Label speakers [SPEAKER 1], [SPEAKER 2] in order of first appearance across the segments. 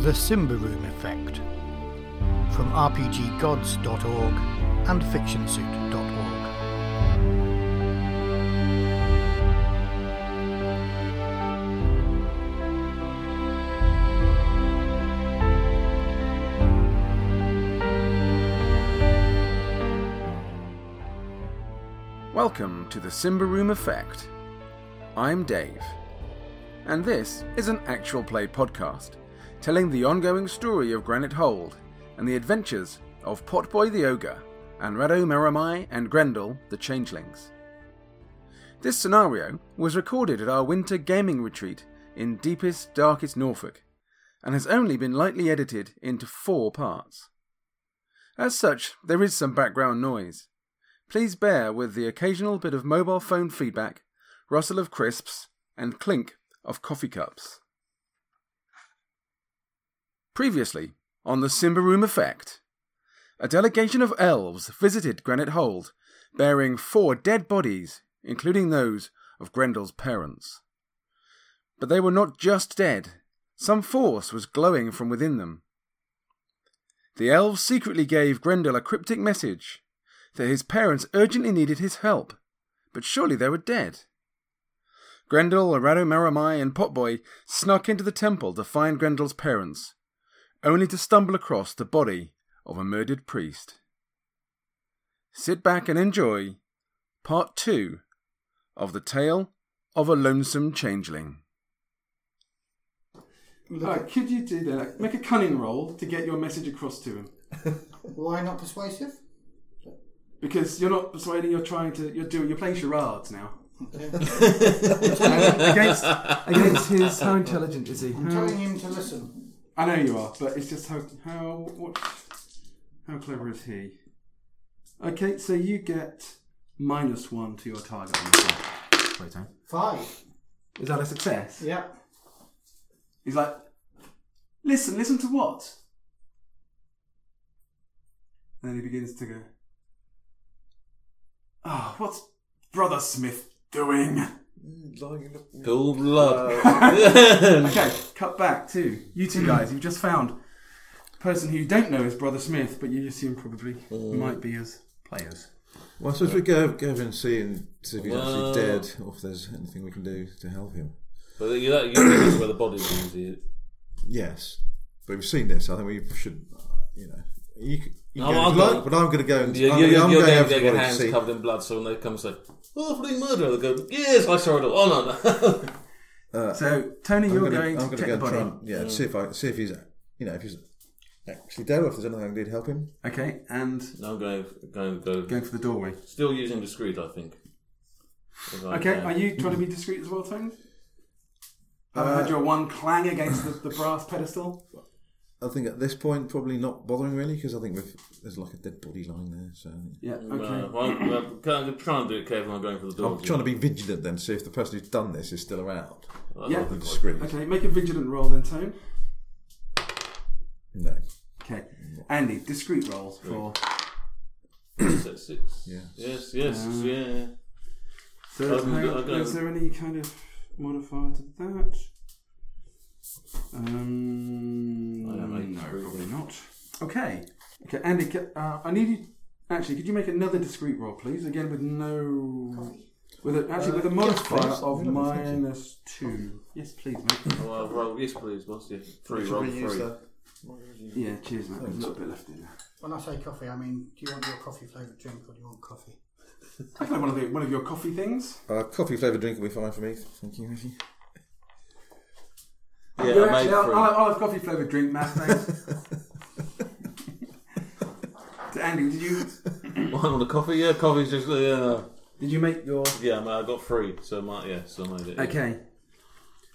[SPEAKER 1] The Simba Room Effect from RPGgods.org and FictionSuit.org.
[SPEAKER 2] Welcome to the Simba Room Effect. I'm Dave, and this is an actual play podcast telling the ongoing story of Granite Hold and the adventures of Potboy the Ogre and Rado Meramai and Grendel the Changelings. This scenario was recorded at our winter gaming retreat in deepest, darkest Norfolk and has only been lightly edited into four parts. As such, there is some background noise please bear with the occasional bit of mobile phone feedback, rustle of crisps, and clink of coffee cups. Previously, on the Simba Room Effect, a delegation of elves visited Granite Hold, bearing four dead bodies, including those of Grendel's parents. But they were not just dead, some force was glowing from within them. The elves secretly gave Grendel a cryptic message that his parents urgently needed his help, but surely they were dead. Grendel, Arado Maramai, and Potboy snuck into the temple to find Grendel's parents, only to stumble across the body of a murdered priest. Sit back and enjoy part two of the tale of a lonesome changeling.
[SPEAKER 3] Alright, could you do that? Make a cunning roll to get your message across to him.
[SPEAKER 4] Why not persuasive?
[SPEAKER 3] Because you're not persuading, you're trying to, you're doing, you're playing charades now. against, against his, how intelligent is he? Hmm.
[SPEAKER 4] I'm telling him to listen.
[SPEAKER 3] I know you are, but it's just how, how, what, how clever is he? Okay, so you get minus one to your target. on this one.
[SPEAKER 4] Five.
[SPEAKER 3] Is that a success?
[SPEAKER 4] Yeah.
[SPEAKER 3] He's like, listen, listen to what? And then he begins to go, oh, what's Brother Smith doing?
[SPEAKER 5] Cool blood.
[SPEAKER 4] Uh,
[SPEAKER 3] Okay, cut back too. You two guys, you've just found a person who you don't know is Brother Smith, but you assume probably
[SPEAKER 6] Mm.
[SPEAKER 3] might be as players.
[SPEAKER 6] Well, I suppose we go, go over and see and see if he's actually dead or if there's anything we can do to help him.
[SPEAKER 5] but you know, you know that's where the body is. you-
[SPEAKER 6] Yes, but we've seen this. I think we should, uh, you know, you, c- you
[SPEAKER 5] No,
[SPEAKER 6] go
[SPEAKER 5] I'll
[SPEAKER 6] if you
[SPEAKER 5] go.
[SPEAKER 6] like, but I'm going to go and
[SPEAKER 5] you-
[SPEAKER 6] I'm,
[SPEAKER 5] you-
[SPEAKER 6] I'm
[SPEAKER 5] You're
[SPEAKER 6] going
[SPEAKER 5] going
[SPEAKER 6] over
[SPEAKER 5] to
[SPEAKER 6] to
[SPEAKER 5] get your
[SPEAKER 6] what
[SPEAKER 5] hands
[SPEAKER 6] see.
[SPEAKER 5] covered in blood, so when they come and say, oh, for doing murder, they go, yes, I saw it all. Oh, no, no.
[SPEAKER 3] So Tony,
[SPEAKER 6] Uh, I'm
[SPEAKER 3] you're
[SPEAKER 6] gonna-
[SPEAKER 3] going
[SPEAKER 6] I'm
[SPEAKER 3] to
[SPEAKER 6] gonna
[SPEAKER 3] check
[SPEAKER 6] go
[SPEAKER 3] the
[SPEAKER 6] and
[SPEAKER 3] body.
[SPEAKER 6] try and- yeah, see if I see if he's, you know, if he's actually dead or if there's anything I can do to help him.
[SPEAKER 3] Okay, and
[SPEAKER 5] No, I'm going to go.
[SPEAKER 3] going for the doorway.
[SPEAKER 5] Still using discreet, I think. If I
[SPEAKER 3] Okay,
[SPEAKER 5] can.
[SPEAKER 3] are you trying to be discreet as well, Tony? Have
[SPEAKER 6] Uh,
[SPEAKER 3] I heard your one clang against the, the brass pedestal?
[SPEAKER 6] I think at this point probably not bothering really because I think we've, there's like a dead body lying there. So
[SPEAKER 3] Yeah.
[SPEAKER 5] No,
[SPEAKER 3] Okay.
[SPEAKER 5] uh, well, I'm, I'm trying to try and do it carefully. I'm going for the door.
[SPEAKER 6] I'm trying to be vigilant then, see if the person who's done this is still around.
[SPEAKER 3] Yeah.
[SPEAKER 6] The discreet.
[SPEAKER 3] Okay. Make a vigilant roll then, Tone.
[SPEAKER 6] No.
[SPEAKER 3] Okay. Andy, discreet rolls for.
[SPEAKER 5] Set six.
[SPEAKER 6] Yes.
[SPEAKER 5] Yes, yes, yeah.
[SPEAKER 3] So
[SPEAKER 5] I'll go- I'll
[SPEAKER 3] how,
[SPEAKER 5] go-
[SPEAKER 3] is there any kind of modifier to that? Um,
[SPEAKER 5] I don't know.
[SPEAKER 3] no, probably not. Okay. Okay, Andy, ca- uh, I need you. Actually, could you make another discrete roll, please? Again, with no. With a, actually,
[SPEAKER 5] Uh,
[SPEAKER 3] with a modifier
[SPEAKER 6] please.
[SPEAKER 3] of
[SPEAKER 6] Yeah, thank you.
[SPEAKER 3] minus two. Yes, please, mate.
[SPEAKER 5] Well, roll, yes, please. What's the three?
[SPEAKER 6] Should
[SPEAKER 5] Roll
[SPEAKER 6] we use
[SPEAKER 5] three.
[SPEAKER 6] the-
[SPEAKER 3] yeah, cheers, mate. There's a little bit left in there.
[SPEAKER 4] When I say coffee, I mean, do you want your coffee flavoured drink or do you want coffee?
[SPEAKER 3] I can have one of, the, one of your coffee things.
[SPEAKER 6] Uh, coffee flavoured drink will be fine for me. Thank you, Matthew.
[SPEAKER 5] Yeah,
[SPEAKER 3] You're
[SPEAKER 5] I made
[SPEAKER 3] actually- I'll,
[SPEAKER 5] three.
[SPEAKER 3] I'll, I'll have coffee flavoured drink, Matt, thanks. So, Andy, did you
[SPEAKER 5] One on the coffee. Yeah, coffee's just yeah. no.
[SPEAKER 3] Did you make your
[SPEAKER 5] Yeah, I mean, I got three, so my yeah, so I made it. yeah.
[SPEAKER 3] okay?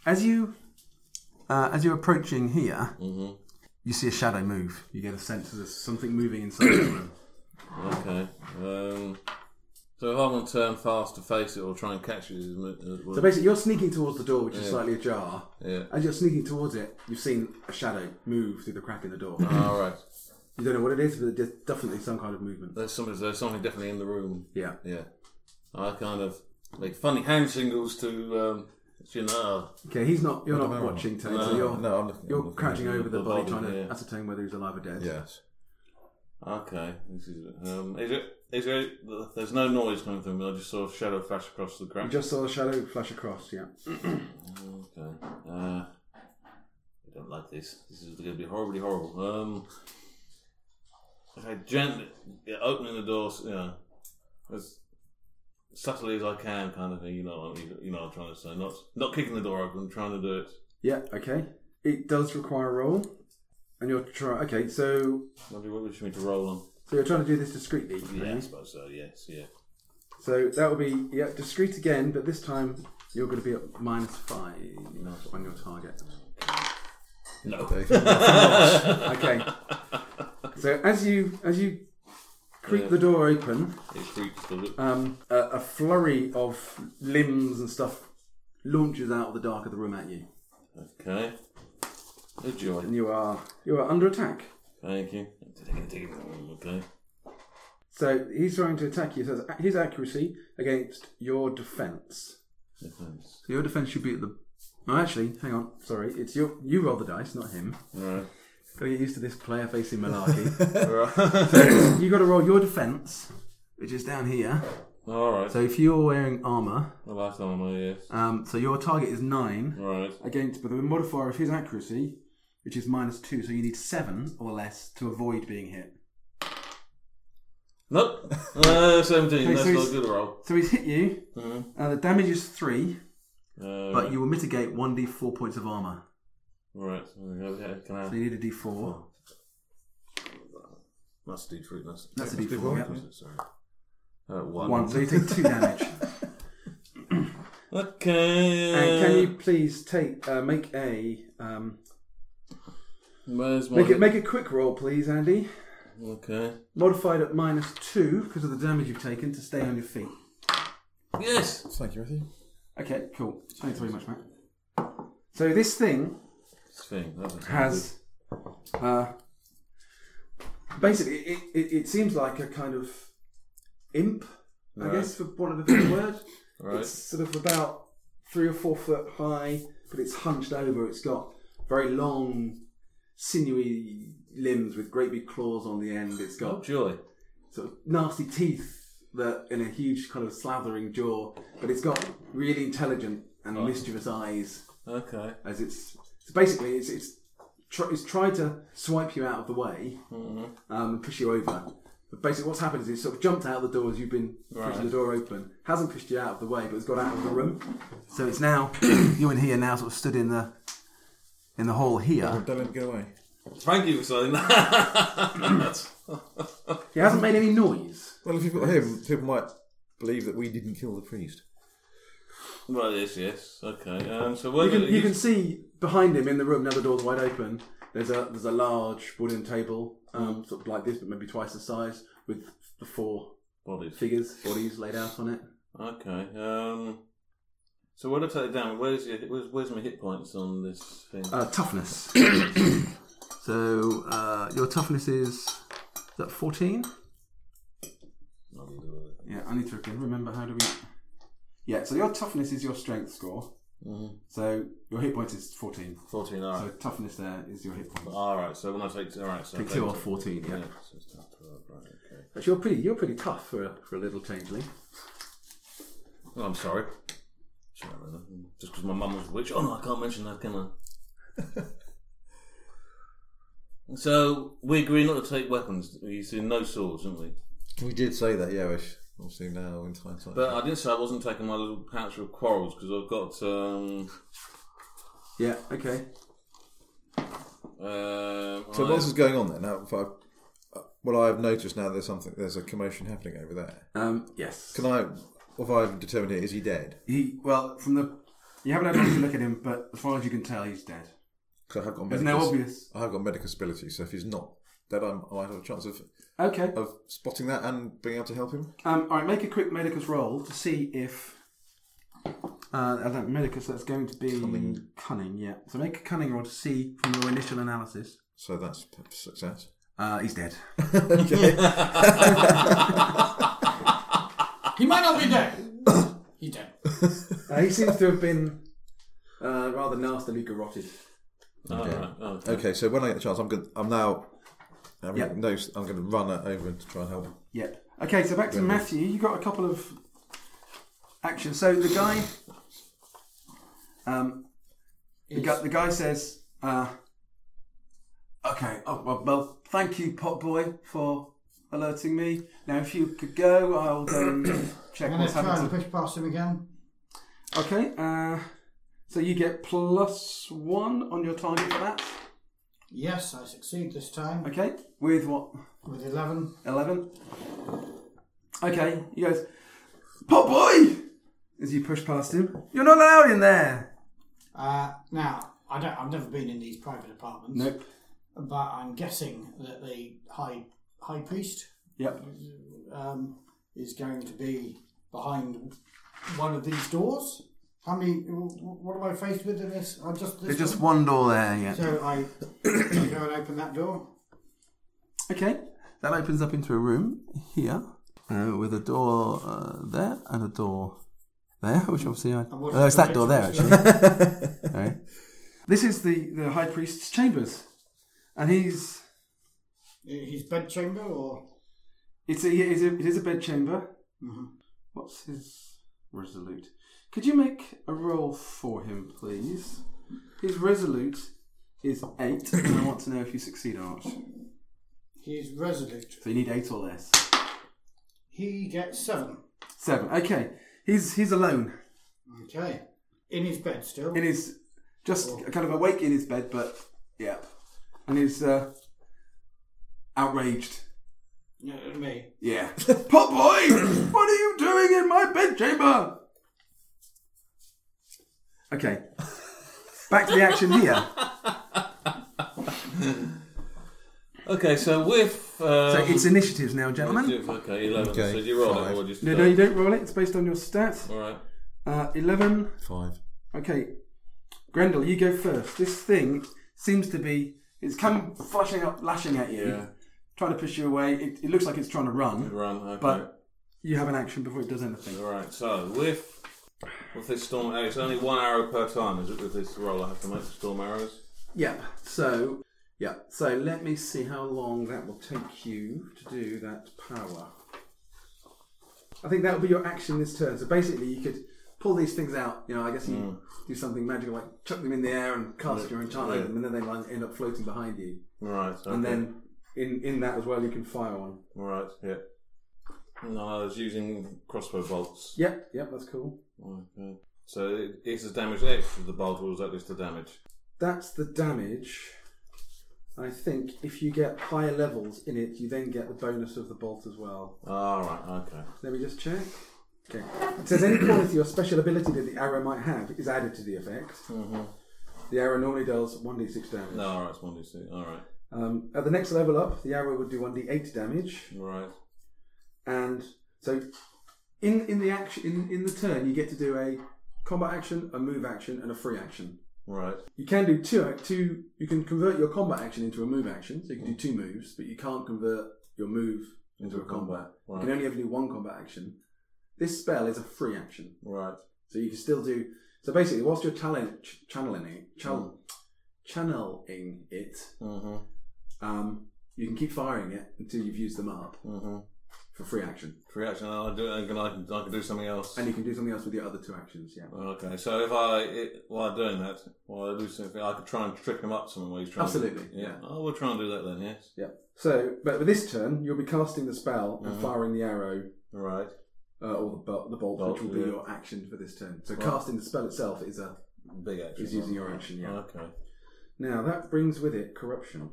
[SPEAKER 3] As you uh, as you're approaching here, you see a shadow move. Mm-hmm. You get a sense that there's something moving inside the room.
[SPEAKER 5] Okay. Um, so if I'm going to turn fast to face it or try and catch it, as mu- as well.
[SPEAKER 3] So basically, you're sneaking towards the door, which is slightly ajar.
[SPEAKER 5] yeah.
[SPEAKER 3] As you're sneaking towards it, you've seen a shadow move through the crack in the door.
[SPEAKER 5] All right.
[SPEAKER 3] you don't know what it is, but there's definitely some kind of movement.
[SPEAKER 5] There's something. There's something definitely in the room.
[SPEAKER 3] Yeah.
[SPEAKER 5] Yeah. I kind of make funny hand signals to um, You know,
[SPEAKER 3] Okay, he's not. You're
[SPEAKER 6] I
[SPEAKER 3] not
[SPEAKER 6] don't know.
[SPEAKER 3] watching, Tate.
[SPEAKER 5] Uh, No,
[SPEAKER 3] so you're
[SPEAKER 6] no, I'm looking. I'm
[SPEAKER 3] you're
[SPEAKER 6] looking
[SPEAKER 3] crouching
[SPEAKER 6] at it.
[SPEAKER 3] over the,
[SPEAKER 5] The
[SPEAKER 3] body,
[SPEAKER 5] body,
[SPEAKER 3] trying to
[SPEAKER 5] yeah.
[SPEAKER 3] ascertain whether he's alive or dead.
[SPEAKER 6] Yes.
[SPEAKER 5] okay. This is, um, is it? Is it? There's no noise coming through me. I just saw a shadow flash across the
[SPEAKER 3] You
[SPEAKER 5] crack.
[SPEAKER 3] just saw a shadow flash across. Yeah.
[SPEAKER 5] Okay. Uh, I don't like this. This is going to be horribly horrible. Um, I gently yeah, opening the door, you know, as subtly as I can, kind of thing. You know, you, you know, I'm trying to say, not not kicking the door open, trying to do it.
[SPEAKER 3] Yeah. Okay. It does require a roll, and you're trying. Okay, so
[SPEAKER 5] What do you what do you wish me to roll on?
[SPEAKER 3] so you're trying to do this discreetly.
[SPEAKER 5] Yeah, I
[SPEAKER 3] really?
[SPEAKER 5] suppose so. Yes, yeah.
[SPEAKER 3] So that will be yeah discreet again, but this time you're going to be at minus five on your target.
[SPEAKER 5] No.
[SPEAKER 3] Okay. so as you as you creep
[SPEAKER 5] Yeah.
[SPEAKER 3] the door open,
[SPEAKER 5] It creeps the look.
[SPEAKER 3] um, a, a flurry of limbs and stuff launches out of the dark of the room at you,
[SPEAKER 5] Okay. Good joy.
[SPEAKER 3] and you are you are under attack.
[SPEAKER 5] Thank you. Okay.
[SPEAKER 3] So he's trying to attack you. So it's a- his accuracy against your defense.
[SPEAKER 5] Defense.
[SPEAKER 3] So your defense should be at the. Oh, actually, hang on. Sorry, it's your you roll the dice, not him.
[SPEAKER 5] Right.
[SPEAKER 3] Gotta get used to this player facing malarkey.
[SPEAKER 5] Alright.
[SPEAKER 3] you gotta roll your defense, which is down here.
[SPEAKER 5] Alright.
[SPEAKER 3] So if you're wearing armor,
[SPEAKER 5] The last armor, yes.
[SPEAKER 3] um, so your target is nine
[SPEAKER 5] Right.
[SPEAKER 3] against, but the modifier of his accuracy, which is minus two, so you need seven or less to avoid being hit.
[SPEAKER 5] Nope. Uh, 17.
[SPEAKER 3] Okay,
[SPEAKER 5] That's
[SPEAKER 3] so
[SPEAKER 5] not
[SPEAKER 3] he's-
[SPEAKER 5] a good roll.
[SPEAKER 3] So he's hit you,
[SPEAKER 5] Mhm.
[SPEAKER 3] and the damage is three,
[SPEAKER 5] Uh,
[SPEAKER 3] but you will mitigate one d4 points of armor.
[SPEAKER 5] Right. Okay, can
[SPEAKER 3] So
[SPEAKER 5] I...
[SPEAKER 3] you need a d4.
[SPEAKER 5] That's D3. That's,
[SPEAKER 3] That's a d4. yeah.
[SPEAKER 5] Sorry. Uh, one.
[SPEAKER 3] One, so you take two damage.
[SPEAKER 5] Okay.
[SPEAKER 3] and can you please take uh, make a um,
[SPEAKER 5] Where's my...
[SPEAKER 3] make it make a quick roll, please, Andy.
[SPEAKER 5] Okay.
[SPEAKER 3] Modified at minus two because of the damage you've taken to stay on your feet.
[SPEAKER 5] Yes!
[SPEAKER 6] Thank you, Matthew.
[SPEAKER 3] Okay, cool. Thanks very much, Matt. So this thing
[SPEAKER 5] This thing. That doesn't sound
[SPEAKER 3] has uh, basically it, it, it seems like a kind of imp, I
[SPEAKER 5] Right.
[SPEAKER 3] guess, for want of a better word.
[SPEAKER 5] good. Right.
[SPEAKER 3] It's sort of about three or four foot high, but it's hunched over. It's got very long, sinewy limbs with great big claws on the end. It's
[SPEAKER 5] Oh,
[SPEAKER 3] got
[SPEAKER 5] joy.
[SPEAKER 3] sort of nasty teeth that in a huge kind of slathering jaw, but it's got really intelligent and
[SPEAKER 5] Oh.
[SPEAKER 3] mischievous eyes
[SPEAKER 5] Okay.
[SPEAKER 3] as it's so basically it's it's, tr- it's tried to swipe you out of the way um, and push you over. But basically, what's happened is it's sort of jumped out the door as you've been pushing
[SPEAKER 5] Right.
[SPEAKER 3] the door open. Hasn't pushed you out of the way, but it's got out of the room. So it's now you and he are now sort of stood in the in the hall here.
[SPEAKER 6] Don't let him get away.
[SPEAKER 5] Thank you for saying that.
[SPEAKER 3] He hasn't made any noise.
[SPEAKER 6] Well, if you've got him, people might believe that we didn't kill the priest.
[SPEAKER 5] right, yes, yes. Okay. Um, so where
[SPEAKER 3] You can
[SPEAKER 5] did it-
[SPEAKER 3] you can see behind him in the room now the door's wide open. There's a there's a large wooden table, um, sort of like this, but maybe twice the size, with the four
[SPEAKER 5] Bodies.
[SPEAKER 3] figures bodies laid out on it.
[SPEAKER 5] Okay. Um, so what I take it down? Where's your, where's, where's my hit points on this thing?
[SPEAKER 3] Uh, toughness. so uh, your toughness is, is that fourteen? Yeah, I need to again remember how do we. Yeah, so your toughness is your strength score. So your hit point is fourteen.
[SPEAKER 5] Fourteen. All
[SPEAKER 3] So
[SPEAKER 5] right.
[SPEAKER 3] toughness there is your hit point.
[SPEAKER 5] all right. So when I take all right, so
[SPEAKER 3] Take
[SPEAKER 5] I
[SPEAKER 3] two off fourteen. Yeah,
[SPEAKER 5] Yeah. So it's not twelve, right, okay.
[SPEAKER 3] but you're pretty you're pretty tough for a, for a little changeling.
[SPEAKER 5] Well, Oh, I'm sorry. Sorry, man. Just because my mum was a witch. Oh no, I can't mention that, can I? so we agree not to take weapons. You see, no swords, didn't we?
[SPEAKER 6] We did say that, yeah. Which obviously now in hindsight.
[SPEAKER 5] But I did say I wasn't taking my little pouch of quarrels because I've got um.
[SPEAKER 3] Yeah. Okay.
[SPEAKER 5] Uh,
[SPEAKER 6] so what else is going on there now? If I, uh, well, I've noticed now there's something. There's a commotion happening over there.
[SPEAKER 3] Um. Yes.
[SPEAKER 6] Can I? If I've determined it, is he dead?
[SPEAKER 3] He well from the you haven't had time to look at him, but as far as you can tell, he's dead.
[SPEAKER 6] Because I have got
[SPEAKER 3] There's
[SPEAKER 6] medical.
[SPEAKER 3] no obvious.
[SPEAKER 6] I have got medical ability, so if he's not dead, I'm, I might have a chance of,
[SPEAKER 3] Okay.
[SPEAKER 6] of spotting that and being able to help him.
[SPEAKER 3] Um, all right, make a quick medicus roll to see if. Uh, I don't medicus. That's going to be cunning. yeah. So make a cunning roll to see from your initial analysis.
[SPEAKER 6] So that's p- success.
[SPEAKER 3] Uh, he's dead.
[SPEAKER 4] He might not be dead. He's dead.
[SPEAKER 3] Uh, he seems to have been rather nastily garroted.
[SPEAKER 5] Oh,
[SPEAKER 6] Okay.
[SPEAKER 5] right. Oh, okay.
[SPEAKER 6] Okay, so when I get the chance, I'm going. I'm now. I'm
[SPEAKER 3] Yeah.
[SPEAKER 6] no, I'm going to run over and try and help.
[SPEAKER 3] Yep. Okay, so back to
[SPEAKER 6] Yeah.
[SPEAKER 3] Matthew. You got a couple of actions. So the guy, um, the guy, the guy says, uh, "Okay, oh, well, well, thank you, Potboy, for alerting me. Now, if you could go, I'll go and check
[SPEAKER 4] I'm going
[SPEAKER 3] what's
[SPEAKER 4] to try and
[SPEAKER 3] happened."
[SPEAKER 4] push past him again.
[SPEAKER 3] To... Okay. Uh, so you get plus one on your target for that.
[SPEAKER 4] Yes, I succeed this time
[SPEAKER 3] Okay. With what?
[SPEAKER 4] with 11.
[SPEAKER 3] 11. Okay, he goes, Pop boy! As you push past him, You're not allowed in there!
[SPEAKER 4] Uh, now, I don't, I've never been in these private apartments, but I'm guessing that the high high priest
[SPEAKER 3] Yep.
[SPEAKER 4] um, is going to be behind one of these doors. How many? wh- wh- What am I faced with in this? I just this
[SPEAKER 2] There's just one door there, yeah.
[SPEAKER 4] So I I go and open that door.
[SPEAKER 3] Okay,
[SPEAKER 2] That opens up into a room here uh, with a door uh, there and a door there, which obviously I.
[SPEAKER 4] watching
[SPEAKER 3] uh,
[SPEAKER 2] Oh, it's that
[SPEAKER 4] the
[SPEAKER 2] door there,
[SPEAKER 4] pictures.
[SPEAKER 2] actually. Okay.
[SPEAKER 3] this is the, the High Priest's chambers. And he's.
[SPEAKER 4] His bedchamber, or
[SPEAKER 3] It's a, it, is a, it is a bedchamber.
[SPEAKER 4] mm-hmm.
[SPEAKER 3] What's his resolute? Could you make a roll for him, please? His resolute is 8, and I want to know if you succeed or not. So
[SPEAKER 4] he's resolute.
[SPEAKER 3] you need 8 or less.
[SPEAKER 4] He gets seven.
[SPEAKER 3] 7. Okay, he's, he's alone.
[SPEAKER 4] Okay, in his bed still.
[SPEAKER 3] in his just kind of awake in his bed, but yeah, and he's uh, outraged.
[SPEAKER 4] No, me.
[SPEAKER 3] Yeah, pop boy, what are you doing in my bedchamber? Okay, back to the action here.
[SPEAKER 5] Okay, so with. Um,
[SPEAKER 3] So it's initiatives now, gentlemen.
[SPEAKER 5] Okay, 11.
[SPEAKER 6] Okay,
[SPEAKER 5] So do you roll
[SPEAKER 6] five.
[SPEAKER 5] it or just.
[SPEAKER 3] No, no, you don't roll it. It's based on your stats.
[SPEAKER 5] Alright.
[SPEAKER 3] Uh, Eleven.
[SPEAKER 6] Five.
[SPEAKER 3] Okay, Grendel, you go first. This thing seems to be it's come flashing up, lashing at you,
[SPEAKER 5] Yeah.
[SPEAKER 3] trying to push you away. It, it looks like it's trying to run.
[SPEAKER 5] Run, okay.
[SPEAKER 3] But- You have an action before it does anything.
[SPEAKER 5] Alright, so with. With this storm arrow, it's only one arrow per time, is it? With this roll, I have to make the storm arrows.
[SPEAKER 3] Yeah. So yeah. So let me see how long that will take you to do that power. I think that will be your action this turn. So basically, you could pull these things out. You know, I guess you do something magical like chuck them in the air and cast your enchantment,
[SPEAKER 5] Mm. Yeah.
[SPEAKER 3] and then they like, end up floating behind you.
[SPEAKER 5] Right, okay.
[SPEAKER 3] And then in in that as well, you can fire one.
[SPEAKER 5] Right, yeah. No, I was using crossbow bolts. Oh,
[SPEAKER 3] Yep. Yep. That's cool.
[SPEAKER 5] Okay. So it, it's the damage extra of the bolt, or is that just the damage?
[SPEAKER 3] That's the damage. I think if you get higher levels in it, you then get the bonus of the bolt as well.
[SPEAKER 5] Alright, Ah, okay.
[SPEAKER 3] Let me just check. Okay. It says any quality or special ability that the arrow might have is added to the effect. The arrow normally does 1d6 damage.
[SPEAKER 5] No, alright, it's 1d6. Alright,
[SPEAKER 3] Um, at the next level up, the arrow would do 1d8 damage.
[SPEAKER 5] right.
[SPEAKER 3] And so in, in the action in, in the turn you get to do a combat action, a move action, and a free action.
[SPEAKER 5] Right.
[SPEAKER 3] You can do two ac- two you can convert your combat action into a move action, so you can do two moves, but you can't convert your move into a combat. You
[SPEAKER 5] Right.
[SPEAKER 3] can only ever do one combat action. This spell is a free action.
[SPEAKER 5] Right.
[SPEAKER 3] So you can still do. So basically, whilst you're challenge, ch- channeling it, channel, channeling it,
[SPEAKER 5] Mm. Mm-hmm.
[SPEAKER 3] um, you can keep firing it until you've used them up
[SPEAKER 5] Mm-hmm.
[SPEAKER 3] for free action,
[SPEAKER 5] Free action. I'll do it. I can, I can, I can do something else.
[SPEAKER 3] and you can do something else with your other two actions. Yeah,
[SPEAKER 5] Okay, so if I it, while doing that, while I do something, I could try and trick him up some way. He's trying
[SPEAKER 3] Absolutely,
[SPEAKER 5] To, yeah.
[SPEAKER 3] yeah.
[SPEAKER 5] Oh, we'll try and do that then. Yes.
[SPEAKER 3] yeah. So, but with this turn, you'll be casting the spell and
[SPEAKER 5] Mhm.
[SPEAKER 3] firing the arrow
[SPEAKER 5] Right.
[SPEAKER 3] uh, or the, bol- the bolt,
[SPEAKER 5] Bolt,
[SPEAKER 3] which will be
[SPEAKER 5] yeah.
[SPEAKER 3] your action for this turn. So
[SPEAKER 5] Right.
[SPEAKER 3] casting the spell itself is a
[SPEAKER 5] Big action.
[SPEAKER 3] is using your action. Yeah.
[SPEAKER 5] Okay.
[SPEAKER 3] Now that brings with it corruption.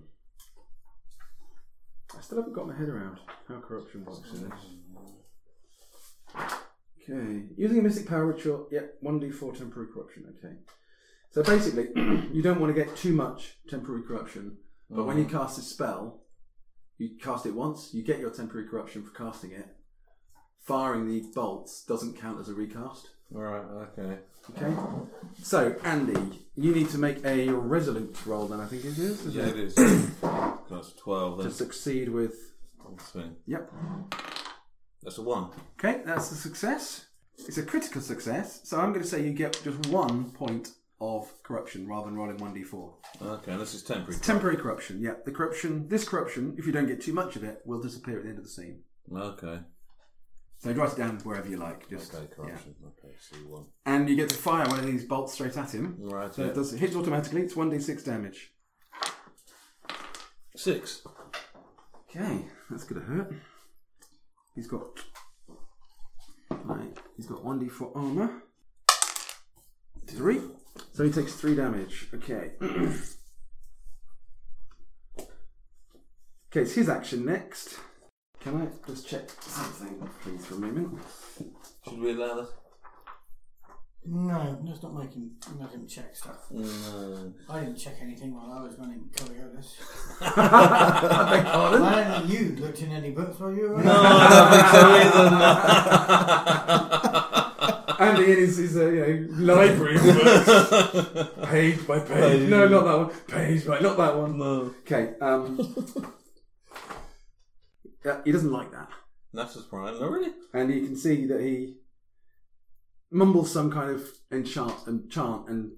[SPEAKER 3] I still haven't got my head around how corruption works in this. Okay, using a mystic power ritual. Yep, one d four temporary corruption. Okay, so basically, you don't want to get too much temporary corruption. But when you cast a spell, you cast it once. You get your temporary corruption for casting it. Firing the bolts doesn't count as a recast.
[SPEAKER 5] All right. Okay.
[SPEAKER 3] Okay. So Andy, you need to make a resolute roll. Then I think it is. isn't
[SPEAKER 5] Yeah,
[SPEAKER 3] it?
[SPEAKER 5] it is. That's twelve.
[SPEAKER 3] to
[SPEAKER 5] Then.
[SPEAKER 3] succeed with.
[SPEAKER 5] Thing.
[SPEAKER 3] Yep.
[SPEAKER 5] That's a one.
[SPEAKER 3] Okay, that's a success. It's a critical success, so I'm going to say you get just one point of corruption rather than rolling 1d4.
[SPEAKER 5] Okay, and this is temporary.
[SPEAKER 3] It's temporary corruption, yeah. The corruption, this corruption, if you don't get too much of it, will disappear at the end of the scene.
[SPEAKER 5] Okay.
[SPEAKER 3] So write it down wherever you like. Just,
[SPEAKER 5] Okay,
[SPEAKER 3] yeah.
[SPEAKER 5] corruption. Okay, C1.
[SPEAKER 3] And you get to fire one of these bolts straight at him.
[SPEAKER 5] Right,
[SPEAKER 3] So
[SPEAKER 5] yeah.
[SPEAKER 3] it does it hits automatically, it's 1d6 damage.
[SPEAKER 5] Six.
[SPEAKER 3] Okay, that's gonna hurt. He's got. Right, he's got 1d4 armor. Three. So he takes three damage. Okay. okay, it's his action next. Can I just check something, please, for a moment?
[SPEAKER 5] Should we allow that?
[SPEAKER 4] No, let's not make him, let him check stuff.
[SPEAKER 5] No.
[SPEAKER 4] I didn't check anything while I was running Coriolis.
[SPEAKER 3] I beg pardon?
[SPEAKER 4] I don't think you looked in any books while you were
[SPEAKER 5] No, I don't think so either.
[SPEAKER 3] Andy in his, his uh, you know, library of works. page by page. No, not that one. Page by, not that one.
[SPEAKER 5] No.
[SPEAKER 3] Okay. Um, yeah, he doesn't like that,
[SPEAKER 5] NASA's prime. No, really?
[SPEAKER 3] and you can see that he mumbles some kind of enchant and chant, and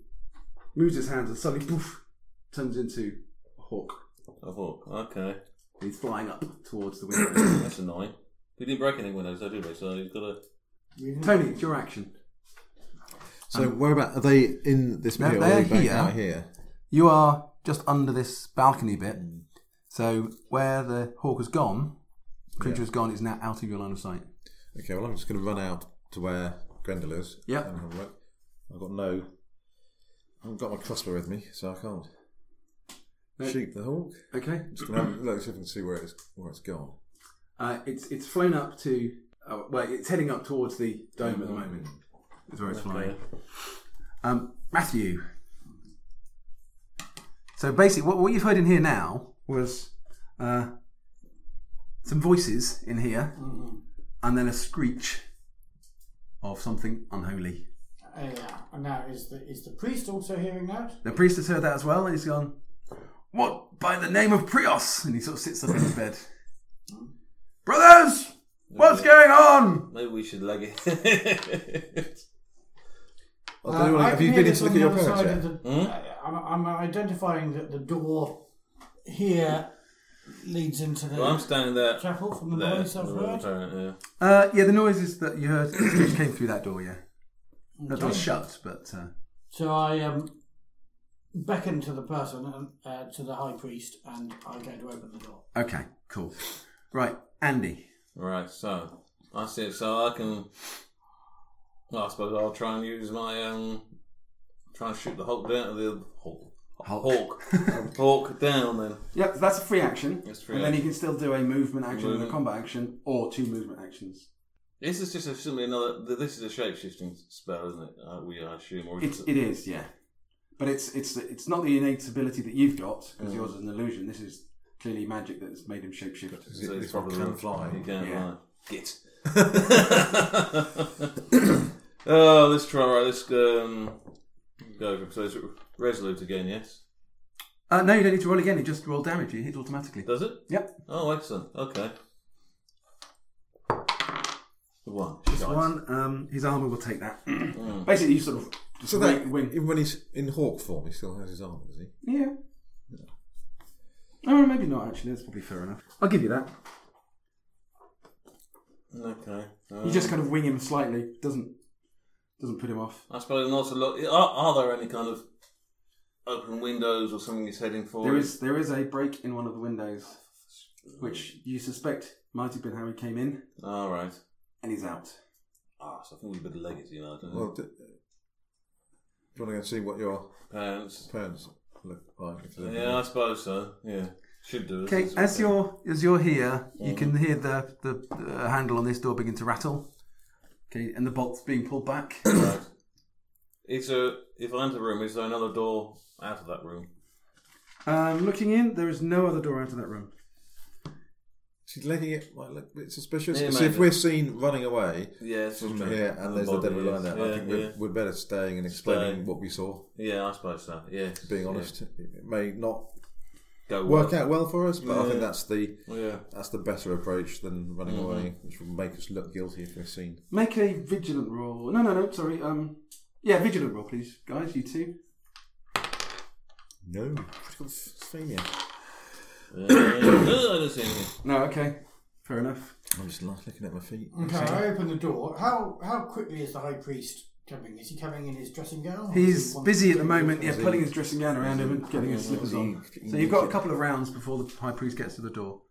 [SPEAKER 3] moves his hands, and suddenly poof, turns into a hawk.
[SPEAKER 5] I thought, okay.
[SPEAKER 3] He's flying up towards the window.
[SPEAKER 5] That's annoying. We didn't break any windows, though, did we? So you've got to.
[SPEAKER 4] reading.
[SPEAKER 3] Tony, it's your action.
[SPEAKER 6] So
[SPEAKER 4] Um,
[SPEAKER 6] where about are they in this
[SPEAKER 3] No,
[SPEAKER 6] material? Are they
[SPEAKER 3] they're
[SPEAKER 6] back
[SPEAKER 3] here.
[SPEAKER 6] out here?
[SPEAKER 3] You are just under this balcony bit, so where the hawk has gone, creature has gone, is now out of your line of sight.
[SPEAKER 6] Okay, well I'm just going to run out to where Grendel is.
[SPEAKER 3] Yep.
[SPEAKER 6] And have a look. I've got no. I haven't got my crossbow with me, so I can't
[SPEAKER 3] No.
[SPEAKER 6] shoot the hawk.
[SPEAKER 3] Okay.
[SPEAKER 6] Just going to have a look see if I can see where it's where it's gone.
[SPEAKER 3] Uh, it's it's flown up to uh, well, it's heading up towards the
[SPEAKER 6] Hmm.
[SPEAKER 3] dome at the moment. Is where it's flying. Um, Matthew. So basically, what, what you've heard in here now was uh, some voices in here, and then a screech of something unholy.
[SPEAKER 4] Uh, yeah. And now is the is the priest also hearing that?
[SPEAKER 3] The priest has heard that as well, and he's gone. What by the name of Prios? And he sort of sits up in his bed. Brothers, what's going on?
[SPEAKER 5] Maybe we should leg it.
[SPEAKER 6] Oh,
[SPEAKER 4] Uh,
[SPEAKER 6] do you wanna-
[SPEAKER 4] I
[SPEAKER 6] have
[SPEAKER 4] can
[SPEAKER 6] you
[SPEAKER 4] hear
[SPEAKER 6] been in
[SPEAKER 4] this
[SPEAKER 6] to look
[SPEAKER 4] on
[SPEAKER 6] at
[SPEAKER 4] the
[SPEAKER 6] your
[SPEAKER 4] other
[SPEAKER 6] parents
[SPEAKER 4] side
[SPEAKER 6] yet?
[SPEAKER 4] of the-
[SPEAKER 5] Hmm?
[SPEAKER 4] I- I'm, I'm identifying that the door here leads into the
[SPEAKER 5] well, I'm standing there.
[SPEAKER 4] chapel from the
[SPEAKER 5] there.
[SPEAKER 4] noise I've
[SPEAKER 5] We're all
[SPEAKER 4] heard.
[SPEAKER 5] apparent,
[SPEAKER 3] Uh, yeah, the noises that you heard came through that door. Yeah, that door's shut, but uh,
[SPEAKER 4] So I um, beckon to the person, um, uh, to the high priest, and I go to open the door.
[SPEAKER 3] okay, cool. Right, Andy.
[SPEAKER 5] yeah. Right, so. I see it. So I can. Well, I suppose I'll try and use my. um, Try and shoot the Hulk down. The Hulk. Hulk. Hulk, down then.
[SPEAKER 3] Yep, that's a free action,
[SPEAKER 5] That's free
[SPEAKER 3] and then you can still do a movement action and
[SPEAKER 5] Movement.
[SPEAKER 3] a combat action, or two movement actions.
[SPEAKER 5] This is just a, simply another. th- This is a shape shifting spell, isn't it? Uh, we I assume. Or
[SPEAKER 3] It, it is, yeah, but it's it's it's not the innate ability that you've got
[SPEAKER 5] Mm.
[SPEAKER 3] because yours is an illusion. This is clearly magic that has made him shapeshift.
[SPEAKER 5] So
[SPEAKER 6] This
[SPEAKER 5] it's
[SPEAKER 6] one
[SPEAKER 5] probably
[SPEAKER 6] can
[SPEAKER 5] right.
[SPEAKER 6] fly.
[SPEAKER 5] You can
[SPEAKER 3] Yeah.
[SPEAKER 5] fly. Git. oh, let's try. Right, let's um, go. So it's resolute again. Yes,
[SPEAKER 3] Uh, no, you don't need to roll again. You just roll damage. You hit automatically.
[SPEAKER 5] does it?
[SPEAKER 3] Yep.
[SPEAKER 5] Oh, excellent. Okay. One.
[SPEAKER 3] This
[SPEAKER 5] Shite.
[SPEAKER 3] one, um, his armor will take that.
[SPEAKER 5] Mm.
[SPEAKER 3] Basically, you sort of just
[SPEAKER 6] So that
[SPEAKER 3] wing.
[SPEAKER 6] even when he's in hawk form, he still has his arm, does he?
[SPEAKER 3] Yeah. Oh, maybe not, actually. That's probably fair enough. I'll give you that.
[SPEAKER 5] Okay. Um,
[SPEAKER 3] You just kind of wing him slightly. Doesn't doesn't put him off.
[SPEAKER 5] I suppose and also look. Are, are there any kind of open windows or something he's heading for?
[SPEAKER 3] There is there is a break in one of the windows, which you suspect might have been how he came in,
[SPEAKER 5] All right.
[SPEAKER 3] and he's out.
[SPEAKER 5] Ah, so I think we better leg it, you know. Don't we?
[SPEAKER 6] Well, do, do you want to go and see what your
[SPEAKER 5] Pants.
[SPEAKER 6] parents look like? if they're-
[SPEAKER 5] Yeah, I suppose so. Yeah, should do. it.
[SPEAKER 3] Okay,
[SPEAKER 5] It's-
[SPEAKER 3] as you're as you're here, you can hear the the uh, handle on this door begin to rattle. Okay, and the bolt's being pulled back.
[SPEAKER 5] Right. Is there, if I enter the room, is there another door out of that room?
[SPEAKER 3] um, looking in, there is no other door out of that room.
[SPEAKER 6] She's legging it might look a bit suspicious.
[SPEAKER 5] Yeah,
[SPEAKER 6] so if
[SPEAKER 5] maybe.
[SPEAKER 6] we're seen running away
[SPEAKER 5] Yeah, it's
[SPEAKER 6] from
[SPEAKER 5] true.
[SPEAKER 6] here Mm, and there's the
[SPEAKER 5] body,
[SPEAKER 6] devil lying
[SPEAKER 5] yes.
[SPEAKER 6] there,
[SPEAKER 5] Yeah,
[SPEAKER 6] I think we're,
[SPEAKER 5] yeah.
[SPEAKER 6] we're better staying and explaining
[SPEAKER 5] Stay.
[SPEAKER 6] what we saw.
[SPEAKER 5] yeah, I suppose so. Yeah,
[SPEAKER 6] Being honest, it may not
[SPEAKER 5] go
[SPEAKER 6] work
[SPEAKER 5] well.
[SPEAKER 6] out well for us, but I think
[SPEAKER 5] Yeah. Mm-hmm.
[SPEAKER 6] that's the
[SPEAKER 5] Yeah,
[SPEAKER 6] that's the better approach than running away, which will make us look guilty if we're seen.
[SPEAKER 3] Make a vigilant roll. No, no, no. Sorry. Um, yeah, vigilant roll, please, guys. You two.
[SPEAKER 6] No. Critical f- failure.
[SPEAKER 5] Uh, no, I don't see anything.
[SPEAKER 3] No, okay. Fair enough.
[SPEAKER 6] I'm just like looking at my feet.
[SPEAKER 4] Okay, I open the door. How how quickly is the high priest coming? Is he coming in his dressing gown?
[SPEAKER 3] He's busy at the moment, yeah, pulling his dressing gown around him and getting his slippers on. So you've got a couple of rounds before the high priest gets to the door.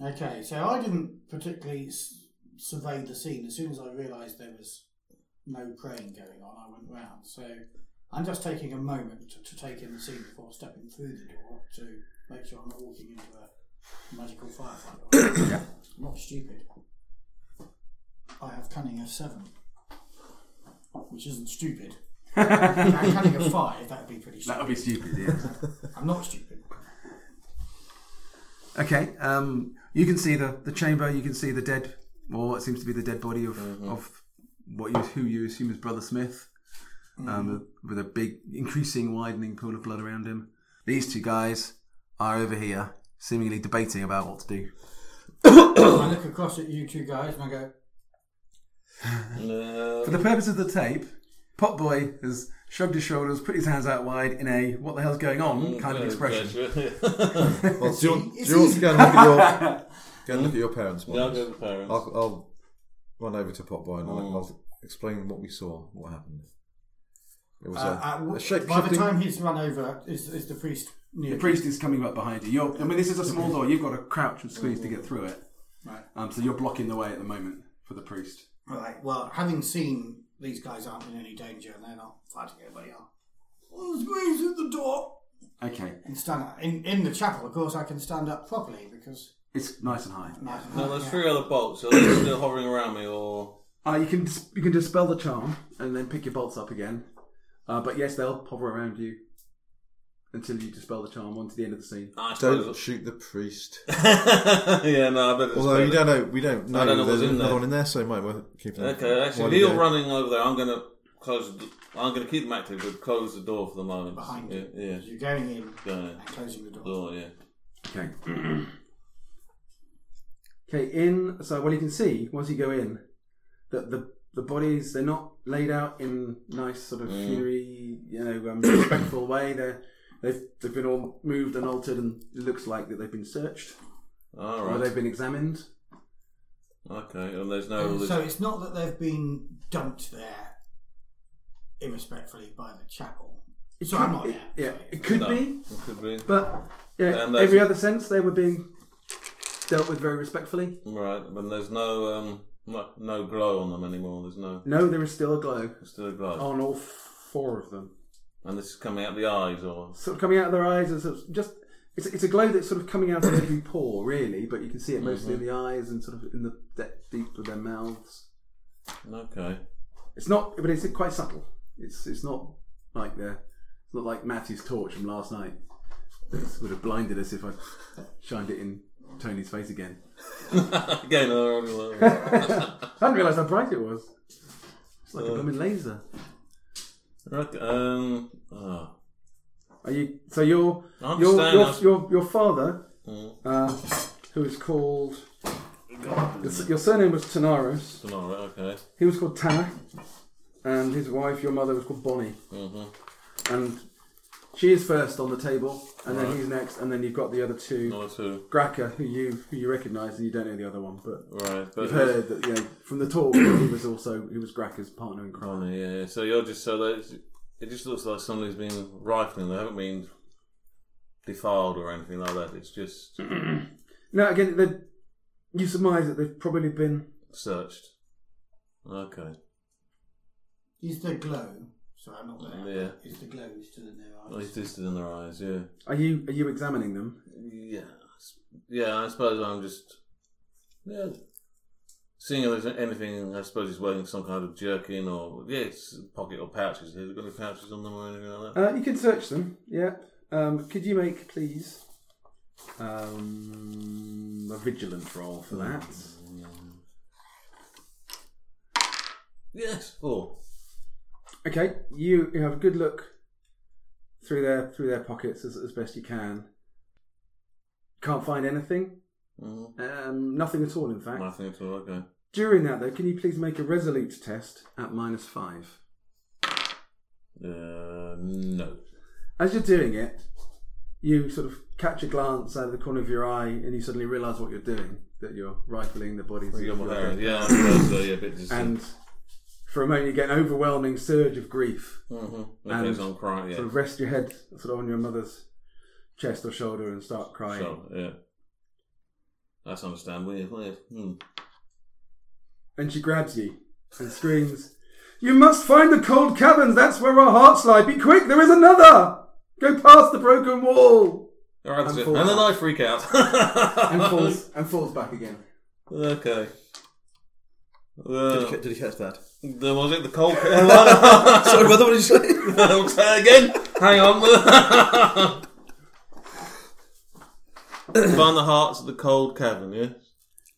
[SPEAKER 4] Okay, so I didn't particularly s- survey the scene. As soon as I realised there was no praying going on, I went round. So I'm just taking a moment to, to take in the scene before stepping through the door to make sure I'm not walking into a magical firefight. or anything. I'm Not stupid. I have cunning of seven, which isn't stupid. If I had cunning of five, that would be pretty
[SPEAKER 3] That
[SPEAKER 4] stupid.
[SPEAKER 3] would be stupid, yeah.
[SPEAKER 4] I'm not stupid.
[SPEAKER 3] Okay. Um, you can see the, the chamber. You can see the dead, or what seems to be the dead body of, of what you who you assume is Brother Smith, um, with a big, increasing, widening pool of blood around him. These two guys are over here, seemingly debating about what to do.
[SPEAKER 4] I look across at you two guys and I go,
[SPEAKER 5] Uh,
[SPEAKER 3] For the purpose of the tape, Potboy has shrugged his shoulders, put his hands out wide in a "What the hell's going
[SPEAKER 5] Mm,
[SPEAKER 3] on?" kind of expression.
[SPEAKER 6] Well, do you want, do you want to go and look at your, go and look at your parents?
[SPEAKER 5] yeah, I'll
[SPEAKER 6] Morris?
[SPEAKER 5] go with parents.
[SPEAKER 6] I'll, I'll run over to Potboy and I'll, I'll explain what we saw, what happened. It was
[SPEAKER 4] Uh, uh,
[SPEAKER 6] a,
[SPEAKER 4] w-
[SPEAKER 6] a shape
[SPEAKER 4] by the
[SPEAKER 6] shifting.
[SPEAKER 4] time he's run over, is, is the priest near?
[SPEAKER 3] The priest is coming up behind you. You're, I mean, this is a small door. You've got to crouch and squeeze to get through it.
[SPEAKER 4] Right.
[SPEAKER 3] Um, so you're blocking the way at the moment for the priest.
[SPEAKER 4] Right. Well, having seen these guys aren't in any danger and they're not fighting anybody else. Well, there's ways through the door.
[SPEAKER 3] Okay.
[SPEAKER 4] And stand up. In, in the chapel, of course, I can stand up properly because.
[SPEAKER 3] It's nice and high.
[SPEAKER 5] No, there's three other bolts. Are they still hovering around me, or
[SPEAKER 3] Uh, you can dis- you can dispel the charm and then pick your bolts up again. Uh, but yes, they'll hover around you until you dispel the charm on to the end of the scene.
[SPEAKER 5] I
[SPEAKER 6] Don't
[SPEAKER 5] suppose.
[SPEAKER 6] shoot the priest.
[SPEAKER 5] yeah, no, I better. just
[SPEAKER 6] Although
[SPEAKER 5] go
[SPEAKER 6] you don't know, we don't know.
[SPEAKER 5] I don't know
[SPEAKER 6] there's
[SPEAKER 5] what's in
[SPEAKER 6] another
[SPEAKER 5] there.
[SPEAKER 6] one in there, so might well keep them.
[SPEAKER 5] Okay, actually,
[SPEAKER 6] while
[SPEAKER 5] if
[SPEAKER 6] you
[SPEAKER 5] you're
[SPEAKER 6] go.
[SPEAKER 5] running over there, I'm gonna close. The, I'm gonna keep them active, but close the door for the moment.
[SPEAKER 4] Behind
[SPEAKER 5] yeah,
[SPEAKER 4] you.
[SPEAKER 5] yeah,
[SPEAKER 4] You're going in
[SPEAKER 5] yeah.
[SPEAKER 4] and closing the door.
[SPEAKER 5] Door, yeah.
[SPEAKER 3] Okay.
[SPEAKER 5] Mm-hmm.
[SPEAKER 3] okay. In so well, you can see once you go in that the the bodies they're not laid out in nice sort of
[SPEAKER 5] Mm.
[SPEAKER 3] fury, you know, um, respectful way. They're they've they've been all moved and altered, and it looks like that they've been searched
[SPEAKER 5] All
[SPEAKER 3] or
[SPEAKER 5] right.
[SPEAKER 3] they've been examined.
[SPEAKER 5] Okay, and there's
[SPEAKER 4] Uh,
[SPEAKER 5] no.
[SPEAKER 4] so it's not that they've been dumped there irrespectfully by the chapel. So I'm not
[SPEAKER 3] It-
[SPEAKER 4] there.
[SPEAKER 3] yeah, it could
[SPEAKER 5] No.
[SPEAKER 3] be,
[SPEAKER 5] it could be.
[SPEAKER 3] but yeah,
[SPEAKER 5] And that's-
[SPEAKER 3] every other sense they were being dealt with very respectfully.
[SPEAKER 5] Right, but there's no um no, no glow on them anymore. There's no
[SPEAKER 3] No, there is still a glow
[SPEAKER 5] there's still a glow,
[SPEAKER 3] on all four of them.
[SPEAKER 5] and this is coming out the eyes, or
[SPEAKER 3] sort of coming out of their eyes and sort of just it's, it's a glow that's sort of coming out of every pore really but you can see it mostly in the eyes and sort of in the depth deep of their mouths
[SPEAKER 5] okay.
[SPEAKER 3] it's not but it's quite subtle it's it's not like the it's not like Matthew's torch from last night this would have blinded us if I shined it in Tony's face again
[SPEAKER 5] Again, another glow.
[SPEAKER 3] I hadn't realised how bright it was it's like a blooming laser
[SPEAKER 5] Right, um, oh.
[SPEAKER 3] are you so you're
[SPEAKER 5] I'm
[SPEAKER 3] your,
[SPEAKER 5] standing.
[SPEAKER 3] your, your, your father, uh, who is called. Your, s- your surname was Tanaris.
[SPEAKER 5] All right, okay.
[SPEAKER 3] He was called Tanner. And his wife, your mother, was called Bonnie. And she is first on the table, and then he's next, and then you've got the other two.
[SPEAKER 5] Number two.
[SPEAKER 3] Gracca, who you who you recognise, and you don't know the other one, but
[SPEAKER 5] Right, but
[SPEAKER 3] you've heard that you know from the talk that he was also he was Gracca's partner in crime.
[SPEAKER 5] Funny, yeah, yeah. So you're just so that it's- it just looks like somebody's been rifling. They haven't been defiled or anything like that. It's just
[SPEAKER 3] No, again, the- you surmise that they've probably been
[SPEAKER 5] searched. Okay.
[SPEAKER 4] Is the glow. So I'm not there.
[SPEAKER 5] Yeah.
[SPEAKER 4] Is the glow still in their eyes?
[SPEAKER 5] Well, it's listed in their eyes. Yeah.
[SPEAKER 3] Are you are you examining them?
[SPEAKER 5] Yeah. Yeah. I suppose I'm just yeah. Seeing if there's anything, I suppose he's wearing some kind of jerkin or yeah, it's pocket or pouches. Has it got any pouches on them or anything like that?
[SPEAKER 3] Uh, you can search them. Yeah. Um, could you make, please, um, a vigilant roll for that?
[SPEAKER 5] Yes. Four.
[SPEAKER 3] Okay. You, you have a good look through their through their pockets as, as best you can. Can't find anything.
[SPEAKER 5] Mm,
[SPEAKER 3] Um, nothing at all, in fact.
[SPEAKER 5] nothing at all. Okay.
[SPEAKER 3] During that, though, can you please make a resolute test at minus five?
[SPEAKER 5] Uh, no.
[SPEAKER 3] as you're doing it, you sort of catch a glance out of the corner of your eye, and you suddenly realise what you're doing. That you're rifling the bodies. of
[SPEAKER 5] Double
[SPEAKER 3] your
[SPEAKER 5] hair.
[SPEAKER 3] dead.
[SPEAKER 5] Yeah, I suppose so, yeah, but just
[SPEAKER 3] And for a moment, you get an overwhelming surge of grief.
[SPEAKER 5] mm-hmm.
[SPEAKER 3] and-
[SPEAKER 5] and on crying. Yeah,
[SPEAKER 3] Sort of rest your head sort of on your mother's chest or shoulder and start crying.
[SPEAKER 5] so, yeah. That's understandable. Yeah, well, yeah. Hmm.
[SPEAKER 3] and she grabs you and screams, You must find the cold caverns, that's where our hearts lie. Be quick, there is another! Go past the broken wall!
[SPEAKER 5] All right, that's
[SPEAKER 3] And
[SPEAKER 5] it.
[SPEAKER 3] falls
[SPEAKER 5] and then I
[SPEAKER 3] back.
[SPEAKER 5] freak out.
[SPEAKER 3] And falls and falls back again.
[SPEAKER 5] Okay.
[SPEAKER 6] Did,
[SPEAKER 5] Uh,
[SPEAKER 6] he, ca- did he catch that?
[SPEAKER 5] there was it the cold. Sorry,
[SPEAKER 6] Sorry, brother, what did you say?
[SPEAKER 5] I'll say it again. Hang on. Find the hearts of the cold cavern. Yeah.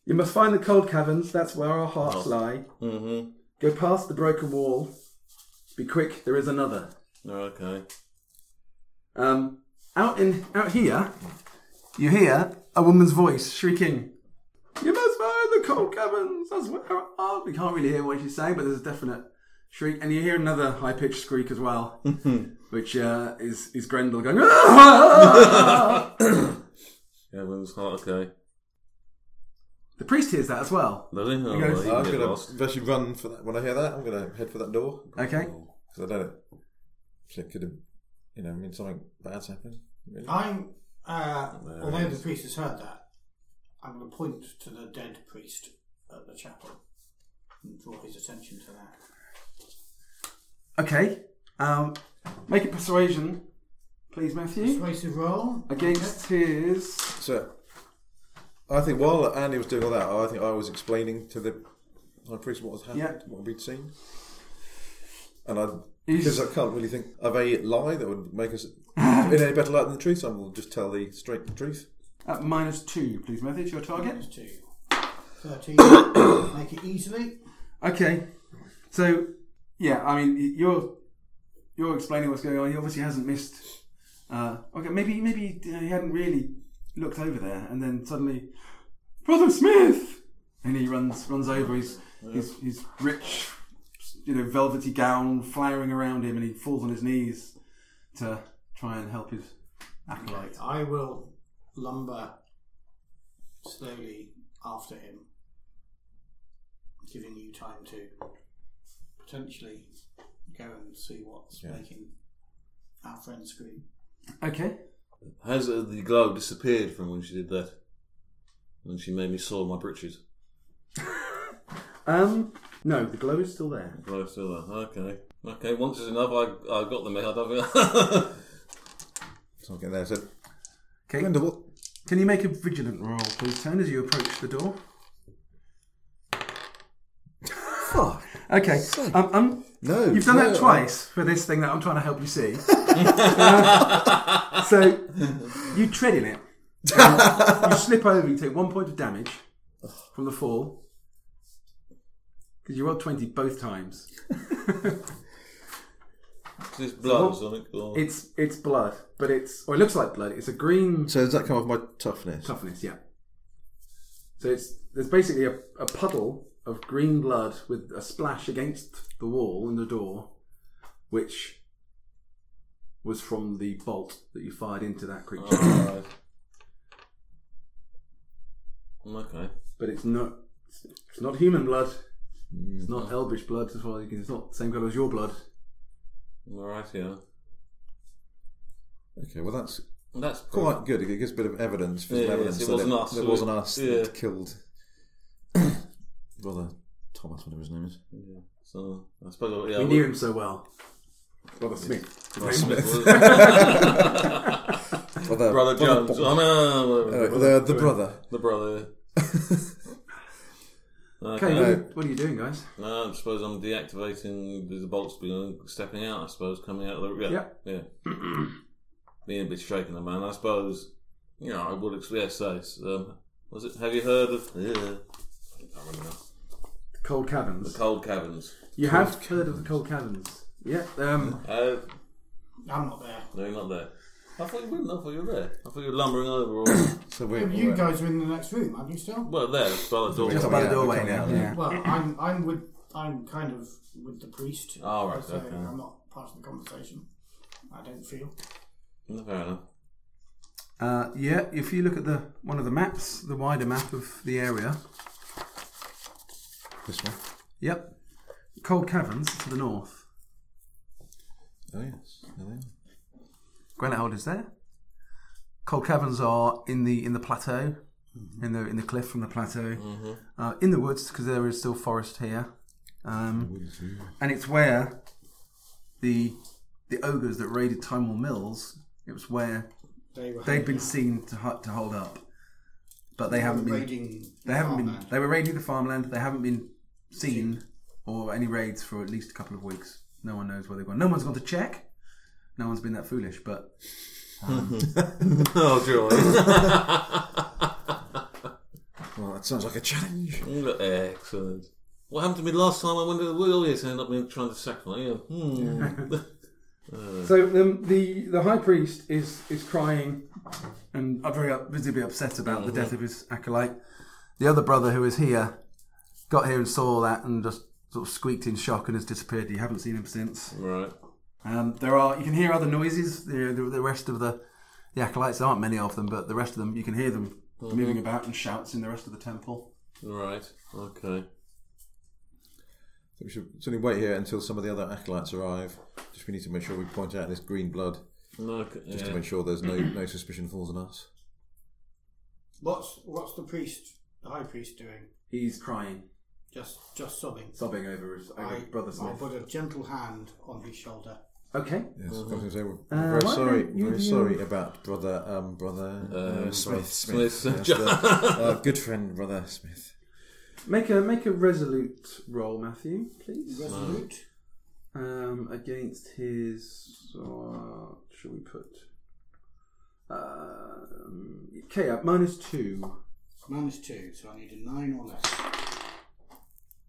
[SPEAKER 3] You must find the cold caverns, that's where our hearts lie.
[SPEAKER 5] Mm-hmm.
[SPEAKER 3] Go past the broken wall. Be quick, there is another.
[SPEAKER 5] Okay.
[SPEAKER 3] Um, out in out here, you hear a woman's voice shrieking, "You must find the cold caverns." That's where our heart-" We can't really hear what she's saying, but there's a definite shriek, and you hear another high pitched squeak as well, which uh, is is Grendel going. "Ah!"
[SPEAKER 5] Yeah, women's heart. Okay.
[SPEAKER 3] the priest hears that as well.
[SPEAKER 5] Does he? Oh,
[SPEAKER 3] Okay.
[SPEAKER 5] well, he
[SPEAKER 6] I'm
[SPEAKER 5] can get
[SPEAKER 6] gonna
[SPEAKER 5] lost.
[SPEAKER 6] actually run for that. When I hear that, I'm gonna head for that door.
[SPEAKER 3] Okay.
[SPEAKER 6] Because I don't. So it could have, you know, I mean, something bad's happened. Really.
[SPEAKER 4] I'm, uh,
[SPEAKER 5] There
[SPEAKER 4] although
[SPEAKER 5] it
[SPEAKER 4] the
[SPEAKER 5] is.
[SPEAKER 4] priest has heard that, I'm going to point to the dead priest at the chapel and draw his attention to that.
[SPEAKER 3] Okay. Um, make a persuasion, please, Matthew,
[SPEAKER 4] Persuasive roll.
[SPEAKER 3] against his.
[SPEAKER 6] So, I think while Andy was doing all that, I think I was explaining to the high priest what was happened,
[SPEAKER 3] Yeah.
[SPEAKER 6] what we'd seen, and I
[SPEAKER 3] He's-
[SPEAKER 6] because I can't really think of a lie that would make us in any better light than the truth. So I will just tell the straight truth.
[SPEAKER 3] At minus two, please, Matthew, to your target.
[SPEAKER 4] Minus two. 13. Make it easily.
[SPEAKER 3] Okay. So, yeah, I mean, y- you're you're explaining what's going on. He obviously hasn't missed. Uh, okay, maybe maybe uh, he hadn't really looked over there, and then suddenly, Brother Smith, and he runs runs over. His his his rich, you know, velvety gown flowering around him, and he falls on his knees to try and help his acolyte.
[SPEAKER 4] I will lumber slowly after him, giving you time to potentially go and see what's
[SPEAKER 6] Yeah.
[SPEAKER 4] making our friend scream.
[SPEAKER 3] Okay.
[SPEAKER 5] Has uh, the glow disappeared from when she did that? When she made me saw my breeches.
[SPEAKER 3] Um. No, the glow is still there.
[SPEAKER 5] Glow still there. Okay. Okay. Once is enough. I I got the mess. I don't think.
[SPEAKER 6] So I'm getting there. So,
[SPEAKER 3] Okay.
[SPEAKER 6] Glenda, what?
[SPEAKER 3] Can you make a vigilant roll, please, Tone, as you approach the door? okay. Um, um,
[SPEAKER 6] No,
[SPEAKER 3] you've done
[SPEAKER 6] no,
[SPEAKER 3] that
[SPEAKER 6] I-
[SPEAKER 3] twice for this thing that I'm trying to help you see. Uh, so you tread in it. Uh, you slip over. You take one point of damage from the fall because you rolled twenty both times.
[SPEAKER 5] Is Oh, this blood or something? Or...
[SPEAKER 3] It's it's blood, but it's or it looks like blood. It's a green
[SPEAKER 6] So does that come off my toughness?
[SPEAKER 3] toughness. Yeah. So it's there's basically a, a puddle of green blood with a splash against the wall and the door, which was from the bolt that you fired into that creature.
[SPEAKER 5] Alright. okay.
[SPEAKER 3] But it's not it's not human blood. It's not elvish blood as far as you can. It's not the same colour as your blood.
[SPEAKER 5] Alright, yeah.
[SPEAKER 6] Okay, well that's
[SPEAKER 5] That's
[SPEAKER 6] quite good. It gives a bit of evidence, physical
[SPEAKER 5] Yeah,
[SPEAKER 6] evidence.
[SPEAKER 5] yes, it
[SPEAKER 6] that
[SPEAKER 5] wasn't us,
[SPEAKER 6] It
[SPEAKER 5] so
[SPEAKER 6] wasn't
[SPEAKER 5] it-
[SPEAKER 6] us
[SPEAKER 5] yeah.
[SPEAKER 6] that killed brother Thomas, whatever his name is.
[SPEAKER 5] Yeah. So, I suppose. Yeah,
[SPEAKER 3] We
[SPEAKER 5] I
[SPEAKER 3] knew him so well. Brother Smith.
[SPEAKER 6] Brother
[SPEAKER 3] His name was-
[SPEAKER 6] Brother,
[SPEAKER 5] brother
[SPEAKER 6] Uh, brother
[SPEAKER 5] Jones.
[SPEAKER 6] Bo-
[SPEAKER 5] I mean, uh, whatever, the,
[SPEAKER 6] Uh,
[SPEAKER 5] brother.
[SPEAKER 6] the, the brother.
[SPEAKER 5] The brother.
[SPEAKER 3] Okay,
[SPEAKER 5] okay.
[SPEAKER 6] Okay.
[SPEAKER 3] what are you doing, guys?
[SPEAKER 5] No, I suppose I'm deactivating the bolts, being stepping out. I suppose coming out of the yeah,
[SPEAKER 3] Yeah.
[SPEAKER 5] yeah. Being a bit shaken, the man. I suppose you know I would ex- yes, so, it's, um, was it? Have you heard of yeah, I can't remember.
[SPEAKER 3] Cold caverns.
[SPEAKER 5] the cold caverns?
[SPEAKER 3] you have heard of the cold caverns. Yeah. Um,
[SPEAKER 5] Uh,
[SPEAKER 4] I'm not there.
[SPEAKER 5] no, you're not there. I thought you wouldn't. I thought you were there. I thought you were lumbering over. Or,
[SPEAKER 6] So we,
[SPEAKER 4] Yeah, but you guys are in the next room, aren't you still?
[SPEAKER 5] well, there by the door.
[SPEAKER 3] just
[SPEAKER 6] Coming
[SPEAKER 3] by the
[SPEAKER 6] out,
[SPEAKER 3] doorway
[SPEAKER 6] coming
[SPEAKER 3] now.
[SPEAKER 6] out,
[SPEAKER 3] Yeah.
[SPEAKER 6] yeah.
[SPEAKER 4] Well, I'm I'm with I'm kind of with the priest.
[SPEAKER 5] Oh, right,
[SPEAKER 4] so
[SPEAKER 5] okay.
[SPEAKER 4] I'm not part of the conversation. I don't feel.
[SPEAKER 5] Mm, Fair enough.
[SPEAKER 3] Uh, yeah, if you look at the one of the maps, the wider map of the area.
[SPEAKER 6] This one.
[SPEAKER 3] Yep. Cold Caverns to the north.
[SPEAKER 6] Oh yes, there they are.
[SPEAKER 3] Granite Hold is there. Cold caverns are in the in the plateau, in the in the cliff from the plateau, uh, in the woods because there is still forest here, um, and it's where the the ogres that raided Timewall Mills. It was where
[SPEAKER 4] They were
[SPEAKER 3] they'd been seen to hu- to hold up, but they haven't been.
[SPEAKER 4] raiding.
[SPEAKER 3] They haven't been.
[SPEAKER 4] farmland.
[SPEAKER 3] They were raiding the farmland. They haven't been seen or any raids for at least a couple of weeks. No one knows where they've gone. No one's gone to check. No one's been that foolish, but
[SPEAKER 5] Oh, joy.
[SPEAKER 6] Well, that sounds like a challenge.
[SPEAKER 5] Excellent. What happened to me last time I went to the wilderness and ended up being trying to sacrifice? Yeah. Hmm.
[SPEAKER 3] So the the, the high priest is is crying and uh, very up, visibly upset about the death of his acolyte. The other brother who is here got here and saw that and just sort of squeaked in shock and has disappeared. You haven't seen him since.
[SPEAKER 5] Right.
[SPEAKER 3] Um, there are you can hear other noises. The, the, the rest of the the acolytes there aren't many of them, but the rest of them you can hear them moving about and shouts in the rest of the temple.
[SPEAKER 5] Right. Okay.
[SPEAKER 6] So we should certainly wait here until some of the other acolytes arrive. Just we need to make sure we point out this green blood,
[SPEAKER 5] No, okay.
[SPEAKER 6] just
[SPEAKER 5] yeah.
[SPEAKER 6] to make sure there's no no suspicion falls on us.
[SPEAKER 4] What's what's the priest, the high priest, doing?
[SPEAKER 3] He's crying,
[SPEAKER 4] Just just sobbing.
[SPEAKER 3] sobbing over his over
[SPEAKER 4] I,
[SPEAKER 3] his brother's
[SPEAKER 4] I
[SPEAKER 3] death.
[SPEAKER 4] put a gentle hand on his shoulder.
[SPEAKER 3] Okay.
[SPEAKER 6] Yes, I was gonna say, we're
[SPEAKER 3] Uh,
[SPEAKER 6] very
[SPEAKER 3] why
[SPEAKER 6] sorry,
[SPEAKER 3] don't you
[SPEAKER 6] very
[SPEAKER 3] do-
[SPEAKER 6] sorry about brother, um, brother um,
[SPEAKER 5] Um,
[SPEAKER 6] Smith,
[SPEAKER 5] Smith.
[SPEAKER 6] Smith, Yes, the- our good friend, brother Smith.
[SPEAKER 3] Make a make a resolute roll, Matthew, please.
[SPEAKER 4] Resolute.
[SPEAKER 3] Um, against his, uh, should we put? Um, okay, uh, minus two.
[SPEAKER 4] Minus two, so I need a nine or less.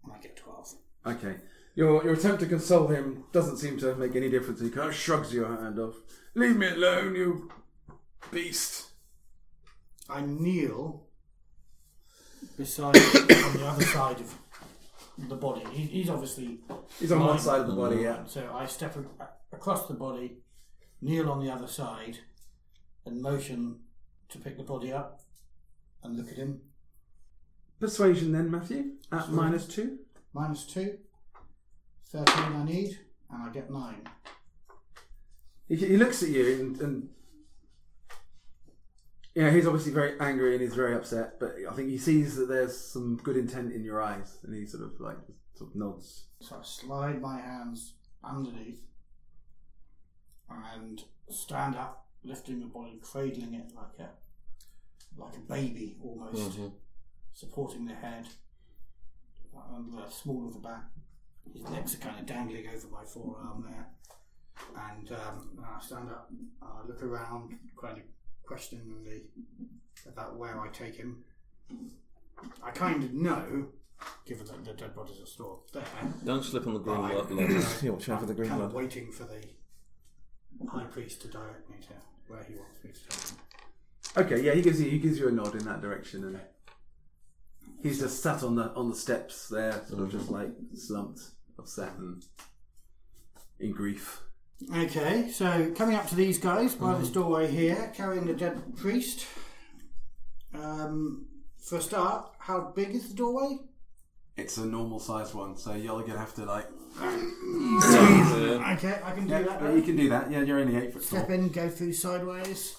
[SPEAKER 4] And I get twelve.
[SPEAKER 3] Okay, your your attempt to console him doesn't seem to make any difference. He kind of shrugs your hand off. Leave me alone, you beast.
[SPEAKER 4] I kneel beside on the other side of the body. He, he's obviously
[SPEAKER 3] He's on one side of the body. Yeah.
[SPEAKER 4] so. I step a- across the body, kneel on the other side, and motion to pick the body up and look at him.
[SPEAKER 3] Persuasion then, Matthew, at minus two.
[SPEAKER 4] Minus two, 13 I need, and I get nine.
[SPEAKER 3] He, he looks at you and, and yeah, he's obviously very angry and he's very upset. But I think he sees that there's some good intent in your eyes, and he sort of like sort of nods.
[SPEAKER 4] So I slide my hands underneath and stand up, lifting the body, cradling it like a like a baby almost, supporting the head and the small of the back. His legs are kind of dangling over my forearm there, and um, and I stand up, and I look around, kind of questioningly about where I take him. I kind of know, given that the dead bodies are stored there,
[SPEAKER 5] Don't slip on the green
[SPEAKER 4] Right.
[SPEAKER 5] light. light.
[SPEAKER 6] Yeah, watch out for the green
[SPEAKER 4] kind of
[SPEAKER 6] blood.
[SPEAKER 4] waiting for the high priest to direct me to where he wants me to take him.
[SPEAKER 3] Okay, yeah, he gives you he gives you a nod in that direction, and he's just sat on the on the steps there, sort of just like slumped, upset, and in grief.
[SPEAKER 4] Okay, so coming up to these guys by this doorway here, carrying the dead priest. Um, for a start, how big is the doorway?
[SPEAKER 3] It's a normal sized one, so you're gonna have to like.
[SPEAKER 5] Yeah.
[SPEAKER 4] Okay, I can do
[SPEAKER 3] Yeah,
[SPEAKER 4] that.
[SPEAKER 3] but you can do that. Yeah, you're only eight foot
[SPEAKER 4] Step
[SPEAKER 3] tall.
[SPEAKER 4] in, go through sideways,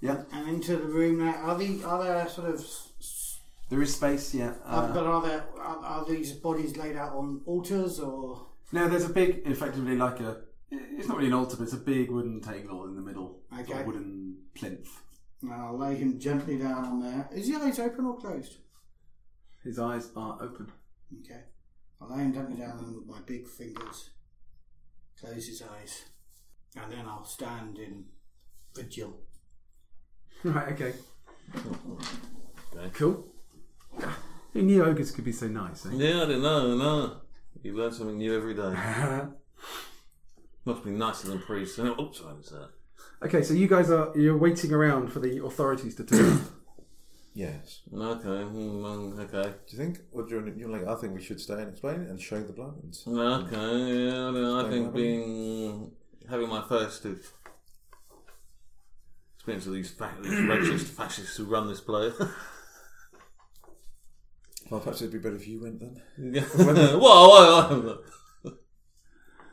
[SPEAKER 3] Yeah,
[SPEAKER 4] and into the room. Now, are the are there sort of, s-
[SPEAKER 3] there is space. Yeah,
[SPEAKER 4] uh,
[SPEAKER 3] uh,
[SPEAKER 4] but are there are, are these bodies laid out on altars or?
[SPEAKER 3] No, there's a big, effectively like a. It's not really an altar, but it's a big wooden table in the middle. Sort of
[SPEAKER 4] Okay.
[SPEAKER 3] wooden plinth.
[SPEAKER 4] I'll uh, lay him gently down on there. Is the eyes open or closed?
[SPEAKER 3] His eyes are open.
[SPEAKER 4] Okay. I'll lay him gently down and with my big fingers close his eyes. And then I'll stand in vigil.
[SPEAKER 3] Right. Okay.
[SPEAKER 5] Okay.
[SPEAKER 3] Cool. Who knew ogres could be so nice? Eh?
[SPEAKER 5] yeah, I didn't know. No, you learn something new every day. Must be nicer than priests. and- Oops, I didn't say that.
[SPEAKER 3] okay, so you guys are you're waiting around for the authorities to turn up.
[SPEAKER 6] Yes.
[SPEAKER 5] Okay. hmm, mm, Okay.
[SPEAKER 6] Do you think, or do you, you're like, I think we should stay and explain it and show the blood? And
[SPEAKER 5] Okay. Yeah. I, don't know, I
[SPEAKER 6] Stay
[SPEAKER 5] think
[SPEAKER 6] happy.
[SPEAKER 5] being having my first experience of these, fa- these racist fascists who run this play.
[SPEAKER 6] Well, perhaps it'd be better if you went then.
[SPEAKER 5] Yeah. Whoa, whoa, whoa.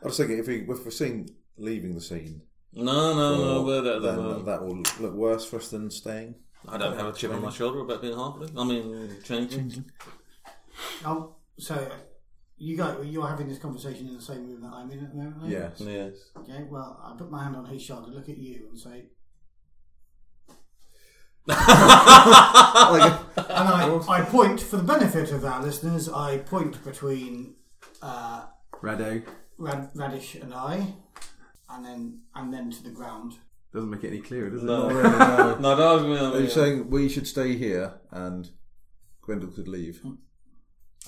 [SPEAKER 6] I was thinking if, we, if we're seen leaving the scene,
[SPEAKER 5] No, no, no,
[SPEAKER 6] or-
[SPEAKER 5] Uh, we're at the
[SPEAKER 6] then
[SPEAKER 5] moment.
[SPEAKER 6] that will look worse for us than staying.
[SPEAKER 5] I don't have a chip on my shoulder about being halfling. I mean, changing.
[SPEAKER 4] Um, so you go. You're having this conversation in the same room that I'm in at the moment. aren't you?
[SPEAKER 6] Yes.
[SPEAKER 5] Yes.
[SPEAKER 4] Okay. Well, I put my hand on his shoulder, look at you, and say, and I, I point for the benefit of our listeners. I point between uh,
[SPEAKER 3] Rado
[SPEAKER 4] Rad- Radish and I, and then and then to the ground.
[SPEAKER 3] doesn't make it any clearer, does it?
[SPEAKER 5] No.
[SPEAKER 3] Not really, no.
[SPEAKER 5] No, no, I mean, I
[SPEAKER 6] Are you
[SPEAKER 5] mean,
[SPEAKER 6] saying we should stay here and Gwendol could leave?
[SPEAKER 3] Mm.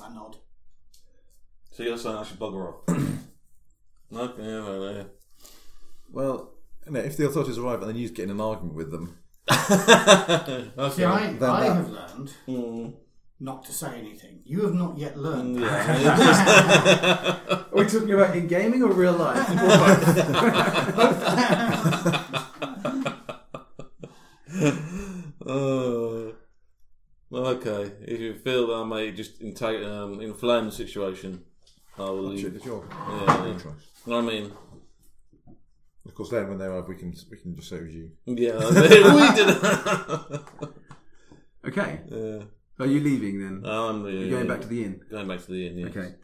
[SPEAKER 4] I nod.
[SPEAKER 5] So you're saying I should bugger off? no, yeah, no, no.
[SPEAKER 6] Well, you know, if the authorities arrive and then you get in an argument with them,
[SPEAKER 5] Okay.
[SPEAKER 4] See, I,
[SPEAKER 6] Then
[SPEAKER 4] I
[SPEAKER 6] that-
[SPEAKER 4] have learned
[SPEAKER 5] Mm.
[SPEAKER 4] not to say anything. You have not yet learned.
[SPEAKER 3] Are we Oh, talking about in gaming or real life? Or both?
[SPEAKER 5] Oh. Well, okay. If you feel that I may just intake, um, inflame the situation, I will
[SPEAKER 6] shit,
[SPEAKER 5] leave.
[SPEAKER 6] it's your
[SPEAKER 5] Yeah.
[SPEAKER 6] your choice.
[SPEAKER 5] You know what I mean?
[SPEAKER 6] Of course, then when they arrive, we can we can just say it was you.
[SPEAKER 5] Yeah, I mean, we did.
[SPEAKER 3] okay.
[SPEAKER 5] yeah.
[SPEAKER 3] Are you leaving then?
[SPEAKER 5] I'm the,
[SPEAKER 3] You're going back to the inn.
[SPEAKER 5] going back to the inn. Yes.
[SPEAKER 3] Okay.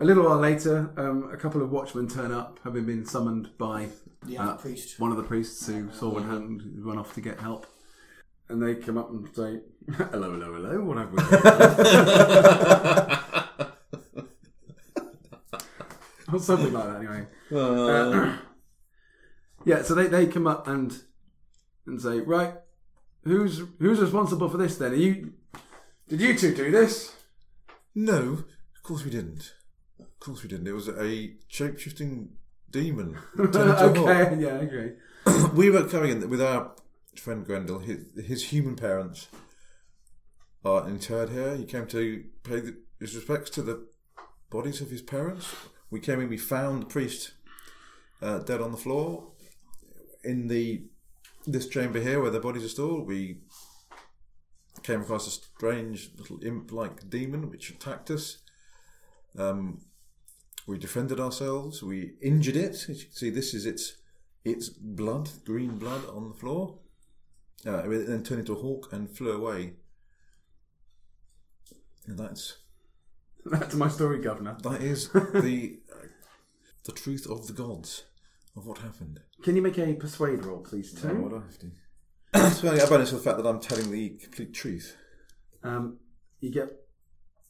[SPEAKER 3] A little while later, um, a couple of watchmen turn up, having been summoned by
[SPEAKER 4] The
[SPEAKER 3] uh,
[SPEAKER 4] other priest.
[SPEAKER 3] one of the priests who saw one hand run off to get help. And they come up and say, "Hello, hello, hello! What have we?" done?" or something like that, anyway. Uh, yeah, so they, they come up and and say, right, who's who's responsible for this? Then are you? Did you two do this?
[SPEAKER 6] No, of course we didn't. Of course we didn't. It was a shape shifting demon. turned to a hawk.
[SPEAKER 3] okay, yeah, okay.
[SPEAKER 6] we were coming in with our friend Grendel. His, his human parents are interred here. He came to pay the, his respects to the bodies of his parents. We came in. We found the priest uh, dead on the floor in the this chamber here where the bodies are stored. We came across a strange little imp-like demon which attacked us. Um, we defended ourselves. We injured it. As you can see, this is its its blood, green blood, on the floor. Uh, it would then turned into a hawk and flew away. And that's
[SPEAKER 3] That's my story, Governor.
[SPEAKER 6] that is the uh, the truth of the gods of what happened.
[SPEAKER 3] Can you make a persuade roll, please,
[SPEAKER 6] So
[SPEAKER 4] Mm-hmm.
[SPEAKER 3] too?
[SPEAKER 6] what I have to. So I get a bonus for the fact that I'm telling the complete truth.
[SPEAKER 3] Um, you get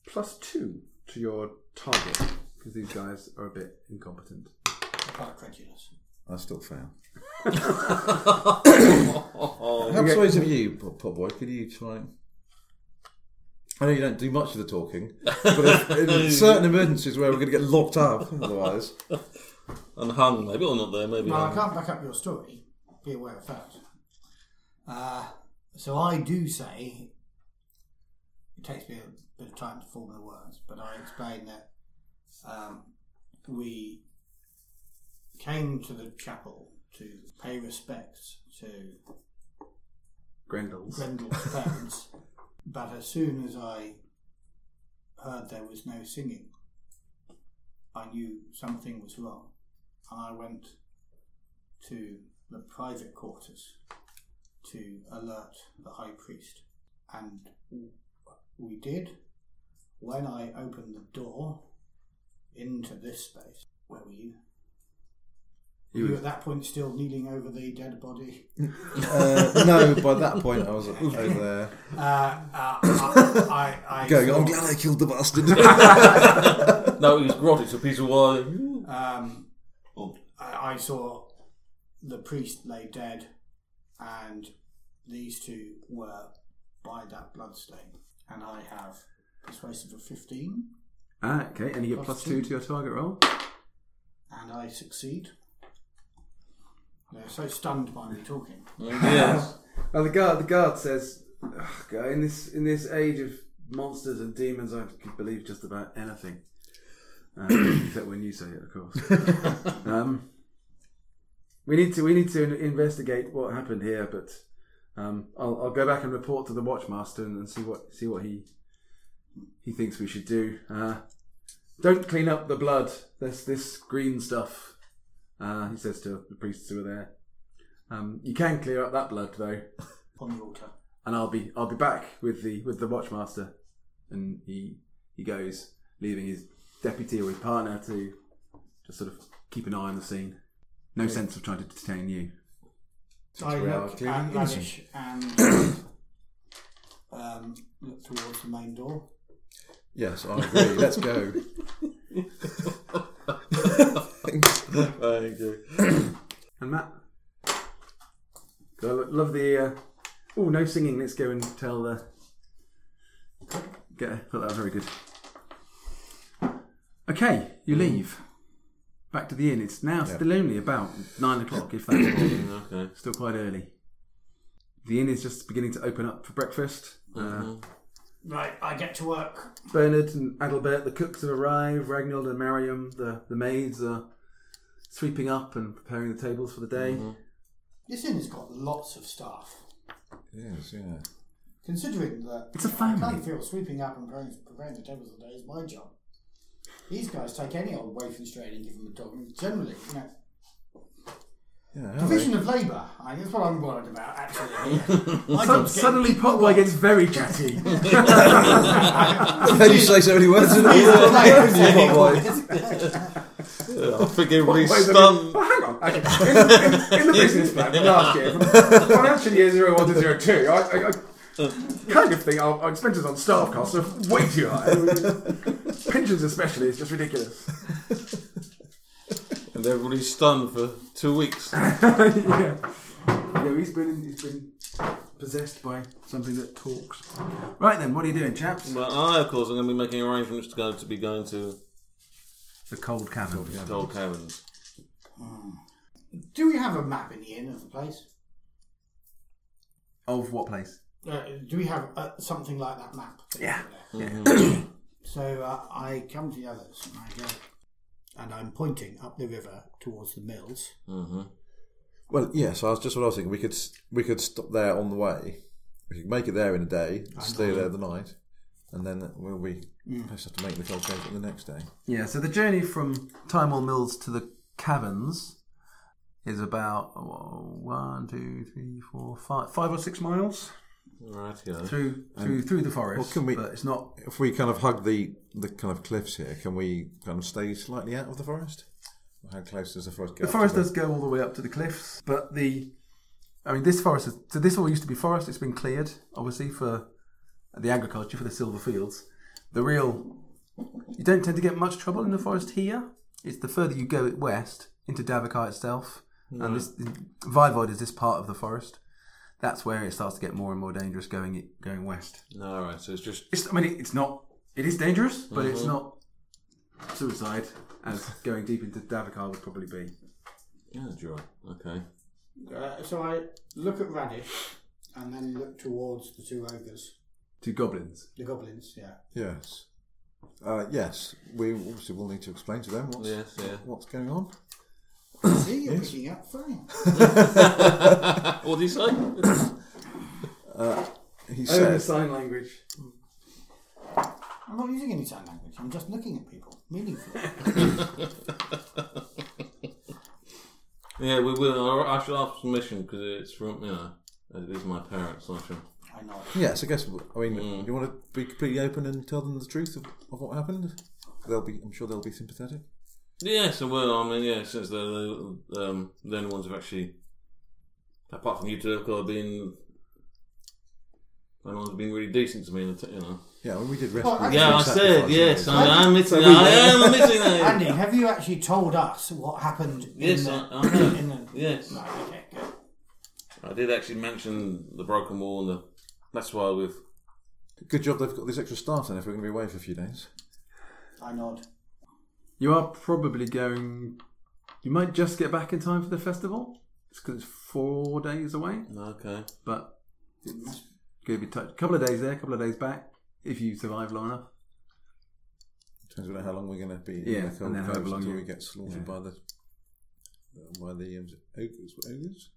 [SPEAKER 3] plus two to your target because these guys are a bit incompetent.
[SPEAKER 4] Quite credulous.
[SPEAKER 6] I still fail. How persuasive are you, Po- poor boy? Could you try? I know you don't do much of the talking, but if, in certain emergencies where we're going to get locked up, otherwise.
[SPEAKER 5] And hung, maybe, or not there, maybe.
[SPEAKER 4] Well, I can't back up your story. Be aware of that. Uh, so I do say it takes me a bit of time to form the words, but I explain that um, we came to the chapel to pay respects to
[SPEAKER 3] Grendel's.
[SPEAKER 4] Grendel's parents, but as soon as I heard there was no singing, I knew something was wrong, and I went to the private quarters to alert the high priest, and we did. When I opened the door into this space, where were you?
[SPEAKER 3] He
[SPEAKER 4] you were
[SPEAKER 3] was-
[SPEAKER 4] at that point still kneeling over the dead body.
[SPEAKER 6] Uh, no, by that point I was over there
[SPEAKER 4] Uh, uh, I, I, I
[SPEAKER 6] going,
[SPEAKER 4] thought-
[SPEAKER 6] I'm glad I killed the bastard.
[SPEAKER 5] No, it was grot. It's a piece of wire.
[SPEAKER 4] Um, I, I saw the priest lay dead, and these two were by that bloodstain. And I have persuasive of 15,
[SPEAKER 3] Ah, okay, and you get plus
[SPEAKER 4] Plus
[SPEAKER 3] two
[SPEAKER 4] two.
[SPEAKER 3] to your target roll.
[SPEAKER 4] and I succeed. They're so stunned by me talking.
[SPEAKER 5] Yes.
[SPEAKER 3] Well, the guard, the guard says, "Ugh, guy, in this in this age of monsters and demons, I could believe just about anything, um, except when you say it, of course. um, we need to we need to investigate what happened here, but Um, I'll, I'll go back and report to the watchmaster and, and see what see what he he thinks we should do. Uh, don't clean up the blood. There's this green stuff. Uh, he says to the priests who are there. Um, you can clear up that blood though,
[SPEAKER 4] on the altar.
[SPEAKER 3] and I'll be I'll be back with the with the watchmaster. And he he goes, leaving his deputy or his partner to just sort of keep an eye on the scene. No sense of trying to detain you.
[SPEAKER 4] I
[SPEAKER 6] we are
[SPEAKER 4] look
[SPEAKER 6] clearly
[SPEAKER 4] and vanish
[SPEAKER 6] innocent.
[SPEAKER 4] and um, look towards the main door.
[SPEAKER 6] Yes, I agree. Let's go.
[SPEAKER 5] Thank you.
[SPEAKER 3] And Matt, 'Cause I lo- love the. Uh, oh, no singing. Let's go and tell. Uh, get put that was very good. Okay, you leave. Back to the inn. It's now still only about nine o'clock, if that's all.
[SPEAKER 5] Okay.
[SPEAKER 3] still quite early. The inn is just beginning to open up for breakfast. Uh,
[SPEAKER 4] Right, I get to work.
[SPEAKER 3] Bernard and Adalbert, the cooks, have arrived. Ragnold and Mariam, the, the maids, are sweeping up and preparing the tables for the day.
[SPEAKER 4] This inn has got lots of staff.
[SPEAKER 6] yes, yeah.
[SPEAKER 4] Considering that
[SPEAKER 3] It's a
[SPEAKER 4] I
[SPEAKER 3] family.
[SPEAKER 4] can't feel sweeping up and preparing, preparing the tables all day is my job. These guys take any old waifing straight and give them a dog. And generally, you know,
[SPEAKER 6] Yeah, how
[SPEAKER 4] division of labour. I That's what I'm worried about. Actually, My
[SPEAKER 3] Sud-
[SPEAKER 4] job's getting
[SPEAKER 3] suddenly,
[SPEAKER 4] people
[SPEAKER 3] Potboy
[SPEAKER 4] off.
[SPEAKER 3] gets very chatty.
[SPEAKER 6] How do you say so many words in a minute?
[SPEAKER 5] I'm forgetfully
[SPEAKER 3] Potboy's a
[SPEAKER 5] stunned.
[SPEAKER 3] bit- Well, hang on. Okay. In, in, in the business plan from last year, from financial year 01 to 02, I, I, I kind of think our, our expenses on staff costs are way too high. Pensions, especially, is just ridiculous.
[SPEAKER 5] And everybody's stunned for two weeks.
[SPEAKER 3] yeah. yeah, he's been he's been possessed by something that talks. Right then, what are you doing, chaps?
[SPEAKER 5] But I, of course, am going to be making arrangements to go to be going to
[SPEAKER 3] The cold cavern.
[SPEAKER 5] Gold Caverns.
[SPEAKER 4] do we have a map in the inn of the place?
[SPEAKER 3] Of what place?
[SPEAKER 4] Uh, do we have uh, something like that map?
[SPEAKER 3] Yeah.
[SPEAKER 4] So uh, I come to the others and I go, and I'm pointing up the river towards the mills.
[SPEAKER 6] Well, yes, I was just what I was thinking. We could s- we could stop there on the way. We could make it there in a day, stay there the night, and then uh, we'll be
[SPEAKER 3] Mm.
[SPEAKER 6] we just have to make the cold change the next day.
[SPEAKER 3] Yeah, so the journey from Tymore Mills to the caverns is about oh, one, two, three, four, five, five or six miles
[SPEAKER 5] Right, yeah.
[SPEAKER 3] through through through the forest.
[SPEAKER 6] Well, can we-
[SPEAKER 3] But it's not.
[SPEAKER 6] If we kind of hug the the kind of cliffs here, can we kind of stay slightly out of the forest? How close does the forest go?
[SPEAKER 3] The
[SPEAKER 6] up to
[SPEAKER 3] forest does go all the way up to the cliffs, but the I mean, this forest is so this all used to be forest. It's been cleared, obviously, for the agriculture for the silver fields. The real you don't tend to get much trouble in the forest here. It's the further you go west into Davika itself, and this Vivod is this part of the forest. That's where it starts to get more and more dangerous going going west.
[SPEAKER 5] No, all right. So it's just
[SPEAKER 3] It's, I mean, it- it's not. It is dangerous, but it's not suicide as going deep into Davika would probably be.
[SPEAKER 5] yeah, you're right. Okay.
[SPEAKER 4] Uh, so I look at Radish and then look towards the two ogres,
[SPEAKER 3] Two goblins.
[SPEAKER 4] the goblins, yeah.
[SPEAKER 6] Yes. Uh, yes, we obviously will need to explain to them what's,
[SPEAKER 5] Yes, yeah.
[SPEAKER 6] what's going on.
[SPEAKER 4] See, you're picking up fine.
[SPEAKER 5] What do you say?
[SPEAKER 6] He
[SPEAKER 3] I own the
[SPEAKER 6] said,
[SPEAKER 3] sign language.
[SPEAKER 4] I'm not using any sign language, I'm just looking at people, meaningfully.
[SPEAKER 5] yeah, we will. I I shall ask permission because it's from you know it is my parents. So I shall.
[SPEAKER 4] I know.
[SPEAKER 6] yes, I guess, I mean, you want to be completely open and tell them the truth of, of what happened? They'll be, I'm sure they'll be sympathetic.
[SPEAKER 5] Yes, I will. I mean, yeah, since they're the, um, the only ones who've actually, apart from you two, have got been, the only ones who've been really decent to me. and You know.
[SPEAKER 6] Yeah, well, we did rescue
[SPEAKER 4] Well, I-
[SPEAKER 6] them
[SPEAKER 5] Yeah,
[SPEAKER 6] from
[SPEAKER 5] I said
[SPEAKER 6] sacrifice,
[SPEAKER 5] yes.
[SPEAKER 6] didn't
[SPEAKER 5] I, I'm admitting.
[SPEAKER 3] So we-
[SPEAKER 5] I am admitting that.
[SPEAKER 4] Andy, have you actually told us what happened in
[SPEAKER 5] Yes, uh,
[SPEAKER 4] the,
[SPEAKER 5] I- I have.
[SPEAKER 4] in the
[SPEAKER 5] Yes,
[SPEAKER 4] Right, okay, good.
[SPEAKER 5] I did actually mention the broken wall and the. That's why we've.
[SPEAKER 6] we? Good job they've got this extra staff then if we're going to be away for a few days.
[SPEAKER 4] I nod.
[SPEAKER 3] You are probably going. You might just get back in time for the festival. It's because it's four days away,
[SPEAKER 5] Okay.
[SPEAKER 3] but it's going to be a couple of days there, a couple of days back, if you survive long enough.
[SPEAKER 6] Depends on how long we're going to be
[SPEAKER 3] Yeah,
[SPEAKER 6] in
[SPEAKER 3] and
[SPEAKER 6] the cold
[SPEAKER 3] then however
[SPEAKER 6] caves
[SPEAKER 3] long
[SPEAKER 6] until
[SPEAKER 3] you-
[SPEAKER 6] we get slaughtered
[SPEAKER 3] yeah.
[SPEAKER 6] by the, by the um, ogres. ogres?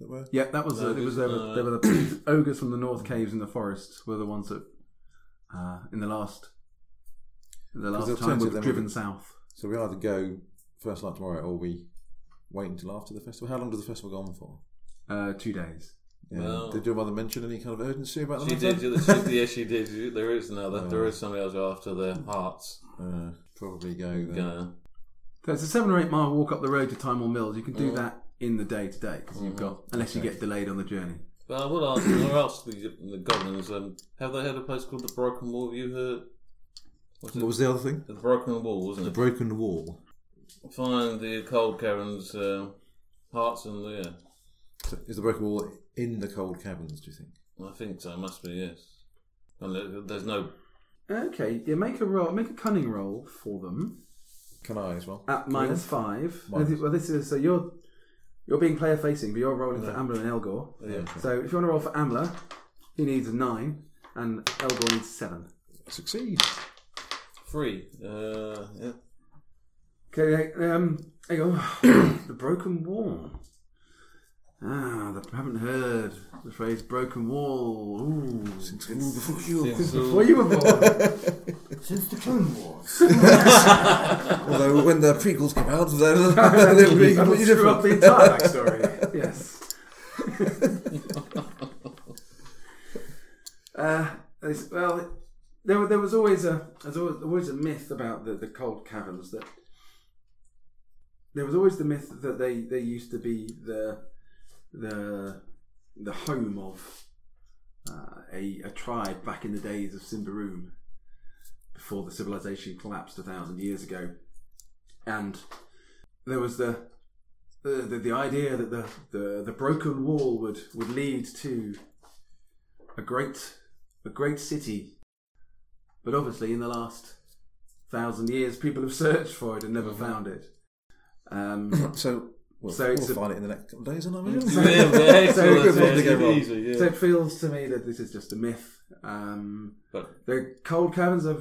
[SPEAKER 6] that were?
[SPEAKER 3] Yeah, that was
[SPEAKER 5] No,
[SPEAKER 3] it. Was
[SPEAKER 5] there's,
[SPEAKER 3] there were,
[SPEAKER 5] uh,
[SPEAKER 3] there were the ogres from the north caves in the forests were the ones that uh, in the last in the
[SPEAKER 6] they'll
[SPEAKER 3] last
[SPEAKER 6] turn
[SPEAKER 3] time
[SPEAKER 6] to
[SPEAKER 3] were
[SPEAKER 6] them
[SPEAKER 3] driven
[SPEAKER 6] and-
[SPEAKER 3] south.
[SPEAKER 6] So we either go first night tomorrow or we wait until after the festival. How long does the festival go on for?
[SPEAKER 3] Uh, two days.
[SPEAKER 6] Yeah.
[SPEAKER 5] Well-
[SPEAKER 6] Did your mother mention any kind of urgency about the
[SPEAKER 5] She
[SPEAKER 6] matter?
[SPEAKER 5] did. She, yes, she did. There is another. There is somebody else after the hearts.
[SPEAKER 6] Uh, probably go then.
[SPEAKER 5] Yeah.
[SPEAKER 3] There's a seven or eight mile walk up the road to Timewell Mills. You can do that in the day today because you've got unless you get delayed on the journey.
[SPEAKER 5] But I will ask, or ask the, the goblins, um, have they had a place called the Broken Wall? Have you heard? What's it?
[SPEAKER 6] What was the other thing?
[SPEAKER 5] the Broken Wall, wasn't
[SPEAKER 6] The
[SPEAKER 5] it?
[SPEAKER 6] broken wall.
[SPEAKER 5] Find the cold caverns, uh, hearts, and yeah,
[SPEAKER 6] So Is the broken wall in the cold caverns? Do you think?
[SPEAKER 5] I think so. Must be yes. And there- there's no.
[SPEAKER 3] Okay, yeah. Make a roll. Make a cunning roll for them
[SPEAKER 6] Can I as well?
[SPEAKER 3] at minus five.
[SPEAKER 6] Minus-
[SPEAKER 3] Well, this is so you're you're being player facing, but you're rolling for Ambler and Elgor.
[SPEAKER 5] Yeah.
[SPEAKER 3] So if you want to roll for Amla, he needs a nine, and Elgor needs seven.
[SPEAKER 6] Succeed.
[SPEAKER 5] Free. Uh, yeah.
[SPEAKER 3] Okay, um, there you go. the broken wall. Ah, I haven't heard the phrase broken wall. Ooh.
[SPEAKER 6] Ooh, before you.
[SPEAKER 5] Seems all-
[SPEAKER 3] Before you were born.
[SPEAKER 4] Since the Clone Wars.
[SPEAKER 6] Although when the prequels come out, they'll, they'll be
[SPEAKER 3] I will screw
[SPEAKER 6] completely different.
[SPEAKER 3] up the entire backstory. yes. uh, it's- well, there, wa- there was always a there's always, always a myth about the, the cold caverns that there was always the myth that they, they used to be the the the home of uh, a, a tribe back in the days of Simbaroom before the civilization collapsed a thousand years ago, and there was the the, the, the idea that the, the, the broken wall would, would lead to a great a great city, but obviously in the last thousand years people have searched for it and never found it. Um,
[SPEAKER 6] So, we'll,
[SPEAKER 3] So
[SPEAKER 6] we'll
[SPEAKER 3] it's a-
[SPEAKER 6] find it in the next couple of days, and I mean,
[SPEAKER 5] Yeah, yeah,
[SPEAKER 3] So-
[SPEAKER 5] excellent, yeah,
[SPEAKER 6] to go wrong.
[SPEAKER 5] easy, yeah.
[SPEAKER 3] So it feels to me that this is just a myth. Um,
[SPEAKER 5] But
[SPEAKER 3] The cold caverns are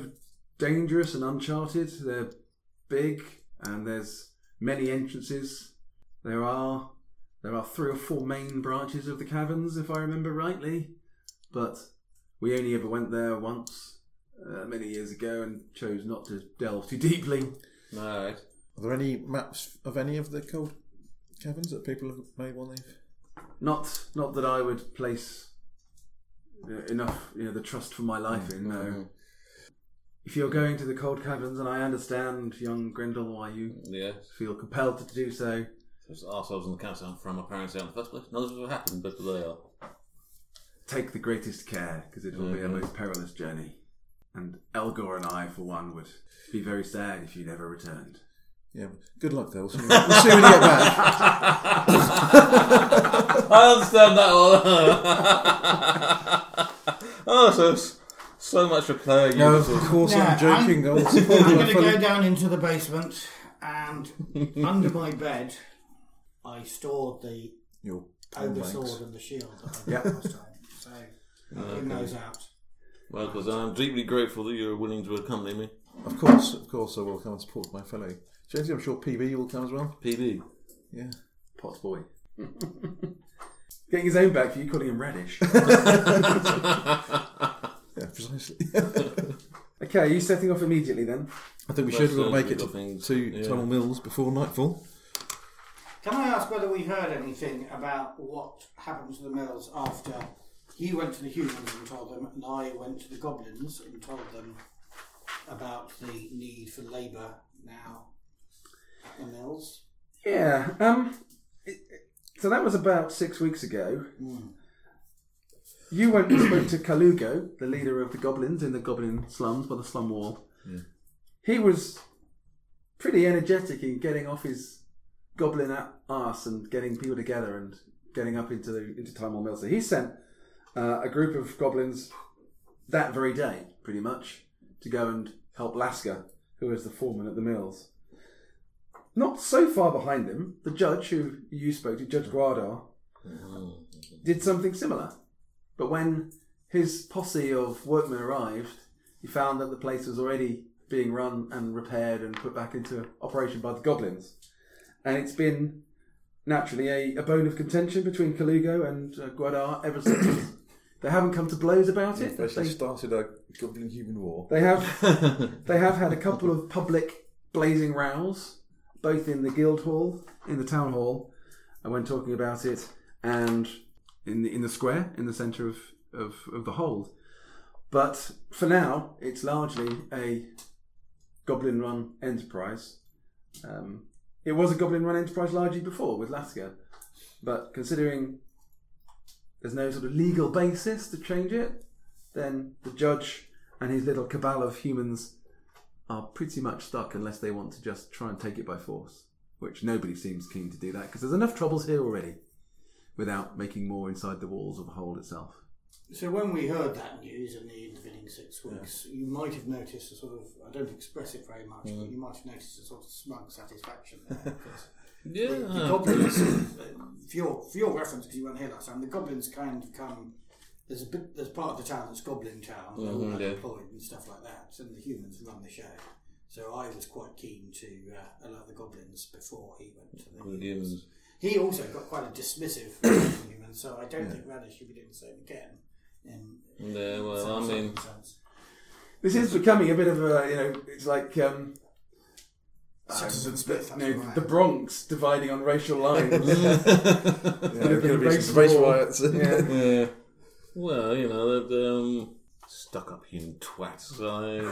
[SPEAKER 3] dangerous and uncharted. They're big, and there's many entrances. There are there are three or four main branches of the caverns, if I remember rightly. But we only ever went there once, uh, many years ago, and chose not to delve too deeply.
[SPEAKER 5] all right.
[SPEAKER 6] Are there any maps of any of the cold caverns that people have made while they've?
[SPEAKER 3] Not not that I would place uh, enough, you know, the trust for my life in. No. If you're going to the cold caverns, and I understand, young Grendel, why you
[SPEAKER 5] Yeah.
[SPEAKER 3] feel compelled to do so.
[SPEAKER 5] There's ourselves and the council I'm from our parents out in the first place. None of this will happen, but they are.
[SPEAKER 3] Take the greatest care, because it will be a most perilous journey. And Elgor and I, for one, would be very sad if you never returned.
[SPEAKER 6] Yeah. Good luck, though. We'll see when we'll see when you get back.
[SPEAKER 5] I understand that one. oh, so s- so much for player
[SPEAKER 6] No,
[SPEAKER 5] users.
[SPEAKER 6] of course
[SPEAKER 4] Yeah,
[SPEAKER 6] I'm joking.
[SPEAKER 4] I'm-
[SPEAKER 6] I'll support
[SPEAKER 4] I'm
[SPEAKER 6] you, I
[SPEAKER 4] going to
[SPEAKER 6] fully-
[SPEAKER 4] go down into the basement and under my bed, I stored the
[SPEAKER 6] Your palm
[SPEAKER 4] ogre
[SPEAKER 6] legs.
[SPEAKER 4] sword and the shield that I got last time. So I'm getting those out.
[SPEAKER 5] Well, because I'm deeply grateful that you're willing to accompany me.
[SPEAKER 6] Of course, of course, I will come and support my fellow. Jonesy, I'm sure PB will come as well.
[SPEAKER 5] PB.
[SPEAKER 6] Yeah.
[SPEAKER 3] Pot's boy. Getting his own back for you calling him radish.
[SPEAKER 6] Yeah, precisely.
[SPEAKER 3] okay, are you setting off immediately then?
[SPEAKER 6] I think we
[SPEAKER 5] That's
[SPEAKER 6] should.
[SPEAKER 5] the
[SPEAKER 6] We'll make it
[SPEAKER 5] little
[SPEAKER 6] to,
[SPEAKER 5] things,
[SPEAKER 6] to
[SPEAKER 5] yeah.
[SPEAKER 6] Tunnel Mills before nightfall.
[SPEAKER 4] Can I ask whether we heard anything about what happened to the mills after you went to the humans and told them, and I went to the goblins and told them about the need for labour now at the mills?
[SPEAKER 3] Yeah. Um. it- it- So that was about six weeks ago. You went and spoke to Kalugo, the leader of the goblins in the goblin slums by the slum wall. He was pretty energetic in getting off his goblin a- arse and getting people together and getting up into the, into Time Mill. So he sent uh, a group of goblins that very day, pretty much, to go and help Lasker, who is the foreman at the mills not so far behind them, the judge who you spoke to, Judge Guardar, did something similar. But when his posse of workmen arrived, he found that the place was already being run and repaired and put back into operation by the goblins. And it's been naturally a, a bone of contention between Caligo and uh, Guadar ever since. they haven't come to blows about it. but
[SPEAKER 6] Basically
[SPEAKER 3] They,
[SPEAKER 6] started a goblin human war.
[SPEAKER 3] they have they have had a couple of public blazing rows, both in the guild hall, in the town hall, and when talking about it, and in the in the square, in the centre of, of, of the hold. But for now, it's largely a goblin run enterprise. Um, it was a goblin run enterprise largely before with Lasker, but considering there's no sort of legal basis to change it, then the judge and his little cabal of humans are pretty much stuck unless they want to just try and take it by force, which nobody seems keen to do that because there's enough troubles here already without making more inside the walls of the hold itself.
[SPEAKER 4] So when we heard that news in the intervening six weeks, you might have noticed a sort of, I don't express it very much, but you might have noticed a sort of smug satisfaction there. 'cause
[SPEAKER 5] Yeah.
[SPEAKER 4] the goblins, for your, for your reference, because you weren't here last time, the goblins kind of come, there's a bit, there's part of the town that's goblin town, they're all
[SPEAKER 5] Mhm, yeah.
[SPEAKER 4] employed and stuff like that, and the humans run the show. So I was quite keen to uh, allow the goblins before he went to the
[SPEAKER 5] With the humans.
[SPEAKER 4] he also got quite a dismissive human, so I don't think Radish should be doing the same again. In,
[SPEAKER 5] Yeah,
[SPEAKER 4] in
[SPEAKER 5] well,
[SPEAKER 4] some
[SPEAKER 5] I
[SPEAKER 4] sort of
[SPEAKER 5] mean-
[SPEAKER 4] sense.
[SPEAKER 3] This is becoming a bit of a, you know, it's like um,
[SPEAKER 4] Sexism
[SPEAKER 3] uh,
[SPEAKER 4] split,
[SPEAKER 3] the, you know,
[SPEAKER 4] that's right.
[SPEAKER 3] the Bronx dividing on racial lines.
[SPEAKER 6] Yeah, there's going to be some
[SPEAKER 3] Race
[SPEAKER 6] race
[SPEAKER 3] war.
[SPEAKER 6] riots.
[SPEAKER 3] Yeah.
[SPEAKER 5] Yeah. Well, you know, they're, they're, um, stuck up human twats. I...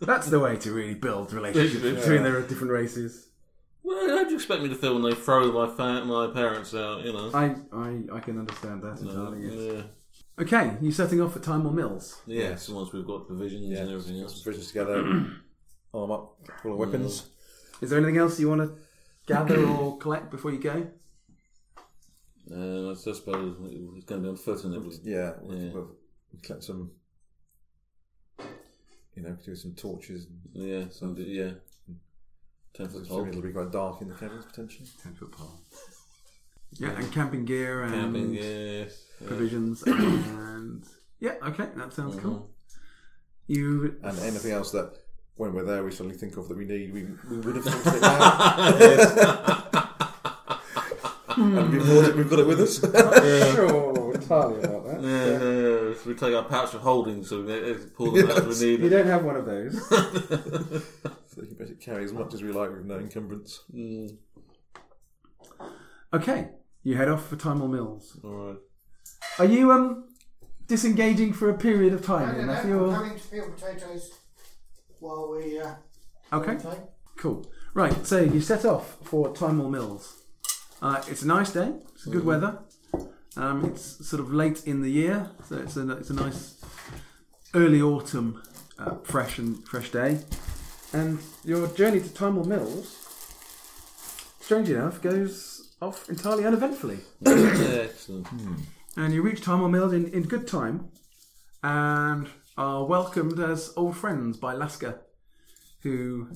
[SPEAKER 3] That's the way to really build relationships
[SPEAKER 5] Yeah.
[SPEAKER 3] between their different races.
[SPEAKER 5] well, how do you expect me to feel when they throw my fa- my parents out? You know.
[SPEAKER 3] I, I, I can understand that entirely. yes.
[SPEAKER 5] yeah.
[SPEAKER 3] Okay, you setting off for Time or Mills?
[SPEAKER 5] Yeah. So once we've got provisions and everything
[SPEAKER 6] Put
[SPEAKER 5] else.
[SPEAKER 6] some bridges together, arm up, full of weapons.
[SPEAKER 3] Is there anything else you want to gather or collect before you go?
[SPEAKER 5] Uh, I suppose it's going to be on foot and everything.
[SPEAKER 6] Yeah, we'll,
[SPEAKER 5] Yeah.
[SPEAKER 6] we'll collect some, you know, do some torches.
[SPEAKER 5] Yeah, so d- yeah. Ten foot
[SPEAKER 6] So
[SPEAKER 5] tall.
[SPEAKER 6] it'll be quite dark in the caverns potentially.
[SPEAKER 3] Ten foot pole. Yeah, and camping gear and
[SPEAKER 5] Camping, yes. Mm. yeah.
[SPEAKER 3] provisions and yeah, okay, that sounds cool.
[SPEAKER 5] Mm-hmm.
[SPEAKER 3] You
[SPEAKER 6] And anything else that, when we're there, we suddenly think of that we need, we, we would have thought of it now. and we've brought it, we've got it with us.
[SPEAKER 3] sure entirely about that.
[SPEAKER 5] Yeah, yeah, yeah. So we take our pouch of holdings, so we uh, pull them out as we
[SPEAKER 3] You
[SPEAKER 5] need.
[SPEAKER 3] don't have one of those.
[SPEAKER 6] so we can basically carry as much as we like with no encumbrance.
[SPEAKER 5] Mm,
[SPEAKER 3] okay, you head off for Timel Mills.
[SPEAKER 5] all right.
[SPEAKER 3] Are you um disengaging for a period of time? then, Matthew, or-
[SPEAKER 4] having to peel potatoes while we. Uh,
[SPEAKER 3] Okay,
[SPEAKER 4] play.
[SPEAKER 3] cool. Right, so you set off for Timel Mills. Uh, it's a nice day. It's good weather. Um, it's sort of late in the year, so it's a it's a nice early autumn, uh, fresh and fresh day. And your journey to Timel Mills, strange enough, goes off entirely uneventfully.
[SPEAKER 5] Yeah, excellent.
[SPEAKER 3] And you reach Timel Mills in, in good time and are welcomed as old friends by Lasker, who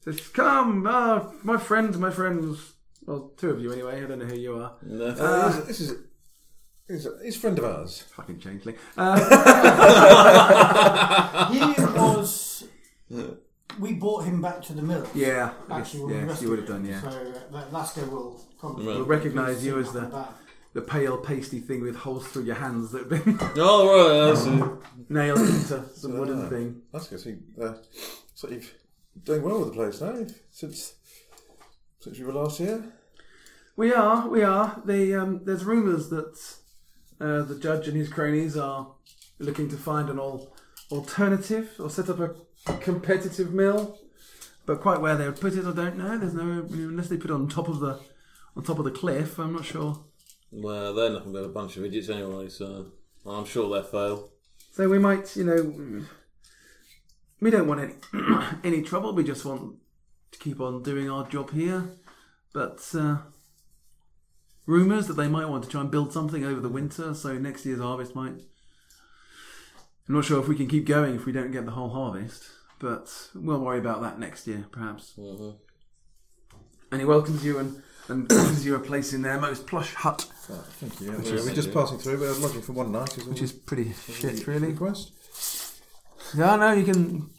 [SPEAKER 3] says, Come, uh, my friends, my friends. Well, two of you anyway, I don't know who you are.
[SPEAKER 5] No.
[SPEAKER 6] Uh, this is. He's a, he's a friend of ours.
[SPEAKER 3] Fucking changeling. Uh,
[SPEAKER 4] He was. We brought him back to the mill.
[SPEAKER 3] yeah, I guess-
[SPEAKER 4] Actually, when we
[SPEAKER 3] yes, you
[SPEAKER 4] rescued
[SPEAKER 3] would have
[SPEAKER 4] him.
[SPEAKER 3] done, yeah.
[SPEAKER 4] So uh, that- Lasker will probably
[SPEAKER 5] Right. We'll
[SPEAKER 3] recognise you as the-
[SPEAKER 4] Back.
[SPEAKER 3] The pale, pasty thing with holes through your hands that have been
[SPEAKER 5] oh, right, I see.
[SPEAKER 3] nailed into some wooden
[SPEAKER 6] Ah.
[SPEAKER 3] thing.
[SPEAKER 6] That's good. So, you- uh, so you've doing well with the place now since since you were last here.
[SPEAKER 3] We are, we are. The, um, there's rumours that uh, the judge and his cronies are looking to find an al- alternative or set up a competitive mill. But quite where they would put it, I don't know. There's no unless they put it on top of the on top of the cliff. I'm not sure.
[SPEAKER 5] Well, they're nothing but a bunch of idiots anyway, so I'm sure they'll fail.
[SPEAKER 3] So we might, you know, we don't want any any trouble. We just want to keep on doing our job here. But uh, rumours that they might want to try and build something over the winter, so next year's harvest might. I'm not sure if we can keep going if we don't get the whole harvest, but we'll worry about that next year, perhaps.
[SPEAKER 5] Mhm.
[SPEAKER 3] And he welcomes you and, and offers you a place in their most plush hut,
[SPEAKER 6] Ah, thank you. Yeah,
[SPEAKER 5] is-
[SPEAKER 6] we're just passing through. We're lodging for one night. Is all
[SPEAKER 3] which is pretty shit, really.
[SPEAKER 6] request.
[SPEAKER 3] No, no, you can.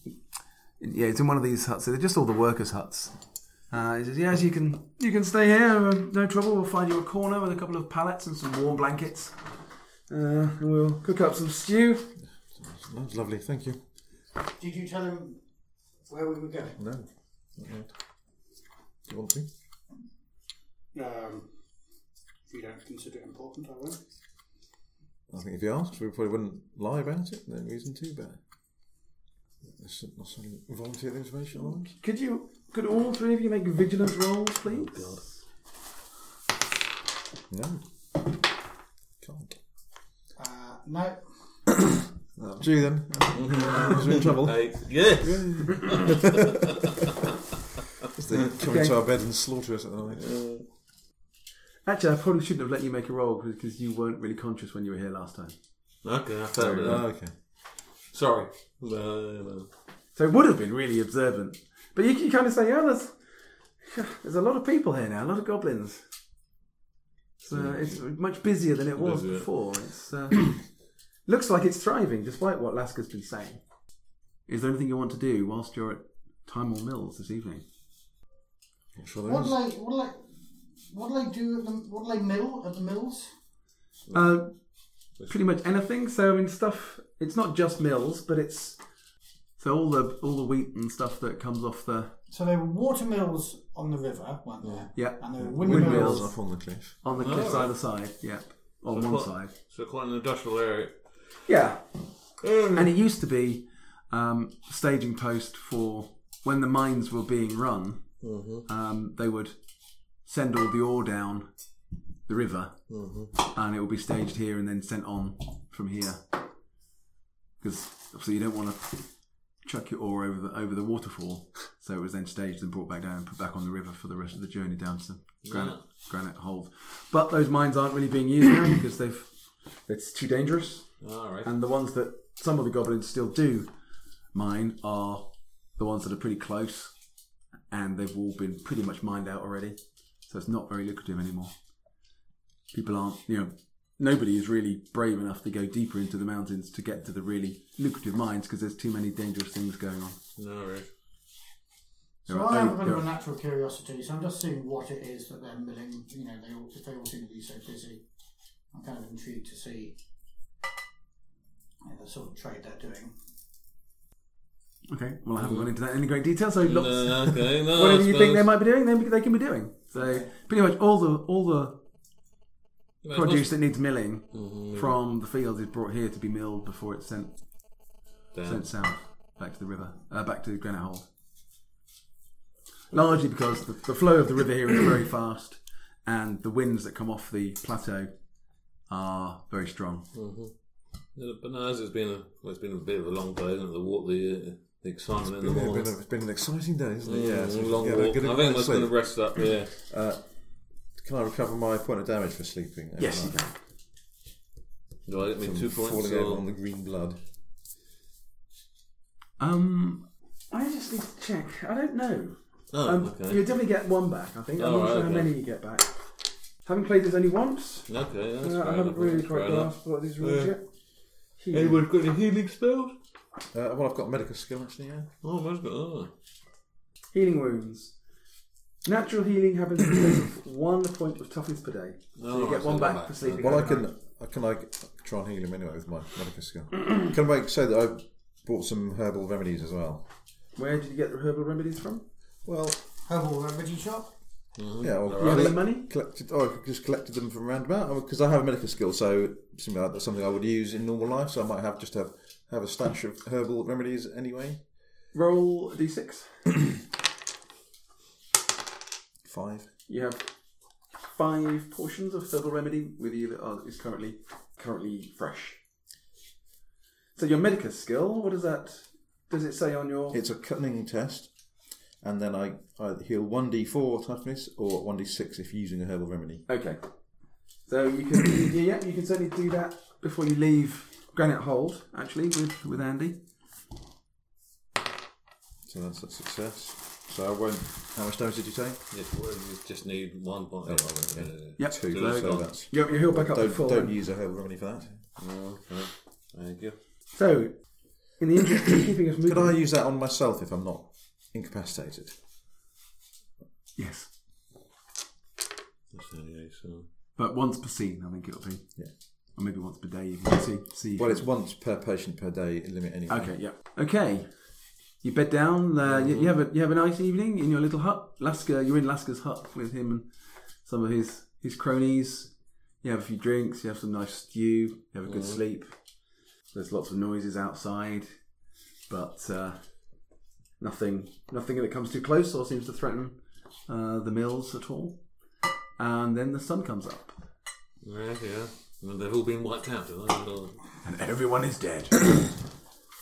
[SPEAKER 3] Yeah, it's in one of these huts. They're just all the workers' huts. Uh, he says, "Yes, you can. You can stay here. uh, No trouble. We'll find you a corner with a couple of pallets and some warm blankets, uh, and we'll cook up some stew."
[SPEAKER 6] That's lovely, thank you.
[SPEAKER 4] Did you tell him where we were going?
[SPEAKER 6] No. not yet. Do you want to?
[SPEAKER 4] Um, if you don't consider it important, I won't.
[SPEAKER 6] I think if you asked, we probably wouldn't lie about it. No reason to, but there's not some volunteer information on it.
[SPEAKER 3] Could you? Could all three of you make vigilance rolls, please?
[SPEAKER 6] No. Can't.
[SPEAKER 4] Uh, no.
[SPEAKER 6] Uh, G then. Because we're in trouble.
[SPEAKER 5] Eight. Yes.
[SPEAKER 6] As they come into our bed and slaughter us at night.
[SPEAKER 3] Actually, I probably shouldn't have let you make a roll because you weren't really conscious when you were here last time.
[SPEAKER 5] Okay, I failed it.
[SPEAKER 6] Oh, okay.
[SPEAKER 5] Sorry. Uh,
[SPEAKER 3] So it would have been really observant. But you, you kind of say, oh, there's, there's a lot of people here now, a lot of goblins. So it's much busier than it was
[SPEAKER 5] Busier.
[SPEAKER 3] before. It's uh, looks like it's thriving, despite what Laska's been saying. Is there anything you want to do whilst you're at Timor Mills this evening?
[SPEAKER 6] Not sure there
[SPEAKER 4] What
[SPEAKER 6] is.
[SPEAKER 4] do I? What do I? What do I do at the? What do I mill at the mills?
[SPEAKER 3] Uh, pretty much anything. So I mean, stuff. It's not just mills, but it's so all the all the wheat and stuff that comes off the
[SPEAKER 4] So there were water mills on the river, weren't there?
[SPEAKER 3] Yeah.
[SPEAKER 4] And there were
[SPEAKER 3] Windmills.
[SPEAKER 4] windmills.
[SPEAKER 6] Windmills up on the cliff.
[SPEAKER 3] on the cliffs either side. Yep, on one
[SPEAKER 5] quite-
[SPEAKER 3] side.
[SPEAKER 5] so quite an industrial area.
[SPEAKER 3] Yeah. And it used to be um, staging post for when the mines were being run, um, they would send all the ore down the river and it would be staged here and then sent on from here. Because obviously you don't want to chuck your ore over the over the waterfall, so it was then staged and brought back down and put back on the river for the rest of the journey down to Granite Granite Hold. But those mines aren't really being used now because they've it's too dangerous.
[SPEAKER 5] All right.
[SPEAKER 3] And the ones that some of the goblins still do mine are the ones that are pretty close, and they've all been pretty much mined out already. So it's not very lucrative anymore. People aren't, you know, nobody is really brave enough to go deeper into the mountains to get to the really lucrative mines because there's too many dangerous things going on.
[SPEAKER 5] All right.
[SPEAKER 3] There
[SPEAKER 4] So
[SPEAKER 3] are
[SPEAKER 4] I have a
[SPEAKER 3] oak-
[SPEAKER 4] bit of a
[SPEAKER 3] there are-
[SPEAKER 4] natural curiosity, so I'm just seeing what it is that they're milling. You know, they all, if they all seem to be so busy, I'm kind of intrigued to see you know, the sort of trade they're doing.
[SPEAKER 3] Okay, well, I haven't gone into that in any great detail, so lots,
[SPEAKER 5] No, okay, no,
[SPEAKER 3] whatever
[SPEAKER 5] I
[SPEAKER 3] you think they
[SPEAKER 5] suppose-
[SPEAKER 3] might be doing, they, they can be doing. So pretty much all the all the
[SPEAKER 5] Yeah,
[SPEAKER 3] produce
[SPEAKER 5] it Mm-hmm.
[SPEAKER 3] that needs milling from the fields is brought here to be milled before it's sent
[SPEAKER 5] was-
[SPEAKER 3] sent south back to the river, uh, back to Granite Hall. Largely because the, the flow of the river here is very fast, and the winds that come off the plateau are very strong.
[SPEAKER 5] Mm. Yeah, But no, as it's been a well, it's been a bit of a long day, isn't it? The walk, the, uh, the excitement in the
[SPEAKER 6] Been a-
[SPEAKER 5] morning.
[SPEAKER 6] been a- It's been an exciting day, isn't it?
[SPEAKER 5] Yeah,
[SPEAKER 6] Yeah,
[SPEAKER 5] it's
[SPEAKER 6] so
[SPEAKER 5] a
[SPEAKER 6] we
[SPEAKER 5] long
[SPEAKER 6] should get a
[SPEAKER 5] walk.
[SPEAKER 6] good
[SPEAKER 5] I
[SPEAKER 6] night's
[SPEAKER 5] think that's going to
[SPEAKER 6] sleep.
[SPEAKER 5] rest up. Yeah.
[SPEAKER 6] Can I recover my point of damage for sleeping? overnight?
[SPEAKER 3] Yes, you can.
[SPEAKER 5] Do I get me
[SPEAKER 6] From
[SPEAKER 5] two points?
[SPEAKER 6] Falling over on
[SPEAKER 5] Or...
[SPEAKER 6] the green blood.
[SPEAKER 3] Um, I just need to check. I don't know.
[SPEAKER 5] Oh,
[SPEAKER 3] Um, You
[SPEAKER 5] okay.
[SPEAKER 3] definitely get one back. I think. I'm
[SPEAKER 5] Oh,
[SPEAKER 3] not sure
[SPEAKER 5] right,
[SPEAKER 3] how
[SPEAKER 5] okay.
[SPEAKER 3] many you get back. Haven't played this only once.
[SPEAKER 5] Okay, that's
[SPEAKER 3] Uh,
[SPEAKER 5] fair
[SPEAKER 3] I haven't
[SPEAKER 5] enough,
[SPEAKER 3] really
[SPEAKER 5] that's
[SPEAKER 3] quite
[SPEAKER 5] fair enough.
[SPEAKER 3] grasped what these rules
[SPEAKER 5] Yeah.
[SPEAKER 3] yet. Huge.
[SPEAKER 5] Anyone got any healing spells?
[SPEAKER 6] Uh, well, I've got medical skill actually. Yeah.
[SPEAKER 5] Oh, man's got. Oh.
[SPEAKER 3] Healing wounds. Natural healing happens at the rate of one point of toughness per day. So you
[SPEAKER 5] Oh,
[SPEAKER 3] get
[SPEAKER 5] so
[SPEAKER 3] one
[SPEAKER 5] they're
[SPEAKER 3] back,
[SPEAKER 5] back.
[SPEAKER 3] for sleeping.
[SPEAKER 6] Well, I
[SPEAKER 3] overnight.
[SPEAKER 6] can. I can like try and heal him anyway with my medical skill. can I make, say that I bought some herbal remedies as well?
[SPEAKER 3] Where did you get the herbal remedies from?
[SPEAKER 6] Well,
[SPEAKER 4] Herbal remedy shop.
[SPEAKER 6] yeah. Well,
[SPEAKER 3] You have
[SPEAKER 6] collect-
[SPEAKER 3] any money?
[SPEAKER 6] Collected. Oh, I just collected them from round about because I have a medical skill, so something like that's something I would use in normal life. So I might have just have have a stash of herbal remedies anyway.
[SPEAKER 3] Roll a d6.
[SPEAKER 6] Five.
[SPEAKER 3] You have five portions of herbal remedy with you that are, is currently currently fresh. So your medicus skill, what does that? Does it say on your?
[SPEAKER 6] It's a cunning test, and then I I heal one d four toughness or one d six if using a herbal remedy.
[SPEAKER 3] Okay. So you can you- yeah you can certainly do that before you leave Granite Hold actually with with Andy.
[SPEAKER 6] So that's a success. So I won't. How much damage did you take?
[SPEAKER 5] Yes, well, you just need one point. Yeah,
[SPEAKER 3] Oh,
[SPEAKER 6] okay.
[SPEAKER 5] yeah, yeah.
[SPEAKER 3] Yep.
[SPEAKER 6] Two.
[SPEAKER 5] So
[SPEAKER 6] So,
[SPEAKER 5] gone.
[SPEAKER 6] that's.
[SPEAKER 3] You're, you're healed back up to
[SPEAKER 6] Don't,
[SPEAKER 3] full.
[SPEAKER 6] don't
[SPEAKER 3] then.
[SPEAKER 6] use a herbal remedy for that.
[SPEAKER 5] Okay. Thank you.
[SPEAKER 3] So, in the interest of keeping us moving,
[SPEAKER 6] Could I use that on myself if I'm not incapacitated?
[SPEAKER 3] Yes.
[SPEAKER 5] That's 38, so.
[SPEAKER 3] But once per scene, I think it'll be.
[SPEAKER 6] Yeah.
[SPEAKER 3] Or maybe once per day, you can see. see
[SPEAKER 6] Well, it's once per patient per day limit anyway.
[SPEAKER 3] Okay, yeah. Okay. You bed down. Uh, you, you have a you have a nice evening in your little hut. Lasker, you're in Lasker's hut with him and some of his his cronies. You have a few drinks. You have some nice stew. You have a good sleep. There's lots of noises outside, but uh, nothing nothing that comes too close or seems to threaten uh, the mills at all. And then the sun comes up,
[SPEAKER 5] Yeah, yeah. Well, they've all been wiped out, have they? Or-
[SPEAKER 3] and everyone is dead.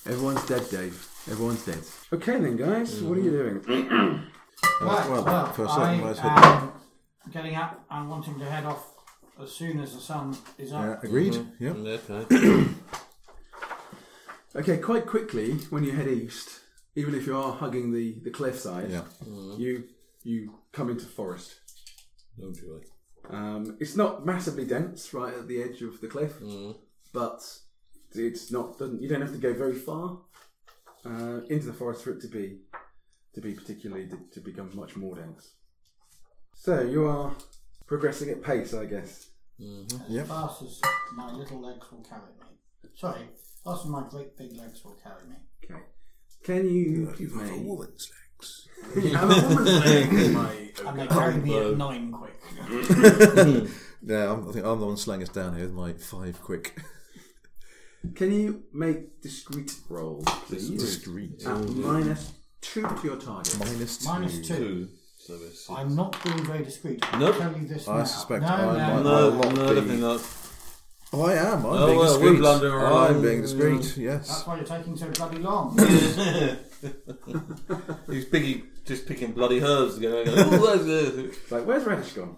[SPEAKER 3] Everyone's dead, Dave. Everyone's dead. Okay, then, guys, what are you doing?
[SPEAKER 4] Right, well,
[SPEAKER 6] for a
[SPEAKER 4] I
[SPEAKER 6] second, I said-
[SPEAKER 4] am getting up and wanting to head off as soon as the sun is
[SPEAKER 6] Yeah,
[SPEAKER 4] up.
[SPEAKER 6] Uh, agreed. Yeah.
[SPEAKER 5] Okay.
[SPEAKER 3] Okay, quite quickly when you head east, even if you are hugging the the cliffside,
[SPEAKER 6] Yeah.
[SPEAKER 3] you you come into forest.
[SPEAKER 5] no joy.
[SPEAKER 3] Um, it's not massively dense, right at the edge of the cliff, but it's not. Doesn't, you don't have to go very far uh, into the forest for it to be to be particularly to, to become much more dense. So you are progressing at pace, I guess.
[SPEAKER 6] Yeah.
[SPEAKER 4] As fast as my little legs will carry me. Sorry, as fast as my great big legs will carry me.
[SPEAKER 3] Okay. Can you?
[SPEAKER 6] You've got a
[SPEAKER 3] make-
[SPEAKER 6] woman's legs.
[SPEAKER 3] I'm a woman's leg, my-
[SPEAKER 4] And they carry me at nine quick.
[SPEAKER 6] Yeah, I'm, I think I'm the one slaying us down here with my five quick.
[SPEAKER 3] Can you make discreet rolls, please?
[SPEAKER 6] Discreet.
[SPEAKER 3] At minus two to your target.
[SPEAKER 6] Minus two.
[SPEAKER 4] Minus two.
[SPEAKER 5] Two. So it's six.
[SPEAKER 4] I'm not being very discreet. I'll
[SPEAKER 5] Nope.
[SPEAKER 4] tell you this
[SPEAKER 6] I
[SPEAKER 4] now.
[SPEAKER 6] suspect
[SPEAKER 4] no,
[SPEAKER 6] I
[SPEAKER 4] no,
[SPEAKER 6] might-
[SPEAKER 5] No,
[SPEAKER 6] I'll not
[SPEAKER 5] no,
[SPEAKER 6] be-
[SPEAKER 5] definitely not.
[SPEAKER 6] Oh, I am. I'm
[SPEAKER 5] Oh, well,
[SPEAKER 6] being
[SPEAKER 5] we're
[SPEAKER 6] discreet.
[SPEAKER 5] blundering
[SPEAKER 6] I'm
[SPEAKER 5] around,
[SPEAKER 6] being discreet.
[SPEAKER 4] That's
[SPEAKER 6] Yes.
[SPEAKER 4] why you're taking so bloody long.
[SPEAKER 5] He's picking, just picking bloody herbs together. Going, oh, that's it.
[SPEAKER 3] It's like, where's Radish gone?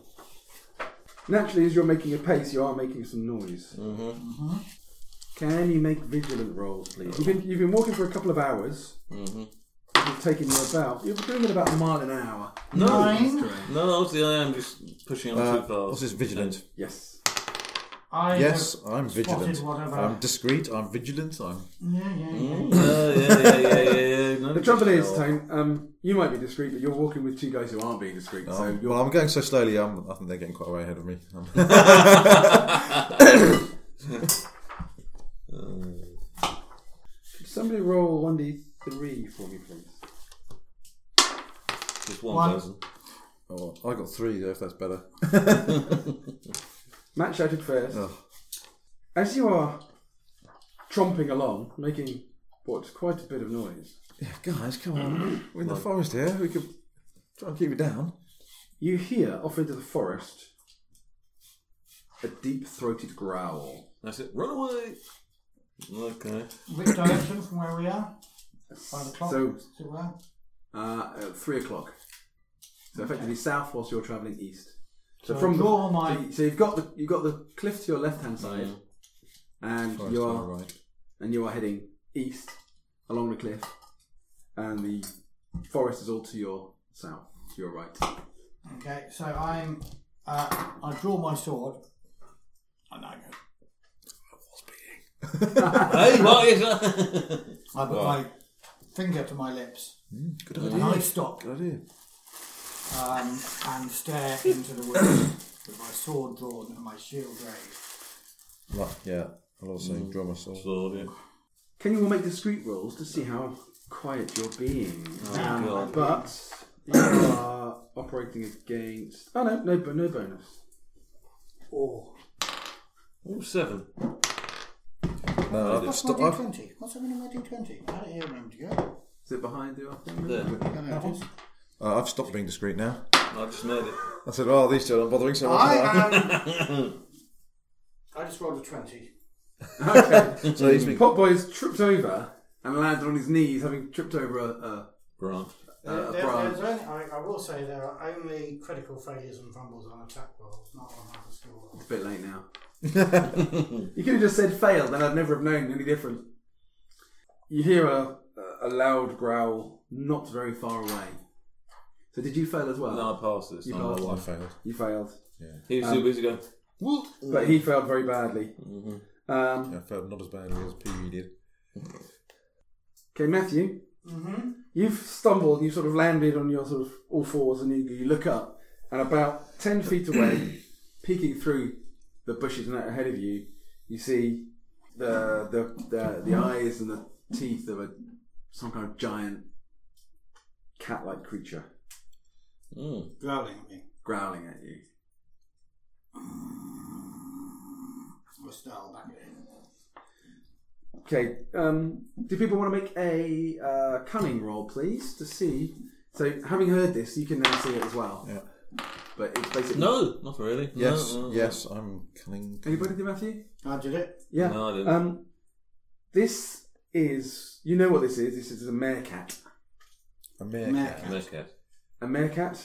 [SPEAKER 3] Naturally, as you're making a pace, you are making some noise. Mm-hmm. Can you make vigilant rolls, please? You've been, you've been walking for a couple of hours. Mm-hmm. It's taken you about. You're doing it about a mile an hour.
[SPEAKER 4] Nine.
[SPEAKER 5] No, obviously I am just pushing on
[SPEAKER 6] Uh,
[SPEAKER 5] too far.
[SPEAKER 6] what's this? Vigilant.
[SPEAKER 3] Yes.
[SPEAKER 4] I
[SPEAKER 6] Yes,
[SPEAKER 4] have
[SPEAKER 6] I'm
[SPEAKER 4] spotted
[SPEAKER 6] vigilant.
[SPEAKER 4] Whatever.
[SPEAKER 6] I'm discreet. I'm vigilant. I'm.
[SPEAKER 4] yeah, yeah, yeah.
[SPEAKER 5] Uh, yeah, yeah, yeah, yeah, yeah. No,
[SPEAKER 3] The trouble is, Tone, um, you might be discreet, but you're walking with two guys who aren't being discreet.
[SPEAKER 6] I'm
[SPEAKER 3] so you're
[SPEAKER 6] well, I'm going so slowly. I'm, I think they're getting quite way ahead of me. I'm-
[SPEAKER 3] Could somebody roll one d three for me, please.
[SPEAKER 5] Just one,
[SPEAKER 4] One.
[SPEAKER 5] person.
[SPEAKER 6] oh, I got three though. If that's better.
[SPEAKER 3] Matt shouted first.
[SPEAKER 6] Ugh.
[SPEAKER 3] As you are tromping along, making what's quite a bit of noise,
[SPEAKER 6] Yeah, guys, come on. We're in the forest here. We could try and keep it down.
[SPEAKER 3] You hear off into the forest a deep throated growl.
[SPEAKER 5] That's it. Run away. Okay.
[SPEAKER 4] Which direction from where we are? By the clock?
[SPEAKER 3] So,
[SPEAKER 4] as it were?
[SPEAKER 3] uh, at three o'clock. So effectively south whilst you're travelling east. So,
[SPEAKER 4] So
[SPEAKER 3] from the,
[SPEAKER 4] draw my-
[SPEAKER 3] so, you, so you've got the you've got the cliff to your left hand side, and
[SPEAKER 6] Mm-hmm. Forest
[SPEAKER 3] you
[SPEAKER 6] to
[SPEAKER 3] are
[SPEAKER 6] our right.
[SPEAKER 3] and you are heading east along the cliff, and the forest is all to your south, to your right.
[SPEAKER 4] Okay, so I'm. Uh, I draw my sword. And I go.
[SPEAKER 5] hey, what is that?
[SPEAKER 4] I put my finger to my lips.
[SPEAKER 6] Good
[SPEAKER 4] And
[SPEAKER 6] idea.
[SPEAKER 4] I stop
[SPEAKER 6] Good idea.
[SPEAKER 4] um, and stare into the woods with my sword drawn and my shield raised.
[SPEAKER 6] Right, yeah. I'll also draw my sword.
[SPEAKER 5] Sword, yeah.
[SPEAKER 3] Can you all make discreet rolls to see how quiet you're being? Um,
[SPEAKER 5] God.
[SPEAKER 3] but you are operating against. Oh no, no, bo- no bonus.
[SPEAKER 4] Oh,
[SPEAKER 5] Oh, seven.
[SPEAKER 6] No, I've,
[SPEAKER 4] what's
[SPEAKER 6] sto-
[SPEAKER 4] my
[SPEAKER 6] I've,
[SPEAKER 4] d20? What's happening with my d20? I don't hear him to go.
[SPEAKER 3] Is it behind you? I think?
[SPEAKER 5] There.
[SPEAKER 4] No, no, it is.
[SPEAKER 6] uh, I've stopped being discreet now.
[SPEAKER 5] I just made it.
[SPEAKER 6] I said, oh, these two aren't bothering so much. now."
[SPEAKER 4] I am. I just rolled a 20.
[SPEAKER 3] Okay.
[SPEAKER 6] so he's been,
[SPEAKER 3] Pop boy's tripped over and landed on his knees, having tripped over a, a,
[SPEAKER 5] Grant.
[SPEAKER 3] a, a
[SPEAKER 4] There-
[SPEAKER 3] branch.
[SPEAKER 4] there's only, I, I will say there are only critical failures and fumbles on attack rolls, not on other skill rolls.
[SPEAKER 3] It's a bit late now. you could have just said failed, then I'd never have known any different. You hear a, a loud growl not very far away. So did you fail as well?
[SPEAKER 5] No, I passed Um, this.
[SPEAKER 3] You
[SPEAKER 5] time.
[SPEAKER 3] passed.
[SPEAKER 6] I failed.
[SPEAKER 3] You failed.
[SPEAKER 5] He was too busy going, what?
[SPEAKER 3] But he failed very badly. Um,
[SPEAKER 6] I failed not as badly as PV did.
[SPEAKER 3] okay, Matthew,
[SPEAKER 4] Mm-hmm.
[SPEAKER 3] You've stumbled, you sort of landed on your sort of all fours, and you, you look up, and about 10 feet away, peeking through the bushes and ahead of you, you see the, the, the, the eyes and the teeth of a, some kind of giant cat like creature
[SPEAKER 5] Mm.
[SPEAKER 4] Growling at me.
[SPEAKER 3] growling at you.
[SPEAKER 4] Or snarl back at him.
[SPEAKER 3] Okay, um, do people want to make a uh, cunning roll, please, to see? So, having heard this, you can now see it as well.
[SPEAKER 6] Yeah.
[SPEAKER 3] But it's basically.
[SPEAKER 5] No, not really. No,
[SPEAKER 6] Yes,
[SPEAKER 5] no, no.
[SPEAKER 6] yes, I'm cunning.
[SPEAKER 3] Anybody do Matthew?
[SPEAKER 4] I did it.
[SPEAKER 3] Yeah.
[SPEAKER 5] No, I didn't.
[SPEAKER 3] Um, this is. You know what this is? This is a meerkat.
[SPEAKER 6] A mere
[SPEAKER 4] Meh.
[SPEAKER 6] cat.
[SPEAKER 5] Meerkat.
[SPEAKER 3] A meerkat?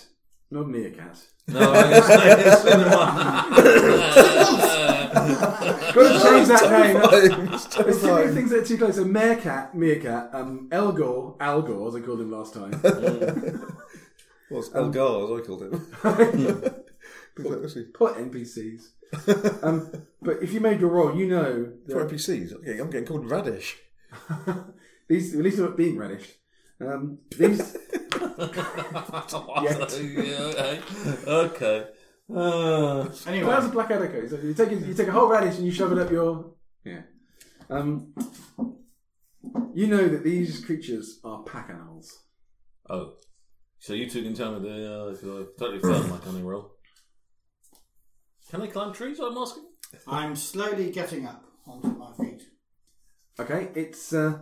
[SPEAKER 3] Not a meerkat.
[SPEAKER 5] No, I guess I guess never mind.
[SPEAKER 3] Gotta change that name. There's
[SPEAKER 6] It's
[SPEAKER 3] too many
[SPEAKER 6] terrifying.
[SPEAKER 3] things that are too close. So, meerkat, meerkat, um, Elgor, Algor, as I called him last time.
[SPEAKER 6] Well, it's Elgar, as I called it. Poor
[SPEAKER 3] Poor NPCs. Um, but if you made your roll, you know that
[SPEAKER 6] NPCs. Okay, I'm getting called Radish.
[SPEAKER 3] these at least they're not being radished. Um, these
[SPEAKER 5] yeah, okay. okay. Uh,
[SPEAKER 4] Anyway,
[SPEAKER 3] well, that's a black echo. So you take a, you take a whole radish and you shove it up your yeah. Um, you know that these creatures are pack animals.
[SPEAKER 5] oh, so you two can tell me the, uh, if I totally failed my cunning roll. Can I climb trees? I'm asking.
[SPEAKER 4] I'm slowly getting up onto my feet.
[SPEAKER 3] Okay, it's uh,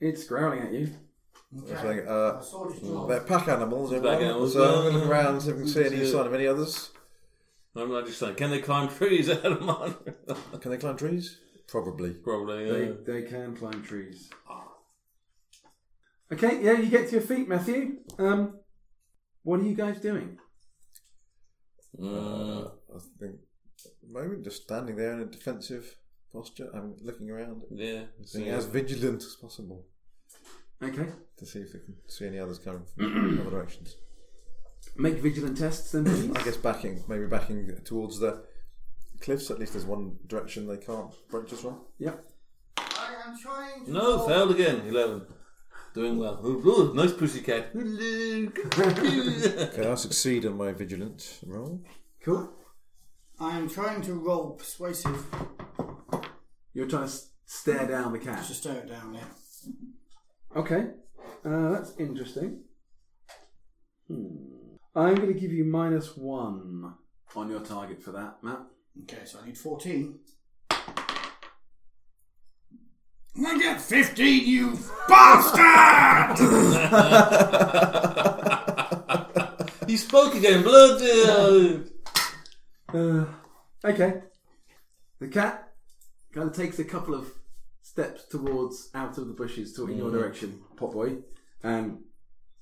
[SPEAKER 3] it's growling at you.
[SPEAKER 6] It's like, uh,
[SPEAKER 4] My sword is drawn.
[SPEAKER 6] They're pack animals, everyone.
[SPEAKER 5] Pack animals,
[SPEAKER 6] so I'm
[SPEAKER 5] yeah.
[SPEAKER 6] going to look around, see if we can see any
[SPEAKER 5] Yeah.
[SPEAKER 6] sign of any others.
[SPEAKER 5] I'm not just saying. Can they climb trees out of mine?
[SPEAKER 6] Can they climb trees? Probably.
[SPEAKER 5] Probably.
[SPEAKER 3] They
[SPEAKER 5] Uh,
[SPEAKER 3] they can climb trees. Okay, yeah, you get to your feet, Matthew. Um, what are you guys doing?
[SPEAKER 5] mm,
[SPEAKER 6] I think at the moment just standing there in a defensive posture. I'm looking around,
[SPEAKER 5] yeah.
[SPEAKER 6] being as vigilant as possible
[SPEAKER 3] Okay,
[SPEAKER 6] to see if we can see any others coming from other directions.
[SPEAKER 3] make vigilant tests then. please.
[SPEAKER 6] I guess backing, maybe backing towards the cliffs. At least there's one direction they can't breach us from.
[SPEAKER 3] Yep.
[SPEAKER 4] I am trying to.
[SPEAKER 5] No,
[SPEAKER 4] solve-
[SPEAKER 5] failed again. Eleven. Doing well. Ooh, ooh, nice pussycat. Hello.
[SPEAKER 6] Okay, I succeed on my vigilant roll.
[SPEAKER 3] Cool.
[SPEAKER 4] I am trying to roll persuasive
[SPEAKER 3] You're trying to s- stare down the cat.
[SPEAKER 4] to stare it down there.
[SPEAKER 3] Okay, uh, that's interesting. Hmm. I'm going to give you minus one on your target for that, Matt.
[SPEAKER 4] Okay, so I need 14. And I get 15, you bastard!
[SPEAKER 5] he spoke again. Bloody.
[SPEAKER 3] Uh, okay, the cat kind of takes a couple of steps towards out of the bushes, to in your direction, Pop Boy, and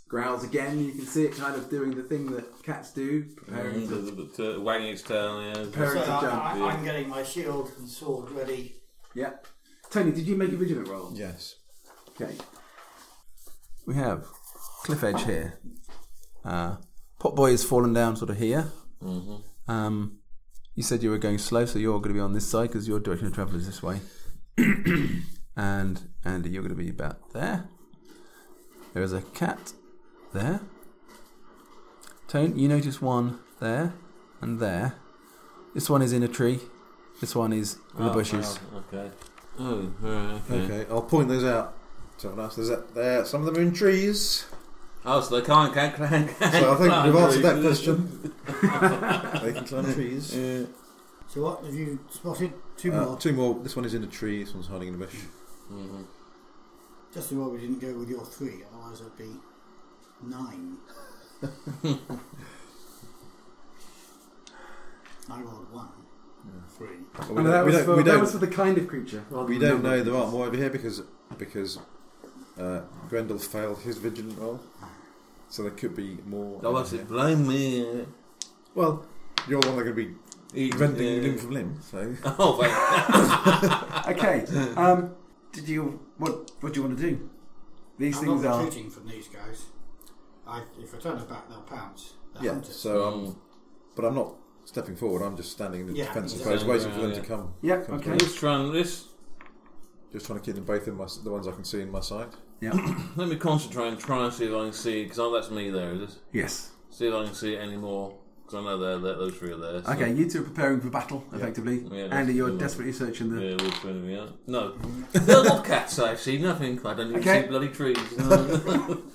[SPEAKER 3] growls again. You can see it kind of doing the thing that cats do, preparing to
[SPEAKER 5] Uh, wagging its tail. Yeah.
[SPEAKER 4] so
[SPEAKER 3] preparing to jump.
[SPEAKER 4] I, I, I'm getting my shield and sword ready.
[SPEAKER 3] Yep. Tony, did you make a vigilant roll?
[SPEAKER 6] Yes.
[SPEAKER 3] Okay. We have cliff edge here. Uh, Pop boy has fallen down sort of here. Mm-hmm. Um, you said you were going slow, so you're going to be on this side because your direction of travel is this way. and Andy, you're going to be about there. There is a cat there. Tone, you notice one there and there. This one is in a tree. This one is in
[SPEAKER 6] Oh,
[SPEAKER 3] the bushes.
[SPEAKER 5] Okay. Oh, right, okay.
[SPEAKER 6] Okay, I'll point those out. So nice. There's that there. Some of them are in trees.
[SPEAKER 5] Oh, so they can't can't climb.
[SPEAKER 6] So I think we've answered that
[SPEAKER 5] trees.
[SPEAKER 6] question. they can climb trees.
[SPEAKER 4] So what have you spotted? Two
[SPEAKER 6] Uh,
[SPEAKER 4] more.
[SPEAKER 6] two more. This one is in a tree. This one's hiding in a bush.
[SPEAKER 5] Mm-hmm.
[SPEAKER 4] Just so we didn't go with your three, otherwise I'd be nine. I rolled one. Three.
[SPEAKER 6] But we
[SPEAKER 3] And
[SPEAKER 6] don't,
[SPEAKER 3] that
[SPEAKER 6] we
[SPEAKER 3] was,
[SPEAKER 6] don't,
[SPEAKER 3] for,
[SPEAKER 6] we
[SPEAKER 3] that
[SPEAKER 6] don't-
[SPEAKER 3] was for the kind of creature. rather
[SPEAKER 6] we
[SPEAKER 3] than
[SPEAKER 6] don't
[SPEAKER 3] number.
[SPEAKER 6] know there aren't more over here because because uh, Grendel failed his vigilant role. So there could be more.
[SPEAKER 5] Oh, I
[SPEAKER 6] over here.
[SPEAKER 5] said, blame me.
[SPEAKER 6] Well, you're the one that's going to be
[SPEAKER 5] He-
[SPEAKER 6] rending
[SPEAKER 5] yeah.
[SPEAKER 6] limb from limb. So
[SPEAKER 5] Oh, wait.
[SPEAKER 7] Okay. Um, did you what? What do you want to do? These
[SPEAKER 4] I'm
[SPEAKER 7] things
[SPEAKER 4] not
[SPEAKER 7] are.
[SPEAKER 4] retreating from these guys. I, if I turn it back, they'll pounce. They're
[SPEAKER 6] yeah.
[SPEAKER 4] hunters.
[SPEAKER 6] So um, but I'm not stepping forward. I'm just standing in the
[SPEAKER 4] Yeah,
[SPEAKER 6] defensive
[SPEAKER 4] exactly.
[SPEAKER 6] pose, waiting for them
[SPEAKER 5] Yeah.
[SPEAKER 6] to come.
[SPEAKER 7] Yeah.
[SPEAKER 6] come
[SPEAKER 7] Okay.
[SPEAKER 5] Let's try and this.
[SPEAKER 6] Just trying to keep them both in my, the ones I can see in my sight.
[SPEAKER 8] Yeah.
[SPEAKER 5] Let me concentrate and try and see if I can see because oh, that's me there, is it?
[SPEAKER 8] yes.
[SPEAKER 5] See if I can see any more because I know they're, they're- those three are there. so-
[SPEAKER 8] Okay, you two are preparing for battle, effectively.
[SPEAKER 5] Yeah,
[SPEAKER 8] Andy, you're
[SPEAKER 5] yeah.
[SPEAKER 8] desperately searching the.
[SPEAKER 5] Yeah, wolf enemy, yeah. No. no, not cats, actually. Nothing. I don't even
[SPEAKER 8] Okay.
[SPEAKER 5] see bloody trees. No.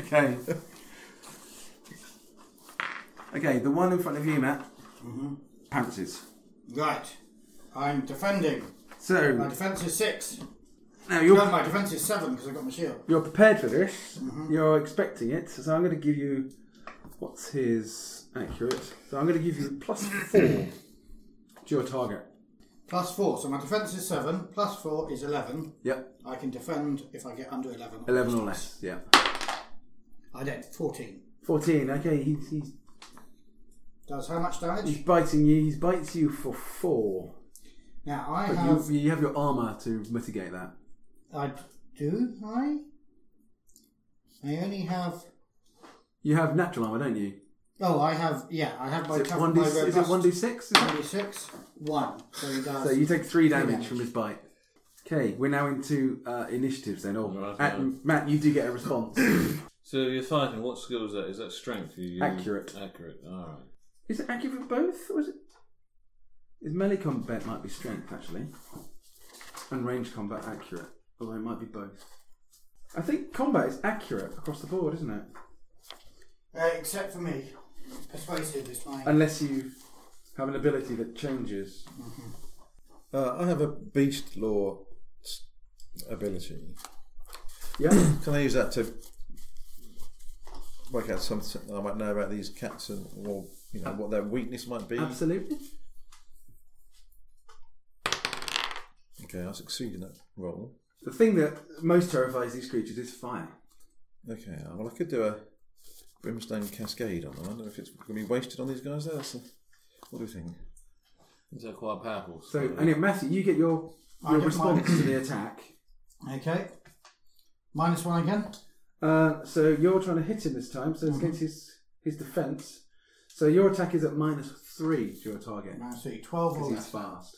[SPEAKER 8] Okay. okay, the one in front of you, Matt, pounces.
[SPEAKER 4] Right. I'm defending. My
[SPEAKER 8] So
[SPEAKER 4] defence is six.
[SPEAKER 8] now
[SPEAKER 4] No,
[SPEAKER 8] you're
[SPEAKER 4] my defence is seven because I've got my shield.
[SPEAKER 3] You're prepared for this. You're expecting it. So I'm going to give you. What's his accurate? So I'm going to give you plus four to your target.
[SPEAKER 4] Plus four. So my defence is seven. Plus four is eleven.
[SPEAKER 3] Yep.
[SPEAKER 4] I can defend if I get under eleven.
[SPEAKER 3] Eleven or less. Yeah.
[SPEAKER 4] I did. Fourteen.
[SPEAKER 3] Fourteen. Okay. He's he's,
[SPEAKER 4] Does how much damage?
[SPEAKER 3] he's biting you. He bites you for four.
[SPEAKER 4] Now I
[SPEAKER 3] But
[SPEAKER 4] have.
[SPEAKER 3] you, you have your armor to mitigate that.
[SPEAKER 4] I do. I. I only have.
[SPEAKER 3] You have natural armor, don't you?
[SPEAKER 4] Oh, I have. Yeah, I have my.
[SPEAKER 3] Is it
[SPEAKER 4] cover-
[SPEAKER 3] one d?
[SPEAKER 4] my
[SPEAKER 3] Is it
[SPEAKER 4] robust-
[SPEAKER 3] one d six?
[SPEAKER 4] Twenty-six. One. So he does.
[SPEAKER 3] So you take three damage
[SPEAKER 4] damage.
[SPEAKER 3] from his bite. Okay, we're now into uh, initiatives then. Or
[SPEAKER 5] Right,
[SPEAKER 3] At-
[SPEAKER 5] yeah.
[SPEAKER 3] Matt, you do get a response.
[SPEAKER 5] so you're fighting. What skill is that? Is that strength? You, you-
[SPEAKER 3] Accurate.
[SPEAKER 5] Accurate. All right.
[SPEAKER 3] Is it accurate for both, or is it? Is melee combat might be strength actually, and range combat accurate, although it might be both. I think combat is accurate across the board, isn't it?
[SPEAKER 4] Uh, except for me. Persuasive is my.
[SPEAKER 3] Unless you have an ability that changes.
[SPEAKER 6] Uh, I have a beast law s- ability.
[SPEAKER 3] Yeah.
[SPEAKER 6] Can I use that to work out something I might know about these cats and or you know what their weakness might be?
[SPEAKER 3] Absolutely.
[SPEAKER 6] Okay, I succeed in that role.
[SPEAKER 3] The thing that most terrifies these creatures is fire.
[SPEAKER 6] Okay, uh, well I could do a brimstone cascade on them. I don't know if it's going to be wasted on these guys. There, that's a, what do you think?
[SPEAKER 5] Is that quite powerful?
[SPEAKER 3] So, and it, Matthew, you get your
[SPEAKER 4] I
[SPEAKER 3] your
[SPEAKER 4] get
[SPEAKER 3] response
[SPEAKER 4] mine.
[SPEAKER 3] to the attack.
[SPEAKER 4] Okay. Minus one again.
[SPEAKER 3] Uh, so you're trying to hit him this time. So it's
[SPEAKER 4] Mm-hmm.
[SPEAKER 3] against his his defense. So your attack is at minus three to your target
[SPEAKER 4] Now see, twelve
[SPEAKER 3] because
[SPEAKER 4] or
[SPEAKER 3] he's
[SPEAKER 4] less.
[SPEAKER 3] fast.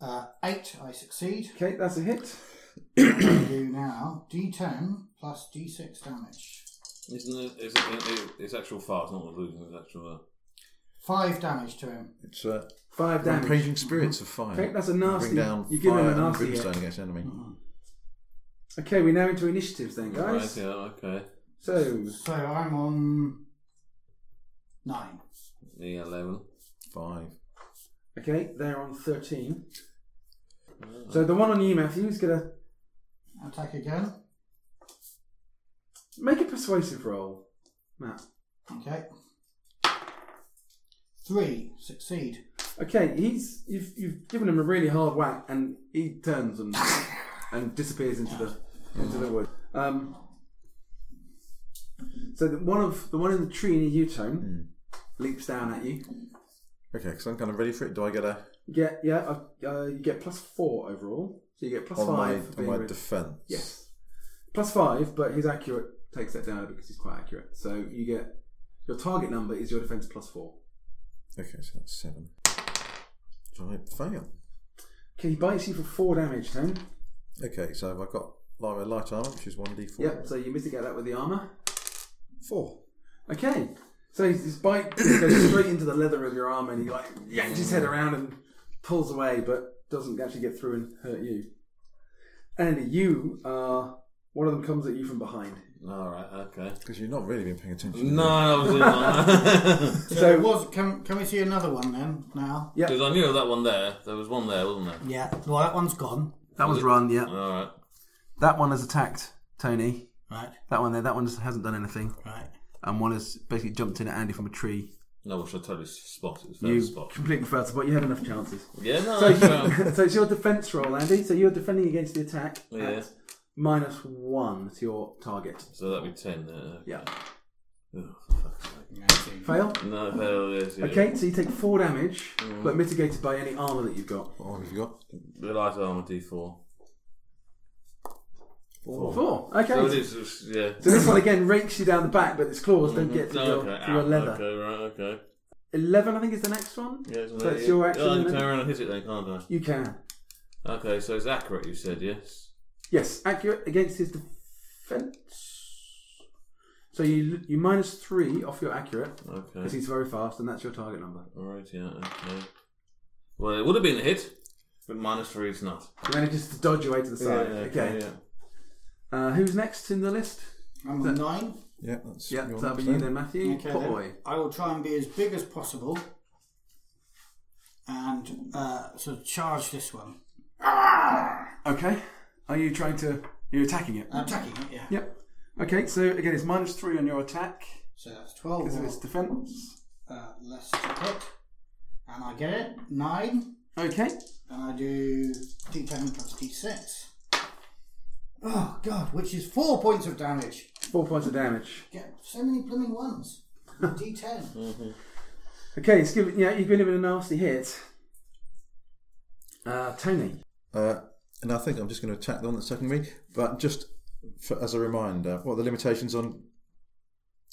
[SPEAKER 4] Uh, eight. I succeed.
[SPEAKER 3] Okay, that's a hit.
[SPEAKER 4] I do now D10 plus D6 damage.
[SPEAKER 5] Isn't it, is it, it's actual fast, not illusion. It's actual. Uh,
[SPEAKER 4] Five damage to him.
[SPEAKER 6] It's uh,
[SPEAKER 3] Five damage.
[SPEAKER 6] rampaging spirits of fire.
[SPEAKER 3] Okay, that's a nasty-
[SPEAKER 6] Bring down
[SPEAKER 3] you give him a
[SPEAKER 6] fire and
[SPEAKER 3] nasty Mm-hmm.
[SPEAKER 6] brimstone
[SPEAKER 3] hit.
[SPEAKER 6] against the enemy.
[SPEAKER 3] Okay, we're now into initiatives then, guys.
[SPEAKER 5] Right, yeah, okay.
[SPEAKER 3] So
[SPEAKER 4] So I'm on nine.
[SPEAKER 5] The 11.
[SPEAKER 6] Five.
[SPEAKER 3] okay, they're on thirteen.
[SPEAKER 5] Oh.
[SPEAKER 3] So the one on you, Matthew, is gonna
[SPEAKER 4] Attack again.
[SPEAKER 3] make a persuasive roll. Matt.
[SPEAKER 4] Okay. Three. Succeed.
[SPEAKER 3] Okay, he's you've you've given him a really hard whack, and he turns and and disappears into the into the wood. Um, so the one of the one in the tree near you, Tone,
[SPEAKER 6] Hmm.
[SPEAKER 3] leaps down at you.
[SPEAKER 6] Okay, because I'm kind of ready for it. Do I get a
[SPEAKER 3] Yeah, yeah. Uh, uh, you get plus four overall, so you get plus
[SPEAKER 6] on my,
[SPEAKER 3] five. for
[SPEAKER 6] on
[SPEAKER 3] being
[SPEAKER 6] my
[SPEAKER 3] rid-
[SPEAKER 6] defense?
[SPEAKER 3] yes, plus five, but his accurate takes that down because he's quite accurate. So you get your target number is your defense plus four.
[SPEAKER 6] Okay, so that's seven. So I fail.
[SPEAKER 3] Okay, he bites you for four damage, Tone.
[SPEAKER 6] Okay, so I've got light, my light armor, which is 1d4.
[SPEAKER 3] Yep. So you mitigate that with the armor.
[SPEAKER 6] Four.
[SPEAKER 3] Okay. So his his bite goes straight into the leather of your arm and he like yanks his head around and pulls away but doesn't actually get through and hurt you. And you are one of them comes at you from behind.
[SPEAKER 5] Alright, okay.
[SPEAKER 6] Because you've not really been paying attention.
[SPEAKER 5] No, I was in on
[SPEAKER 4] So,
[SPEAKER 3] So-
[SPEAKER 4] it was. Can, can we see another one then? Now.
[SPEAKER 3] Yeah.
[SPEAKER 5] Because I knew of that one there. There was one there, wasn't there?
[SPEAKER 4] Yeah. Well, that one's gone.
[SPEAKER 8] That one's run, yeah.
[SPEAKER 5] Alright.
[SPEAKER 8] That one has attacked Tony.
[SPEAKER 4] Right.
[SPEAKER 8] That one there, that one just hasn't done anything.
[SPEAKER 4] Right.
[SPEAKER 8] And one has basically jumped in at Andy from a tree.
[SPEAKER 5] No, I should totally spot. It's very
[SPEAKER 8] You
[SPEAKER 5] spot.
[SPEAKER 8] completely failed to
[SPEAKER 3] But you have enough chances.
[SPEAKER 5] Yeah, no,
[SPEAKER 3] So,
[SPEAKER 5] that's fair.
[SPEAKER 3] you, so it's your defense roll, Andy. So you're defending against the attack
[SPEAKER 5] Yeah.
[SPEAKER 3] at minus one to your target.
[SPEAKER 5] So that'd be uh, 10 there.
[SPEAKER 3] Yeah.
[SPEAKER 5] Oh, for fuck's sake.
[SPEAKER 3] Fail.
[SPEAKER 5] No, hell yes, yeah.
[SPEAKER 3] Okay, so you take four damage,
[SPEAKER 5] Mm.
[SPEAKER 3] but mitigated by any armor that you've got.
[SPEAKER 6] What have you got?
[SPEAKER 5] The light armor D4.
[SPEAKER 6] Four.
[SPEAKER 3] Four. Okay.
[SPEAKER 5] So Oh, it is, it's- yeah.
[SPEAKER 3] So this one again rakes you down the back, but its claws don't get through
[SPEAKER 5] Mm-hmm. No,
[SPEAKER 3] your,
[SPEAKER 5] okay,
[SPEAKER 3] through your
[SPEAKER 5] ah,
[SPEAKER 3] leather.
[SPEAKER 5] Okay, right, okay.
[SPEAKER 3] 11, I think, is the next one.
[SPEAKER 5] Yeah, it's,
[SPEAKER 3] So it's your action,
[SPEAKER 5] Oh, I
[SPEAKER 3] isn't
[SPEAKER 5] can
[SPEAKER 3] it?
[SPEAKER 5] turn around and hit it then, can't I?
[SPEAKER 3] You can.
[SPEAKER 5] Okay, so it's accurate, you said, yes?
[SPEAKER 3] Yes, accurate against his defense. So you you minus three off your accurate because
[SPEAKER 5] Okay.
[SPEAKER 3] he's very fast, and that's your target number.
[SPEAKER 5] Alright, yeah, okay. Well, it would have been a hit, but minus three is not.
[SPEAKER 3] You manages to dodge your way to the side. okay. Uh, who's next in the list?
[SPEAKER 4] I'm on nine.
[SPEAKER 6] Yeah, that's
[SPEAKER 3] Yeah,
[SPEAKER 6] your
[SPEAKER 3] that'll be
[SPEAKER 6] next
[SPEAKER 3] you then,
[SPEAKER 6] then.
[SPEAKER 3] Matthew.
[SPEAKER 4] Okay,
[SPEAKER 3] Poor
[SPEAKER 4] then.
[SPEAKER 3] boy.
[SPEAKER 4] I will try and be as big as possible and uh, sort of charge this one.
[SPEAKER 3] Okay.
[SPEAKER 7] Are you trying to? You're attacking it.
[SPEAKER 3] Uh,
[SPEAKER 4] I'm attacking it, yeah.
[SPEAKER 7] Yep. Okay, so again, it's minus three on your attack
[SPEAKER 4] So that's 12
[SPEAKER 7] because of
[SPEAKER 4] more,
[SPEAKER 7] its defense.
[SPEAKER 4] uh, less to hit. And I get it. Nine.
[SPEAKER 7] Okay.
[SPEAKER 4] And I do d10 plus d6. Oh, God, which is four points of damage.
[SPEAKER 3] Four points of damage.
[SPEAKER 4] Get so many blooming ones. d10.
[SPEAKER 3] Okay, it's given, yeah, you've given him a nasty hit. Uh, Tony.
[SPEAKER 6] Uh, and I think I'm just going to attack the one that's attacking me. But just for, as a reminder, what are the limitations on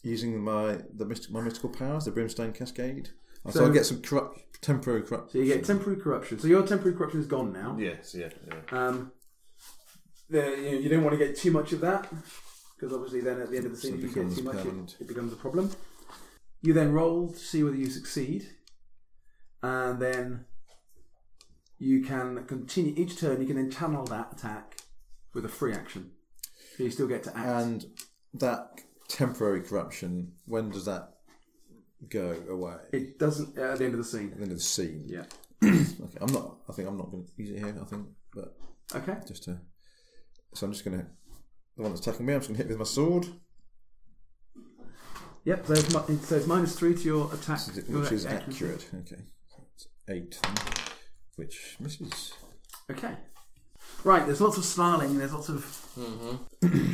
[SPEAKER 6] using my the myst- my mystical powers, the Brimstone Cascade? Oh, So,
[SPEAKER 3] So-
[SPEAKER 6] I get some corrupt, temporary corrupt.
[SPEAKER 3] So you get temporary corruption. So your temporary corruption is gone now.
[SPEAKER 5] Yes, yeah, yeah.
[SPEAKER 3] Um, there, you, know, you don't want to get too much of that because obviously then at the end of the
[SPEAKER 6] So
[SPEAKER 3] scene, if
[SPEAKER 6] it
[SPEAKER 3] you get
[SPEAKER 6] becomes
[SPEAKER 3] too much, it,
[SPEAKER 6] permanent.
[SPEAKER 3] it becomes a problem. You then roll to see whether you succeed, and then you can continue each turn. You can then channel that attack with a free action, so you still get to act.
[SPEAKER 6] and that temporary corruption. When does that go away?
[SPEAKER 3] it doesn't uh, at the end of the scene.
[SPEAKER 6] At the end of the scene.
[SPEAKER 3] Yeah.
[SPEAKER 6] Okay, I'm not. I think I'm not going to use it here. I think, but
[SPEAKER 3] Okay.
[SPEAKER 6] just to. So I'm just going to. The one that's attacking me, I'm just going to hit with my sword,
[SPEAKER 3] Yep. So it's, mi- so it's minus three to your attack,
[SPEAKER 6] which is
[SPEAKER 3] your action.
[SPEAKER 6] accurate. Okay, it's eight, then, which misses.
[SPEAKER 3] Okay. Right, there's lots of snarling, there's lots of
[SPEAKER 5] Mm-hmm.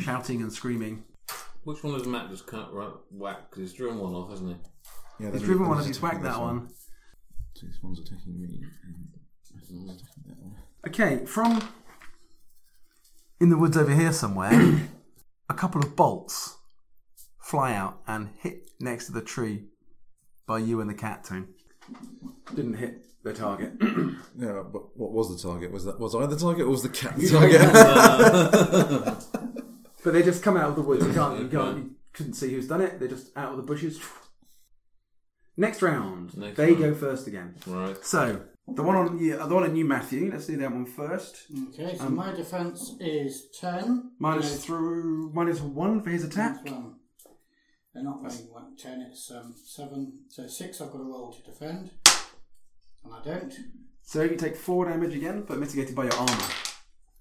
[SPEAKER 3] shouting and screaming.
[SPEAKER 5] Which one has Matt just cut right whack? Because he's driven one off, hasn't he?
[SPEAKER 6] Yeah,
[SPEAKER 3] He's
[SPEAKER 6] then
[SPEAKER 3] driven one
[SPEAKER 6] he's
[SPEAKER 3] and he's
[SPEAKER 6] attacking
[SPEAKER 3] whacked that
[SPEAKER 6] this
[SPEAKER 3] one.
[SPEAKER 6] So this one's attacking me. and this one's attacking that one.
[SPEAKER 3] Okay, from in the woods over here somewhere, a couple of bolts fly out and hit next to the tree by you and the cat, Tone. Didn't hit the target.
[SPEAKER 6] Yeah, but what was the target? Was that was I the target or was the cat the target?
[SPEAKER 3] but they just come out of the woods. You can't, you can't, you couldn't see who's done it. They're just out of the bushes. Next round,
[SPEAKER 5] Next
[SPEAKER 3] they
[SPEAKER 5] round.
[SPEAKER 3] go first again.
[SPEAKER 5] Right.
[SPEAKER 3] So,
[SPEAKER 7] The one on you, the one on you, Matthew. Let's do that one first.
[SPEAKER 4] Okay, so my defense is 10.
[SPEAKER 7] Um, Minus through minus one for his attack.
[SPEAKER 4] That's one. They're not running one, 10, it's um, 7. So 6 I've got to roll to defend. And I don't.
[SPEAKER 7] So you take four damage again, but mitigated by your armor.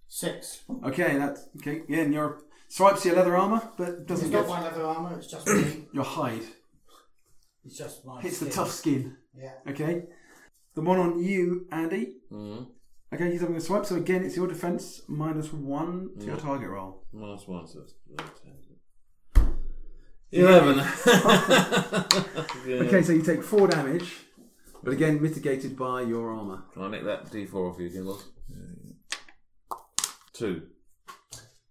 [SPEAKER 4] 6.
[SPEAKER 7] Okay, that's okay. Yeah, and your swipes your leather armor, but
[SPEAKER 4] It's
[SPEAKER 7] doesn't
[SPEAKER 4] not
[SPEAKER 7] get
[SPEAKER 4] my leather armour, it's just me.
[SPEAKER 7] your hide.
[SPEAKER 4] It's just my.
[SPEAKER 7] Hits the
[SPEAKER 4] skin.
[SPEAKER 7] tough skin.
[SPEAKER 4] Yeah.
[SPEAKER 7] Okay, the one on you, Andy.
[SPEAKER 5] Mm-hmm.
[SPEAKER 7] Okay, he's having a swipe. So again, it's your defense minus one to your target roll.
[SPEAKER 5] Minus one, so that's Eleven.
[SPEAKER 3] Okay, so you take four damage, but again mitigated by your armor.
[SPEAKER 5] Can I nick that D4 off you again, Loss? Two.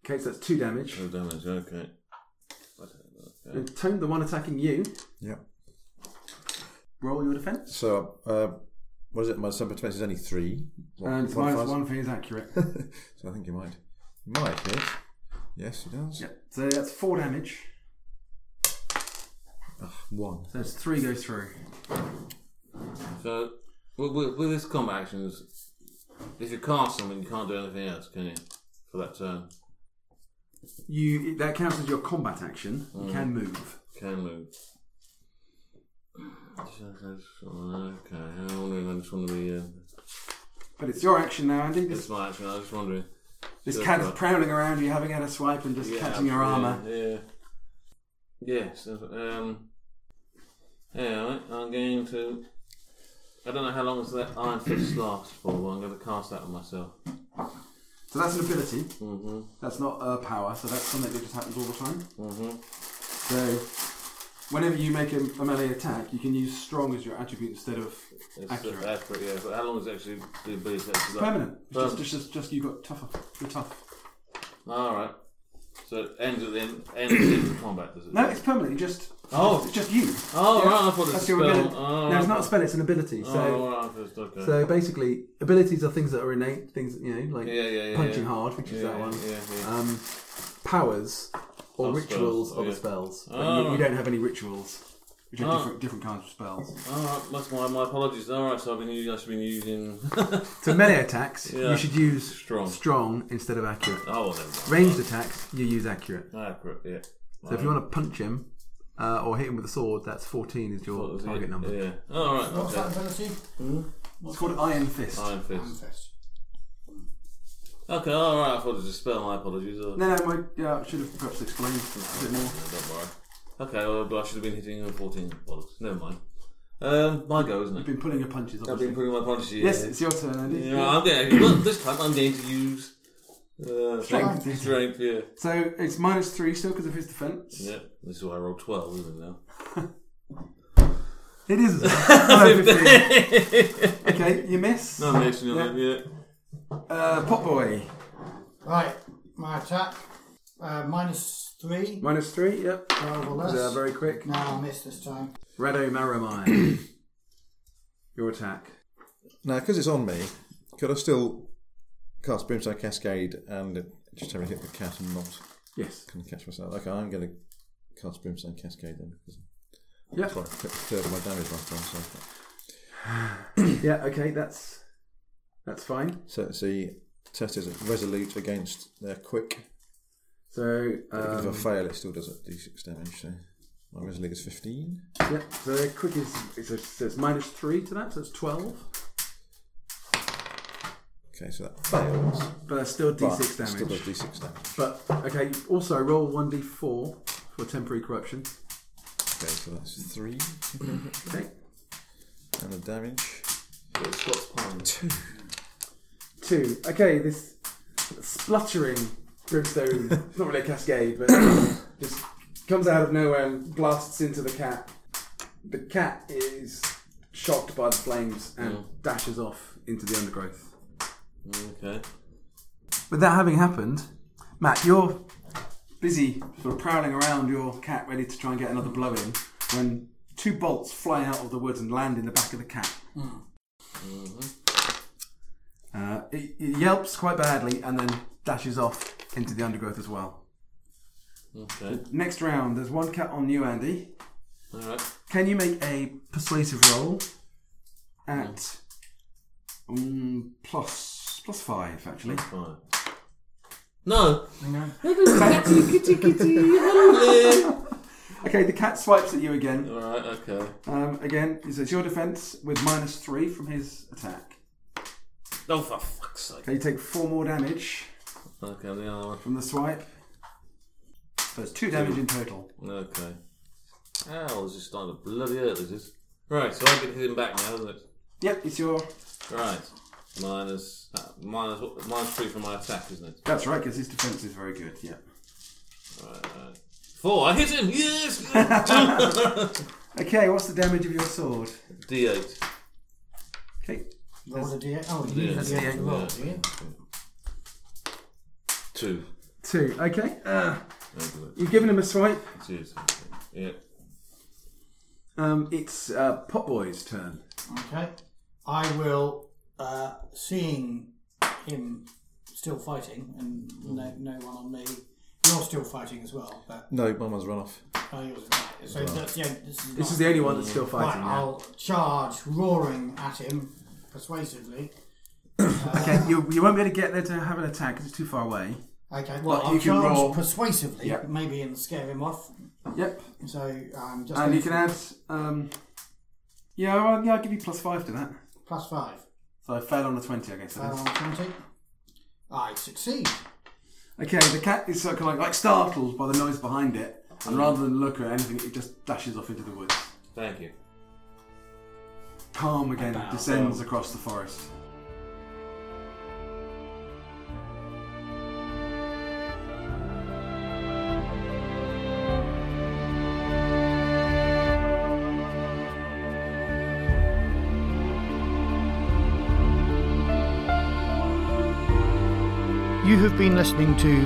[SPEAKER 3] Okay, so that's two damage.
[SPEAKER 5] No damage, okay. I don't know. Okay.
[SPEAKER 3] And Tone, the one attacking you,
[SPEAKER 6] yeah.
[SPEAKER 3] roll your defense.
[SPEAKER 6] So uh, what is it? My sub defense is only three. What,
[SPEAKER 7] And it's
[SPEAKER 6] one
[SPEAKER 7] minus
[SPEAKER 6] five?
[SPEAKER 7] one for his accurate.
[SPEAKER 6] so I think you might. You might hit. Yes, he does.
[SPEAKER 7] yeah. So that's four damage.
[SPEAKER 6] One.
[SPEAKER 3] So that's three goes through.
[SPEAKER 5] So, with, with, with this combat actions, if you cast something, you can't do anything else, can you? For that turn.
[SPEAKER 3] You that counts as your combat action. You
[SPEAKER 5] Mm.
[SPEAKER 3] can move.
[SPEAKER 5] Can move. Okay, I'm wondering, I just want to be. Uh,
[SPEAKER 7] But it's your action now, Andy. This,
[SPEAKER 5] that's my action, I was just wondering.
[SPEAKER 7] this
[SPEAKER 5] that's
[SPEAKER 7] cat is
[SPEAKER 5] right.
[SPEAKER 7] prowling around you, having had a swipe and just catching your armor.
[SPEAKER 5] Yeah. yeah. Yes. Um. Yeah. Right, I'm going to. I don't know how long that iron fist lasts for, but I'm going to cast that on myself.
[SPEAKER 7] So that's an ability.
[SPEAKER 5] Mm-hmm.
[SPEAKER 7] That's not a power. So that's something that just happens all the time.
[SPEAKER 5] Mm-hmm.
[SPEAKER 7] So whenever you make a, a melee attack, you can use strong as your attribute instead of
[SPEAKER 5] It's uh,
[SPEAKER 7] Accurate.
[SPEAKER 5] accurate. accurate. Yeah. But how long is actually the ability? to actually
[SPEAKER 7] it's
[SPEAKER 5] last?
[SPEAKER 7] permanent. It's just,
[SPEAKER 5] Permanent.
[SPEAKER 7] it's just, just you got tougher. You're tough.
[SPEAKER 5] All right. So it ends at the end, ends at the end of combat, does it?
[SPEAKER 7] No, it's permanently just.
[SPEAKER 5] Oh.
[SPEAKER 7] it's just you.
[SPEAKER 5] Oh, right, I thought it was a
[SPEAKER 7] That's
[SPEAKER 5] spell.
[SPEAKER 7] your ability.
[SPEAKER 5] Oh,
[SPEAKER 3] No, it's not a spell; it's an ability.
[SPEAKER 5] Oh,
[SPEAKER 3] So,
[SPEAKER 5] right, I just- okay.
[SPEAKER 3] so basically, abilities are things that are innate, things that, you know, like
[SPEAKER 5] yeah, yeah, yeah.
[SPEAKER 3] punching
[SPEAKER 5] yeah.
[SPEAKER 3] hard, which
[SPEAKER 5] Yeah,
[SPEAKER 3] is that
[SPEAKER 5] yeah,
[SPEAKER 3] one.
[SPEAKER 5] Yeah, yeah.
[SPEAKER 3] Um, powers or
[SPEAKER 5] Or
[SPEAKER 3] rituals
[SPEAKER 5] spells,
[SPEAKER 3] are
[SPEAKER 5] yeah.
[SPEAKER 3] the spells. But
[SPEAKER 5] Ah.
[SPEAKER 3] you, you don't have any rituals, which are
[SPEAKER 5] Ah.
[SPEAKER 3] different, different kinds of spells.
[SPEAKER 5] Alright, that's my, my apologies. Alright, so I've been using, I should have been using. oh,
[SPEAKER 3] So melee attacks,
[SPEAKER 5] Yeah.
[SPEAKER 3] you should use
[SPEAKER 5] Strong.
[SPEAKER 3] strong instead of accurate.
[SPEAKER 5] Oh, well, never mind.
[SPEAKER 3] Ranged attacks, you use accurate.
[SPEAKER 5] Accurate, yeah.
[SPEAKER 3] So if you want to punch him uh, or hit him with a sword, that's 14 is your target number.
[SPEAKER 5] Yeah. Alright,
[SPEAKER 4] What's
[SPEAKER 5] okay.
[SPEAKER 4] that ability?
[SPEAKER 3] It's called Iron Fist.
[SPEAKER 5] Iron Fist.
[SPEAKER 4] Manifest.
[SPEAKER 5] Okay, alright, I thought it was a spell. My apologies. Uh,
[SPEAKER 3] No, no, my, yeah, I should have perhaps explained a bit more.
[SPEAKER 5] Don't worry. Okay, well, but I should have been hitting him with 14 bollocks. Never mind. Um, my go, isn't
[SPEAKER 3] You've
[SPEAKER 5] it?
[SPEAKER 3] been pulling your punches,
[SPEAKER 5] I've
[SPEAKER 3] obviously.
[SPEAKER 5] been putting my punches in.
[SPEAKER 3] Yes, it's your turn, Andy.
[SPEAKER 5] Yeah, I'm going well, this time I'm going to use uh,
[SPEAKER 3] Strength.
[SPEAKER 5] Strength, yeah.
[SPEAKER 3] So it's minus three still because of his defense.
[SPEAKER 5] Yeah, this is why I rolled 12, isn't it now?
[SPEAKER 3] It is. Oh, 15. okay, you miss.
[SPEAKER 5] No, I'm actually not yeah.
[SPEAKER 3] Uh, Pop Boy.
[SPEAKER 4] Right, my attack. Uh, minus three.
[SPEAKER 3] Minus three, yep.
[SPEAKER 4] Twelve or
[SPEAKER 3] Uh,
[SPEAKER 4] less.
[SPEAKER 3] very quick.
[SPEAKER 4] No, I missed this time.
[SPEAKER 3] Rado Maramai. your attack.
[SPEAKER 6] Now, because it's on me, could I still cast Brimstone Cascade and just have a hit the cat and not
[SPEAKER 3] Yes.
[SPEAKER 6] kind of catch myself? Okay, I'm going to cast Brimstone Cascade then. Because
[SPEAKER 3] Yep.
[SPEAKER 6] Sorry, I took a third of my damage last time. So,
[SPEAKER 3] Yeah, okay, that's that's fine.
[SPEAKER 6] so it's the test is resolute against their quick.
[SPEAKER 3] So,
[SPEAKER 6] if I
[SPEAKER 3] um,
[SPEAKER 6] fail, it still does a d6 damage. So my resolute is 15.
[SPEAKER 3] yeah, so quick is it's, a, so it's minus three to that, so it's 12.
[SPEAKER 6] Okay, so that fails.
[SPEAKER 3] But that's still
[SPEAKER 6] but
[SPEAKER 3] d6
[SPEAKER 6] it Still does
[SPEAKER 3] damage.
[SPEAKER 6] d6 damage.
[SPEAKER 3] But, okay, also roll 1d4 for temporary corruption.
[SPEAKER 6] Okay, so that's three
[SPEAKER 3] Okay,
[SPEAKER 6] and the damage.
[SPEAKER 5] But Scott's Pine.
[SPEAKER 3] two. Okay, this spluttering brimstone, it's not really a cascade, but just comes out of nowhere and blasts into the cat. The cat is shocked by the flames and dashes off into the undergrowth.
[SPEAKER 5] Okay.
[SPEAKER 3] With that having happened, Matt, you're busy sort of prowling around your cat, ready to try and get another blow in, when two bolts fly out of the woods and land in the back of the cat. Uh, it, it yelps quite badly and then dashes off into the undergrowth as well.
[SPEAKER 5] Okay.
[SPEAKER 3] Next round, there's one cat on you, Andy.
[SPEAKER 5] Alright.
[SPEAKER 3] Can you make a persuasive roll at um, plus plus five actually?
[SPEAKER 5] Fine. No!
[SPEAKER 3] Okay, the cat swipes at you again.
[SPEAKER 5] Alright, okay.
[SPEAKER 3] Um, again, he says your defense with minus three from his attack.
[SPEAKER 5] Oh, for fuck's sake.
[SPEAKER 3] Okay, you take four more damage
[SPEAKER 5] Okay, the other one.
[SPEAKER 3] from the swipe. So it's two damage in total.
[SPEAKER 5] Okay. Ow, this is starting to bloody hurt, this is. Right, so I can hit him back now, isn't it?
[SPEAKER 3] Yep, it's your.
[SPEAKER 5] Right. Minus, uh, minus, what- minus three for my attack, isn't it?
[SPEAKER 3] That's right, because his defense is very good. Yeah.
[SPEAKER 5] Right, right. Four, I hit him! Yes! yes!
[SPEAKER 3] Okay, what's the damage of your sword?
[SPEAKER 5] D8.
[SPEAKER 3] Okay,
[SPEAKER 4] Roll a d8. Oh, you use the
[SPEAKER 5] Yeah.
[SPEAKER 4] d8 to roll,
[SPEAKER 5] Yeah.
[SPEAKER 4] do you?
[SPEAKER 5] Two.
[SPEAKER 3] two. Okay, uh,
[SPEAKER 5] Maybe
[SPEAKER 3] you've given him a swipe.
[SPEAKER 5] that's it. Yeah.
[SPEAKER 3] Um, it's uh, Potboy's turn.
[SPEAKER 4] Okay. I will, uh, seeing him still fighting and no,
[SPEAKER 3] Hmm.
[SPEAKER 4] no one on me. You're still fighting as well, but
[SPEAKER 6] No, my one's run off.
[SPEAKER 4] oh, yours is not. So that's, yeah, this is,
[SPEAKER 3] This
[SPEAKER 4] not-
[SPEAKER 3] is the only one that's still
[SPEAKER 4] Right,
[SPEAKER 3] fighting. now.
[SPEAKER 4] I'll charge, roaring at him persuasively.
[SPEAKER 3] Okay, you, you won't be able to get there to have an attack because it's too far away.
[SPEAKER 4] Okay, well,
[SPEAKER 3] But
[SPEAKER 4] I'll
[SPEAKER 3] you can
[SPEAKER 4] charge
[SPEAKER 3] roll-
[SPEAKER 4] persuasively,
[SPEAKER 3] Yeah.
[SPEAKER 4] maybe and scare him off.
[SPEAKER 3] Yep,
[SPEAKER 4] So I'm
[SPEAKER 3] and
[SPEAKER 4] just going
[SPEAKER 3] you can
[SPEAKER 4] for
[SPEAKER 3] add. Um, yeah, well, yeah, I'll give you plus five to that.
[SPEAKER 4] plus five.
[SPEAKER 3] So I fail on a 20, I guess.
[SPEAKER 4] Fail
[SPEAKER 3] that is.
[SPEAKER 4] on twenty. I succeed.
[SPEAKER 3] Okay, the cat is sort of like, like startled by the noise behind it, and rather than look at anything, it just dashes off into the woods.
[SPEAKER 5] Thank you.
[SPEAKER 3] Calm again descends across the forest.
[SPEAKER 1] You have been listening to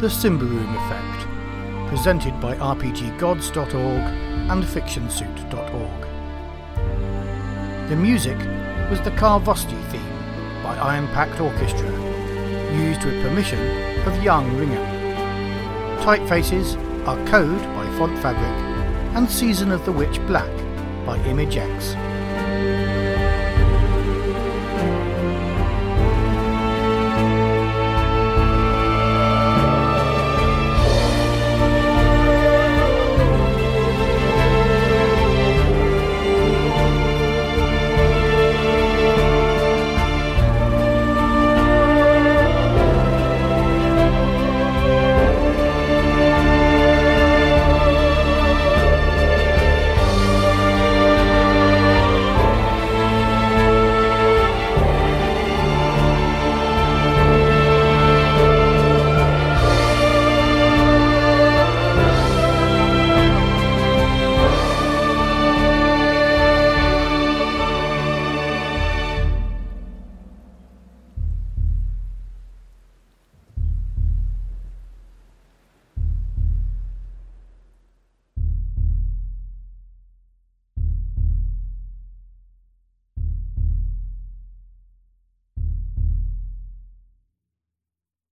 [SPEAKER 1] The Simbaroom Effect, presented by RPGGods.org and FictionSuit.org. The music was the Carvosti theme by Iron Pact Orchestra, used with permission of Young Ringer. Typefaces are Code by Font Fabric and Season of the Witch Black by ImageX.